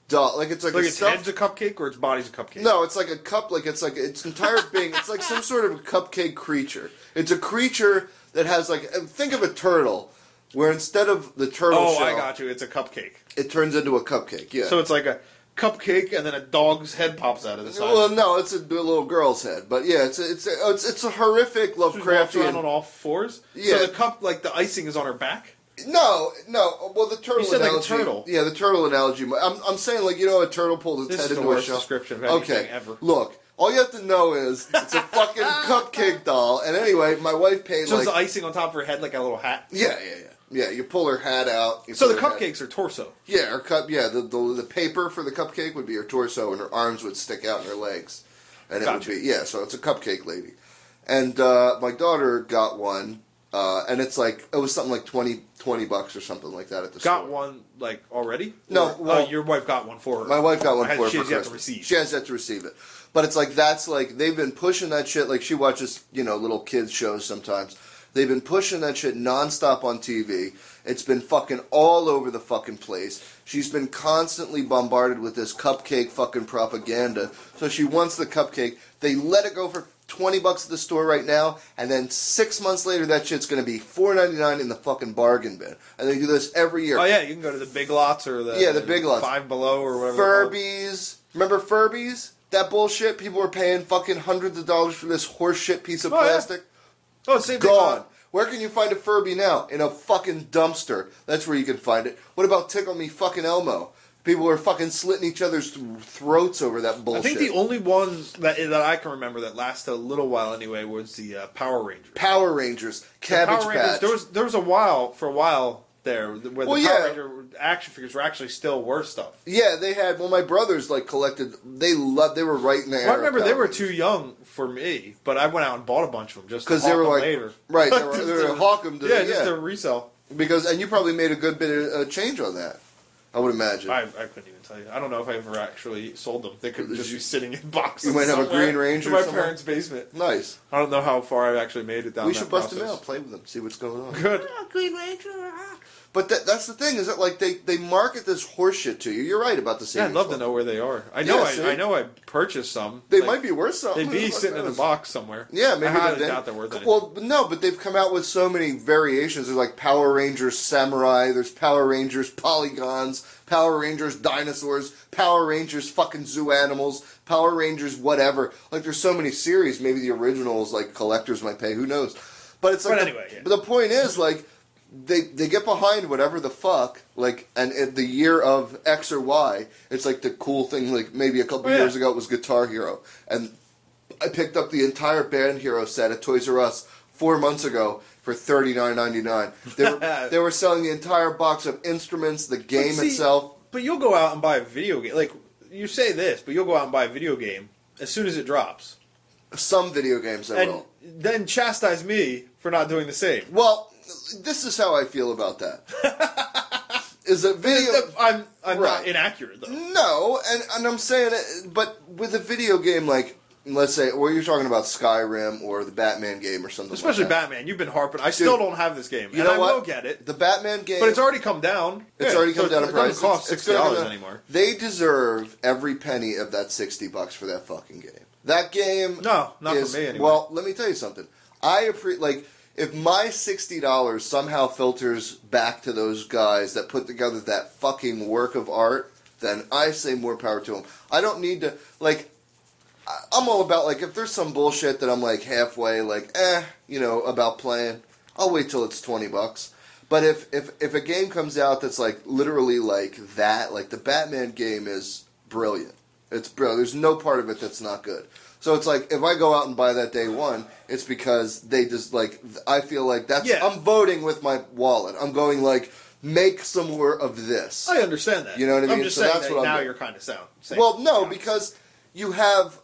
Speaker 2: doll. Like it's like,
Speaker 1: Like
Speaker 2: a
Speaker 1: its
Speaker 2: stuffed
Speaker 1: head's a cupcake or its body's a cupcake.
Speaker 2: No, it's like a cup. Like it's like its entire being. It's like some sort of a cupcake creature. It's a creature that has like uh, think of a turtle, where instead of the turtle
Speaker 1: Oh,
Speaker 2: shell,
Speaker 1: I got you. It's a cupcake.
Speaker 2: it turns into a cupcake. Yeah.
Speaker 1: So it's like a cupcake, and then a dog's head pops out of the side.
Speaker 2: well, no, it's a little girl's head, but yeah, it's a, it's a, it's it's a horrific
Speaker 1: She walks around on
Speaker 2: Lovecraftian.
Speaker 1: all fours.
Speaker 2: Yeah.
Speaker 1: So the cup, like the icing, is on her back.
Speaker 2: No, no. Well, the turtle
Speaker 1: You said like a
Speaker 2: analogy.
Speaker 1: turtle.
Speaker 2: Yeah, the turtle analogy. I'm I'm saying like you know a turtle pulls its
Speaker 1: This is
Speaker 2: head
Speaker 1: the
Speaker 2: into
Speaker 1: worst
Speaker 2: a shell.
Speaker 1: description of anything
Speaker 2: okay,
Speaker 1: ever.
Speaker 2: look. All you have to know is it's a fucking cupcake doll. And anyway, my wife paid
Speaker 1: So
Speaker 2: like
Speaker 1: it's the icing on top of her head, like a little hat.
Speaker 2: Yeah, yeah, yeah. Yeah, you pull her hat out. you
Speaker 1: So the
Speaker 2: pull her hat-
Speaker 1: cupcakes are torso.
Speaker 2: Yeah, her cup. Yeah, the, the the paper for the cupcake would be her torso, and her arms would stick out, and her legs, and it
Speaker 1: Gotcha.
Speaker 2: would be yeah. So it's a cupcake lady, and uh, my daughter got one, uh, and it's like it was something like 20, 20 bucks or something like that at the
Speaker 1: Got
Speaker 2: store.
Speaker 1: one like already?
Speaker 2: No,
Speaker 1: Or-
Speaker 2: well-
Speaker 1: oh, your wife got one for her.
Speaker 2: My wife got one
Speaker 1: Has-
Speaker 2: for her
Speaker 1: she
Speaker 2: for
Speaker 1: has yet to
Speaker 2: Christmas.
Speaker 1: receive.
Speaker 2: She has yet to receive it. But it's like that's like they've been pushing that shit. Like she watches, you know, little kids shows sometimes, They've been pushing that shit nonstop on TV. It's been fucking all over the fucking place. She's been constantly bombarded with this cupcake fucking propaganda. So she wants the cupcake. They let it go for 20 bucks at the store right now, and then six months later, that shit's gonna be $4.99 in the fucking bargain bin. And they do this every year.
Speaker 1: Oh yeah, you can go to the Big Lots or the
Speaker 2: Yeah, the Big Lots.
Speaker 1: Five Below or whatever. they're called.
Speaker 2: Furbies. Remember Furbies? That bullshit? People were paying fucking hundreds of dollars for this horseshit piece of
Speaker 1: Oh, yeah.
Speaker 2: plastic.
Speaker 1: Oh, it's the same Big
Speaker 2: Gone.
Speaker 1: Lot.
Speaker 2: Where can you find a Furby now? In a fucking dumpster. That's where you can find it. What about Tickle Me Fucking Elmo? People were fucking slitting each other's th- throats over that
Speaker 1: I
Speaker 2: bullshit.
Speaker 1: think the only one that that I can remember that lasted a little while anyway was the uh, Power Rangers.
Speaker 2: Power Rangers, Cabbage
Speaker 1: Power
Speaker 2: Patch.
Speaker 1: Rangers. There was there was a while for a while there where
Speaker 2: Well,
Speaker 1: the Power
Speaker 2: yeah.
Speaker 1: Ranger action figures were actually still worth stuff.
Speaker 2: yeah, they had. Well, my brothers like collected. They loved. They were right in the.
Speaker 1: Well, I remember they were too young for me, but I went out and bought a bunch of them just
Speaker 2: because
Speaker 1: because
Speaker 2: they were like
Speaker 1: later.
Speaker 2: right. They were, they were hawk 'em to
Speaker 1: yeah,
Speaker 2: the,
Speaker 1: just to resell.
Speaker 2: Because and you probably made a good bit of uh, change on that, I would imagine.
Speaker 1: I, I couldn't even tell you. I don't know if I ever actually sold them. They could just be sitting in boxes.
Speaker 2: You might have a
Speaker 1: somewhere
Speaker 2: Green Ranger
Speaker 1: in my
Speaker 2: somewhere.
Speaker 1: parents' basement.
Speaker 2: Nice.
Speaker 1: I don't know how far I've actually made it down.
Speaker 2: we
Speaker 1: that
Speaker 2: should bust them
Speaker 1: process.
Speaker 2: out, play with them, see what's going on.
Speaker 1: Good.
Speaker 2: But that, that's the thing is that like they they market this horseshit to you. You're right about the
Speaker 1: Yeah,
Speaker 2: savings.
Speaker 1: I'd love to
Speaker 2: bond.
Speaker 1: know where they are. I know.
Speaker 2: Yeah, see?
Speaker 1: I, I know. I purchased some.
Speaker 2: They
Speaker 1: Like,
Speaker 2: might be worth something.
Speaker 1: They'd be
Speaker 2: Who
Speaker 1: sitting in a
Speaker 2: knows?
Speaker 1: box somewhere.
Speaker 2: Yeah, maybe
Speaker 1: I highly
Speaker 2: they
Speaker 1: doubt they're worth anything.
Speaker 2: Well, but no, but they've come out with so many variations. There's like Power Rangers Samurai. There's Power Rangers Polygons. Power Rangers Dinosaurs. Power Rangers fucking zoo animals. Power Rangers whatever. Like there's so many series. Maybe the originals like collectors might pay. Who knows? But it's like.
Speaker 1: But
Speaker 2: the-
Speaker 1: anyway, yeah.
Speaker 2: But the point is like. They, they get behind whatever the fuck like and at the year of X or Y it's like the cool thing like maybe a couple
Speaker 1: Oh, yeah.
Speaker 2: years ago it was Guitar Hero and I picked up the entire Band Hero set at Toys R Us four months ago for thirty nine ninety nine. They were they were selling the entire box of instruments, the game
Speaker 1: see-
Speaker 2: itself.
Speaker 1: But you'll go out and buy a video game. Like you say this, but you'll go out and buy a video game as soon as it drops,
Speaker 2: Some video games I
Speaker 1: and
Speaker 2: will.
Speaker 1: then chastise me for not doing the same.
Speaker 2: Well, this is how I feel about that. is a video?
Speaker 1: I'm I'm
Speaker 2: Right.
Speaker 1: not inaccurate though.
Speaker 2: No, and and I'm saying it, but with a video game like. Let's say, or you're talking about Skyrim or the Batman game or something.
Speaker 1: Especially
Speaker 2: like that.
Speaker 1: Batman. You've been harping. I still don't have this game,
Speaker 2: You
Speaker 1: and
Speaker 2: know
Speaker 1: I
Speaker 2: what?
Speaker 1: will get it.
Speaker 2: The Batman game,
Speaker 1: But it's already come down.
Speaker 2: It's
Speaker 1: Yeah,
Speaker 2: already
Speaker 1: so
Speaker 2: come down in
Speaker 1: it
Speaker 2: price.
Speaker 1: doesn't cost
Speaker 2: It's- it's
Speaker 1: sixty
Speaker 2: gonna come
Speaker 1: dollars
Speaker 2: down-
Speaker 1: anymore.
Speaker 2: They deserve every penny of that sixty bucks for that fucking game. That game.
Speaker 1: No, not for
Speaker 2: is-
Speaker 1: me anyway.
Speaker 2: Well, let me tell you something. I appreciate like if my sixty dollars somehow filters back to those guys that put together that fucking work of art, then I say more power to them. I don't need to like. I- I'm all about like if there's some bullshit that I'm like halfway like eh you know about playing, I'll wait till it's twenty bucks. But if if if a game comes out that's like literally like that, like the Batman game is brilliant. It's brilliant. There's no part of it that's not good. So it's like if I go out and buy that day one, it's because they just like th- I feel like that's
Speaker 1: Yeah.
Speaker 2: I'm voting with my wallet. I'm going like make some more of this.
Speaker 1: I understand that.
Speaker 2: You know what I mean?
Speaker 1: I'm just
Speaker 2: So
Speaker 1: saying
Speaker 2: that's
Speaker 1: that
Speaker 2: what I'm
Speaker 1: now
Speaker 2: doing.
Speaker 1: you're kind of sound. saying-
Speaker 2: Well, no,
Speaker 1: yeah.
Speaker 2: because you have,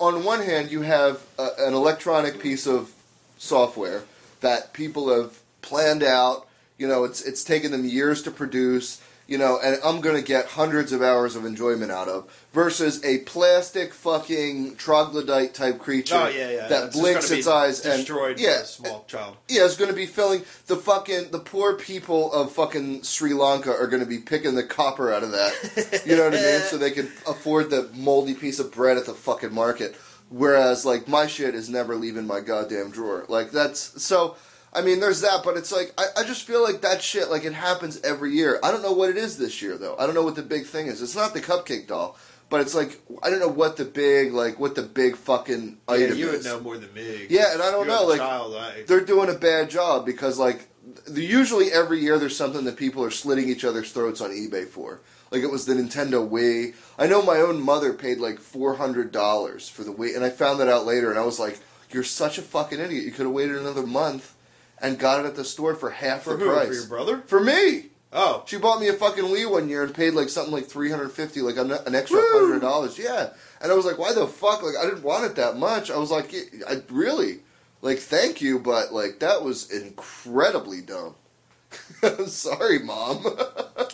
Speaker 2: on one hand, you have a, an electronic piece of software that people have planned out. You know, it's it's taken them years to produce. You know, and I'm going to get hundreds of hours of enjoyment out of versus a plastic fucking troglodyte type creature
Speaker 1: oh yeah, yeah,
Speaker 2: that
Speaker 1: it's just
Speaker 2: blinks
Speaker 1: gonna be
Speaker 2: its eyes and
Speaker 1: destroyed by
Speaker 2: yeah,
Speaker 1: a small child.
Speaker 2: yeah, it's going to be filling the fucking the poor people of fucking Sri Lanka are going to be picking the copper out of that. You know what I mean? So they can afford the moldy piece of bread at the fucking market. Whereas like my shit is never leaving my goddamn drawer. Like that's so. I mean, there's that, but it's like I, I just feel like that shit like it happens every year. I don't know what it is this year though. I don't know what the big thing is. It's not the cupcake doll, but it's like I don't know what the big like what the big fucking
Speaker 1: Yeah,
Speaker 2: item
Speaker 1: you would
Speaker 2: is
Speaker 1: know more than me.
Speaker 2: Yeah, and I don't
Speaker 1: You're
Speaker 2: know,
Speaker 1: the
Speaker 2: like,
Speaker 1: child, I,
Speaker 2: they're doing a bad job because like the, usually every year there's something that people are slitting each other's throats on eBay for. Like it was the Nintendo Wii. I know my own mother paid like four hundred dollars for the Wii, and I found that out later, and I was like, "You're such a fucking idiot! You could have waited another month and got it at the store for half
Speaker 1: for
Speaker 2: the
Speaker 1: who?
Speaker 2: price."
Speaker 1: For your brother?
Speaker 2: For me,
Speaker 1: Oh,
Speaker 2: she bought me a fucking Wii one year and paid like something like three hundred fifty, like an an extra
Speaker 1: Woo!
Speaker 2: hundred dollars. Yeah, and I was like, why the fuck? Like I didn't want it that much. I was like, "Yeah, I really, like thank you, but like that was incredibly dumb. I'm sorry, mom.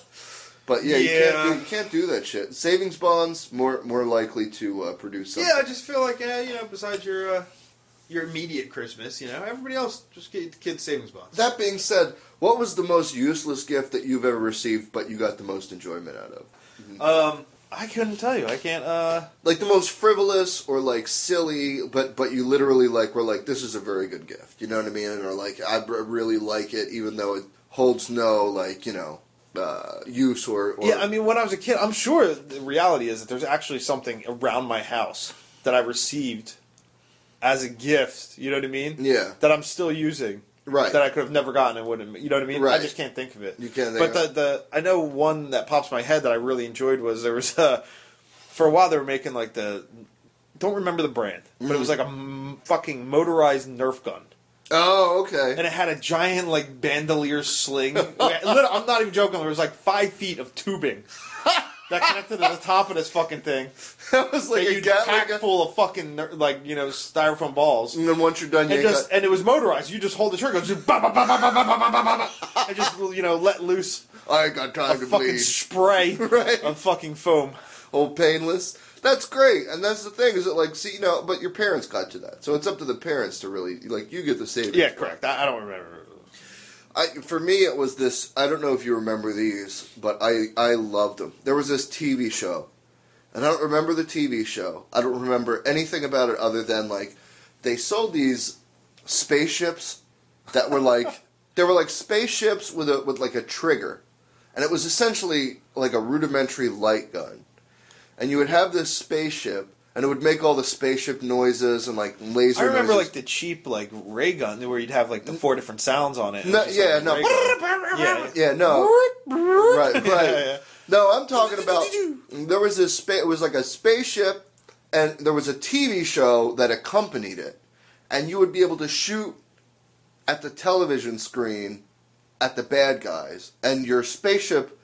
Speaker 2: but yeah, You,
Speaker 1: Yeah.
Speaker 2: can't, you can't do that shit. Savings bonds more more likely to uh, produce something.
Speaker 1: yeah. I just feel like yeah, you know, besides your uh, your immediate Christmas. You know, everybody else just get the kids savings bonds.
Speaker 2: That being said, what was the most useless gift that you've ever received, but you got the most enjoyment out of?
Speaker 1: um, I couldn't tell you. I can't. Uh,
Speaker 2: Like the most frivolous or like silly, but but you literally like were like, this is a very good gift. You know what I mean? Or like, I br- really like it, even though it holds no like you know uh, use or, or
Speaker 1: yeah, I mean, when I was a kid, I'm sure the reality is that there's actually something around my house that I received as a gift. You know what I mean?
Speaker 2: yeah,
Speaker 1: That I'm still using.
Speaker 2: right.
Speaker 1: That I could have never gotten and wouldn't. You know what I mean? I
Speaker 2: Right.
Speaker 1: just can't think of it.
Speaker 2: you can't.
Speaker 1: But the, the I know one that pops my head that I really enjoyed was there was a for a while they were making like the don't remember the brand but it
Speaker 2: Mm-hmm.
Speaker 1: was like a m- fucking motorized Nerf gun
Speaker 2: oh okay.
Speaker 1: and it had a giant like bandolier sling. Lit- I'm not even joking. There was like five feet of tubing that connected to the top of this fucking thing.
Speaker 2: that was like
Speaker 1: Like
Speaker 2: a
Speaker 1: you pack
Speaker 2: Gatling gun.
Speaker 1: full of fucking ner- like you know styrofoam balls.
Speaker 2: And then once you're done, you
Speaker 1: And
Speaker 2: ain't
Speaker 1: just
Speaker 2: got-
Speaker 1: and it was motorized. You just hold the trigger, just ba ba ba ba ba ba ba ba ba ba, and just you know let loose
Speaker 2: I ain't got
Speaker 1: a
Speaker 2: time to
Speaker 1: fucking
Speaker 2: bleed.
Speaker 1: spray
Speaker 2: Right.
Speaker 1: of fucking foam.
Speaker 2: old painless. That's great, and that's the thing is that like see you know, but your parents got you that, so it's up to the parents to really like you get the savings.
Speaker 1: Yeah, correct. I, I don't remember.
Speaker 2: I, for me, it was this. I don't know if you remember these, but I I loved them. There was this TV show, and I don't remember the TV show. I don't remember anything about it other than like they sold these spaceships that were like they were like spaceships with a with like a trigger, and it was essentially like a rudimentary light gun, and you would have this spaceship. And it would make all the spaceship noises and like laser.
Speaker 1: I remember
Speaker 2: noises.
Speaker 1: like the cheap like ray gun where you'd have like the four different sounds on it. and
Speaker 2: No,
Speaker 1: it was
Speaker 2: yeah,
Speaker 1: just, like,
Speaker 2: no.
Speaker 1: a ray gun. yeah,
Speaker 2: yeah, no, right, right.
Speaker 1: yeah.
Speaker 2: No, I'm talking about there was this spa- it was like a spaceship and there was a TV show that accompanied it. And you would be able to shoot at the television screen at the bad guys and your spaceship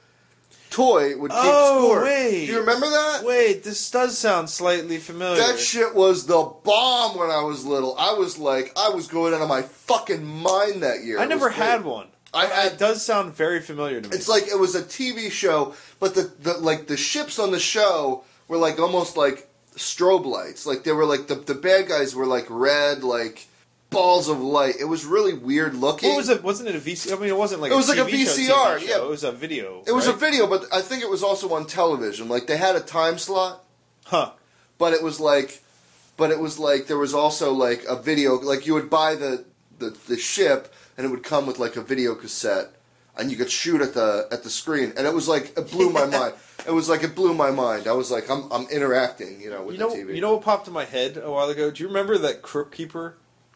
Speaker 2: toy would keep
Speaker 1: Oh,
Speaker 2: score.
Speaker 1: wait.
Speaker 2: Do you remember that?
Speaker 1: Wait, this does sound slightly familiar.
Speaker 2: That shit was the bomb when I was little. I was like, I was going out of my fucking mind that year.
Speaker 1: I
Speaker 2: It
Speaker 1: never
Speaker 2: was great.
Speaker 1: had one.
Speaker 2: I
Speaker 1: But
Speaker 2: had-
Speaker 1: It does sound very familiar to me.
Speaker 2: It's like it was a TV show, but the, the like the ships on the show were like almost like strobe lights. Like they were like the the bad guys were like red like balls of light. It was really weird looking.
Speaker 1: what was it? Wasn't it a VCR? I mean, it wasn't like
Speaker 2: It was like a
Speaker 1: TV show,
Speaker 2: VCR,
Speaker 1: TV show.
Speaker 2: yeah.
Speaker 1: it was a video.
Speaker 2: It was a
Speaker 1: right?
Speaker 2: video, but I think it was also on television. Like they had a time slot,
Speaker 1: huh?
Speaker 2: but it was like but it was like there was also like a video like you would buy the the, the ship and it would come with like a video cassette and you could shoot at the at the screen and it was like it blew my mind it was like it blew my mind i was like i'm, I'm interacting you know with
Speaker 1: You know,
Speaker 2: the tv
Speaker 1: you know what popped in my head a while ago? Do you remember that Crypt Keeper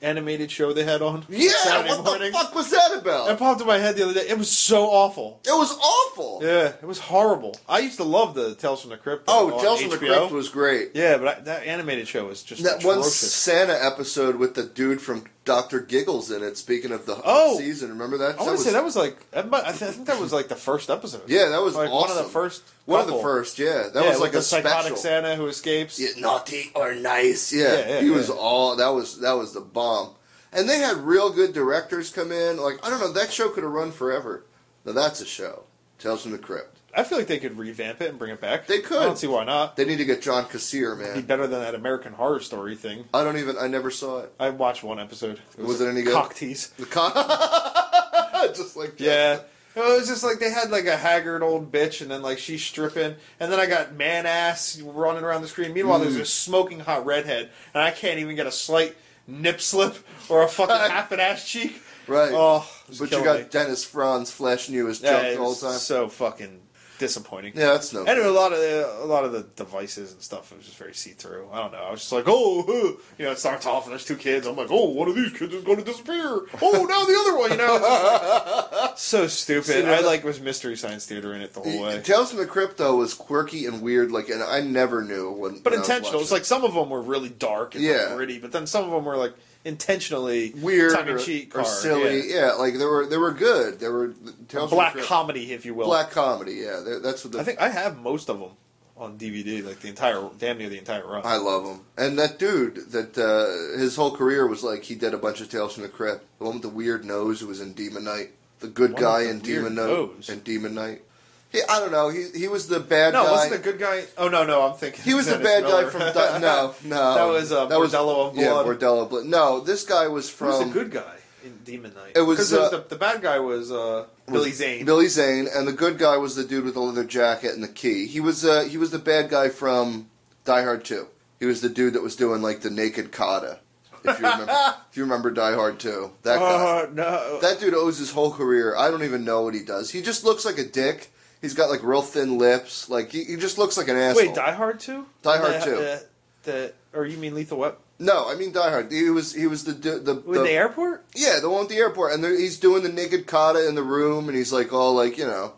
Speaker 1: animated show they had on?
Speaker 2: yeah
Speaker 1: Saturday
Speaker 2: what
Speaker 1: morning.
Speaker 2: the fuck was that
Speaker 1: That
Speaker 2: about
Speaker 1: popped in my head the other day. It was so awful.
Speaker 2: it was awful
Speaker 1: Yeah, it was horrible. I used to love the Tales from the Crypt.
Speaker 2: oh
Speaker 1: on
Speaker 2: tales from the
Speaker 1: HBO.
Speaker 2: crypt was great
Speaker 1: Yeah, but I, that animated show was just
Speaker 2: that one
Speaker 1: atrocious.
Speaker 2: Santa episode with the dude from Doctor Giggles in it. Speaking of the
Speaker 1: Oh.
Speaker 2: season, remember that?
Speaker 1: I want to say that was like that might- I, th- I think that was like the first episode.
Speaker 2: yeah, that was
Speaker 1: like
Speaker 2: awesome.
Speaker 1: one of the first.
Speaker 2: One of the
Speaker 1: couple.
Speaker 2: first, yeah. That
Speaker 1: Yeah,
Speaker 2: was like
Speaker 1: with
Speaker 2: a
Speaker 1: the psychotic
Speaker 2: special.
Speaker 1: Santa who escapes.
Speaker 2: Yeah, naughty or nice. Yeah,
Speaker 1: Yeah, yeah,
Speaker 2: he was
Speaker 1: yeah.
Speaker 2: all that was that was the bomb. And they had real good directors come in. Like I don't know, that show could have run forever. Now that's a show. Tales from the Crypt.
Speaker 1: I feel like they could revamp it and bring it back.
Speaker 2: They could.
Speaker 1: I don't see why not.
Speaker 2: They need to get John Kassir,
Speaker 1: It'd be
Speaker 2: man.
Speaker 1: better than that American Horror Story thing.
Speaker 2: I don't even. I never saw it.
Speaker 1: I watched one episode.
Speaker 2: Was it any good?
Speaker 1: Cock tease.
Speaker 2: The con- just like
Speaker 1: Yeah. It was just like they had like a haggard old bitch, and then like she's stripping, and then I got man ass running around the screen. Meanwhile,
Speaker 2: Mm.
Speaker 1: there's a smoking hot redhead, and I can't even get a slight nip slip or a fucking half an ass cheek.
Speaker 2: Right.
Speaker 1: Oh, it was
Speaker 2: But you
Speaker 1: killing
Speaker 2: got
Speaker 1: me.
Speaker 2: Dennis Franz flashing you as
Speaker 1: Yeah,
Speaker 2: junk
Speaker 1: it
Speaker 2: the whole
Speaker 1: was
Speaker 2: time.
Speaker 1: So fucking disappointing.
Speaker 2: Yeah, that's no.
Speaker 1: Anyway, a lot of the, a lot of the devices and stuff was just very see through. I don't know. I was just like, oh, huh. you know, it starts off and there's two kids. I'm like, oh, one of these kids is going to disappear. Oh, now the other one. You know, It's just like- so stupid.
Speaker 2: See,
Speaker 1: I
Speaker 2: that-
Speaker 1: like was mystery science theater in it the whole way,
Speaker 2: Tales from the Crypt though was quirky and weird, like, and I never knew when.
Speaker 1: but
Speaker 2: when I was
Speaker 1: intentional. It's
Speaker 2: watching
Speaker 1: like some of them were really dark and
Speaker 2: Yeah.
Speaker 1: like, gritty, but then some of them were like intentionally
Speaker 2: it. weird
Speaker 1: tongue in
Speaker 2: or,
Speaker 1: cheek
Speaker 2: or silly. Yeah. like they were they were good. They were Tales
Speaker 1: black
Speaker 2: from the Crypt,
Speaker 1: comedy, if you will.
Speaker 2: black comedy. Yeah, they- that's what the,
Speaker 1: I think I have most of them on DVD, like the entire, damn near the entire run.
Speaker 2: I love him. And that dude, that uh, his whole career was like he did a bunch of Tales from the Crypt. The one with the weird nose who was in Demon Knight, the good
Speaker 1: One
Speaker 2: guy
Speaker 1: with the
Speaker 2: in
Speaker 1: weird
Speaker 2: Demon
Speaker 1: nose.
Speaker 2: Knight, in Demon Knight. He, I don't know. He he was the bad
Speaker 1: No,
Speaker 2: guy.
Speaker 1: wasn't the good guy? Oh no, no, I'm thinking.
Speaker 2: He was the
Speaker 1: Dennis
Speaker 2: bad guy
Speaker 1: Miller.
Speaker 2: from Di- no, no.
Speaker 1: That was, uh, Bordello of
Speaker 2: yeah,
Speaker 1: Blood.
Speaker 2: Bordello of Blood. No, this guy was
Speaker 1: Who was the
Speaker 2: from
Speaker 1: good guy in Demon Knight?
Speaker 2: It was,
Speaker 1: 'Cause
Speaker 2: uh,
Speaker 1: the, the bad guy was, uh, Billy Zane.
Speaker 2: Billy Zane, and the good guy was the dude with the leather jacket and the key. He was uh, he was the bad guy from Die Hard Two. He was the dude that was doing like the naked kata. If you remember, if you remember Die Hard Two, that guy.
Speaker 1: Oh no!
Speaker 2: That dude owes his whole career. I don't even know what he does. He just looks like a dick. He's got like real thin lips. Like he, he just looks like an asshole.
Speaker 1: Wait, Die Hard two?
Speaker 2: Die Hard
Speaker 1: The-
Speaker 2: 2.
Speaker 1: The, the, or you mean Lethal Weapon?
Speaker 2: no, I mean Die Hard. He was he was the du- the,
Speaker 1: In the airport?
Speaker 2: Yeah, the one at the airport, and they're- he's doing the naked kata in the room, and he's like all like you know,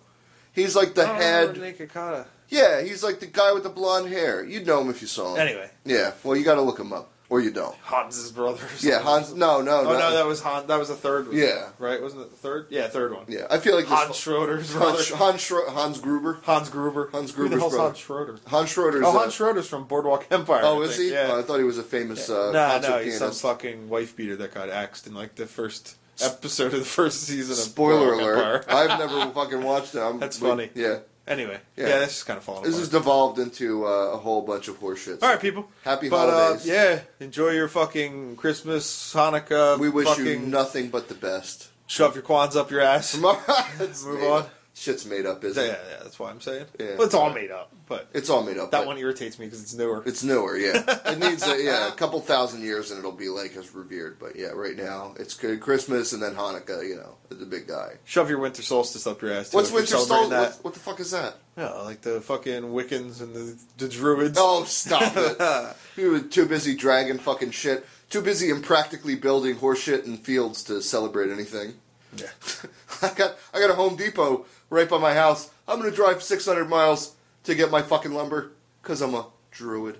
Speaker 2: he's like the
Speaker 1: Oh, I don't
Speaker 2: head.
Speaker 1: remember Naked Kata.
Speaker 2: Yeah, he's like the guy with the blonde hair. You'd know him if you saw him.
Speaker 1: Anyway,
Speaker 2: Yeah, well, you got to look him up, or you don't.
Speaker 1: Hans's brother. or
Speaker 2: Yeah,
Speaker 1: something.
Speaker 2: Hans. No, no,
Speaker 1: Oh
Speaker 2: no.
Speaker 1: no, that was Hans. That was the third one.
Speaker 2: Yeah.
Speaker 1: right. Wasn't it the third? Yeah, third one.
Speaker 2: yeah, I feel like this-
Speaker 1: Hans Schroeder's brother.
Speaker 2: Hans, Hans, Schro- Hans Gruber.
Speaker 1: Hans Gruber.
Speaker 2: Hans
Speaker 1: Who the
Speaker 2: Gruber's
Speaker 1: hell's
Speaker 2: brother.
Speaker 1: Hans Schroeder?
Speaker 2: Hans Schroeder's.
Speaker 1: Oh,
Speaker 2: uh,
Speaker 1: Hans Schroeder's from Boardwalk Empire.
Speaker 2: oh,
Speaker 1: I
Speaker 2: is
Speaker 1: think.
Speaker 2: he?
Speaker 1: Yeah.
Speaker 2: Oh, I thought he was a famous. Uh,
Speaker 1: no,
Speaker 2: concert
Speaker 1: no, he's some
Speaker 2: pianist.
Speaker 1: fucking wife beater that got axed in like the first episode of the first season. of
Speaker 2: Spoiler
Speaker 1: Boardwalk
Speaker 2: alert!
Speaker 1: Empire.
Speaker 2: I've never fucking watched it. I'm,
Speaker 1: That's
Speaker 2: we-
Speaker 1: funny.
Speaker 2: Yeah,
Speaker 1: anyway,
Speaker 2: Yeah.
Speaker 1: yeah. that's just kind of falling.
Speaker 2: this
Speaker 1: apart.
Speaker 2: has devolved into uh, a whole bunch of horseshit.
Speaker 1: All right, people.
Speaker 2: Happy
Speaker 1: but,
Speaker 2: holidays.
Speaker 1: Uh, yeah, enjoy your fucking Christmas, Hanukkah.
Speaker 2: We wish you
Speaker 1: fucking
Speaker 2: nothing but the best.
Speaker 1: Shove your Kwanzaa up your ass. Yeah,
Speaker 2: It's
Speaker 1: Move
Speaker 2: made
Speaker 1: on.
Speaker 2: up. Shit's made up, isn't
Speaker 1: yeah,
Speaker 2: it?
Speaker 1: that's what I'm saying.
Speaker 2: Yeah.
Speaker 1: Well, it's all made up, but
Speaker 2: It's all made up.
Speaker 1: that
Speaker 2: but
Speaker 1: one irritates me because it's newer.
Speaker 2: It's newer, yeah. It needs a, yeah, a couple thousand years, and it'll be like as revered. But yeah, right now it's good Christmas and then Hanukkah. You know, the big guy.
Speaker 1: Shove your winter solstice up your ass. Too,
Speaker 2: What's
Speaker 1: if you're
Speaker 2: winter
Speaker 1: celebrating
Speaker 2: solstice? What, what the fuck is that?
Speaker 1: That. Yeah, like the fucking Wiccans and the, the Druids.
Speaker 2: Oh, stop it! You were too busy dragging fucking shit. Too busy and practically building horseshit and fields to celebrate anything.
Speaker 1: Yeah.
Speaker 2: I got I got a Home Depot right by my house. I'm gonna drive 600 miles to get my fucking lumber because I'm a druid.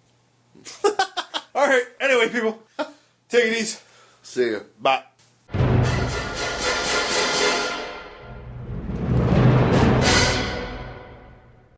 Speaker 1: All right. Anyway, people, take it easy.
Speaker 2: See ya.
Speaker 1: Bye.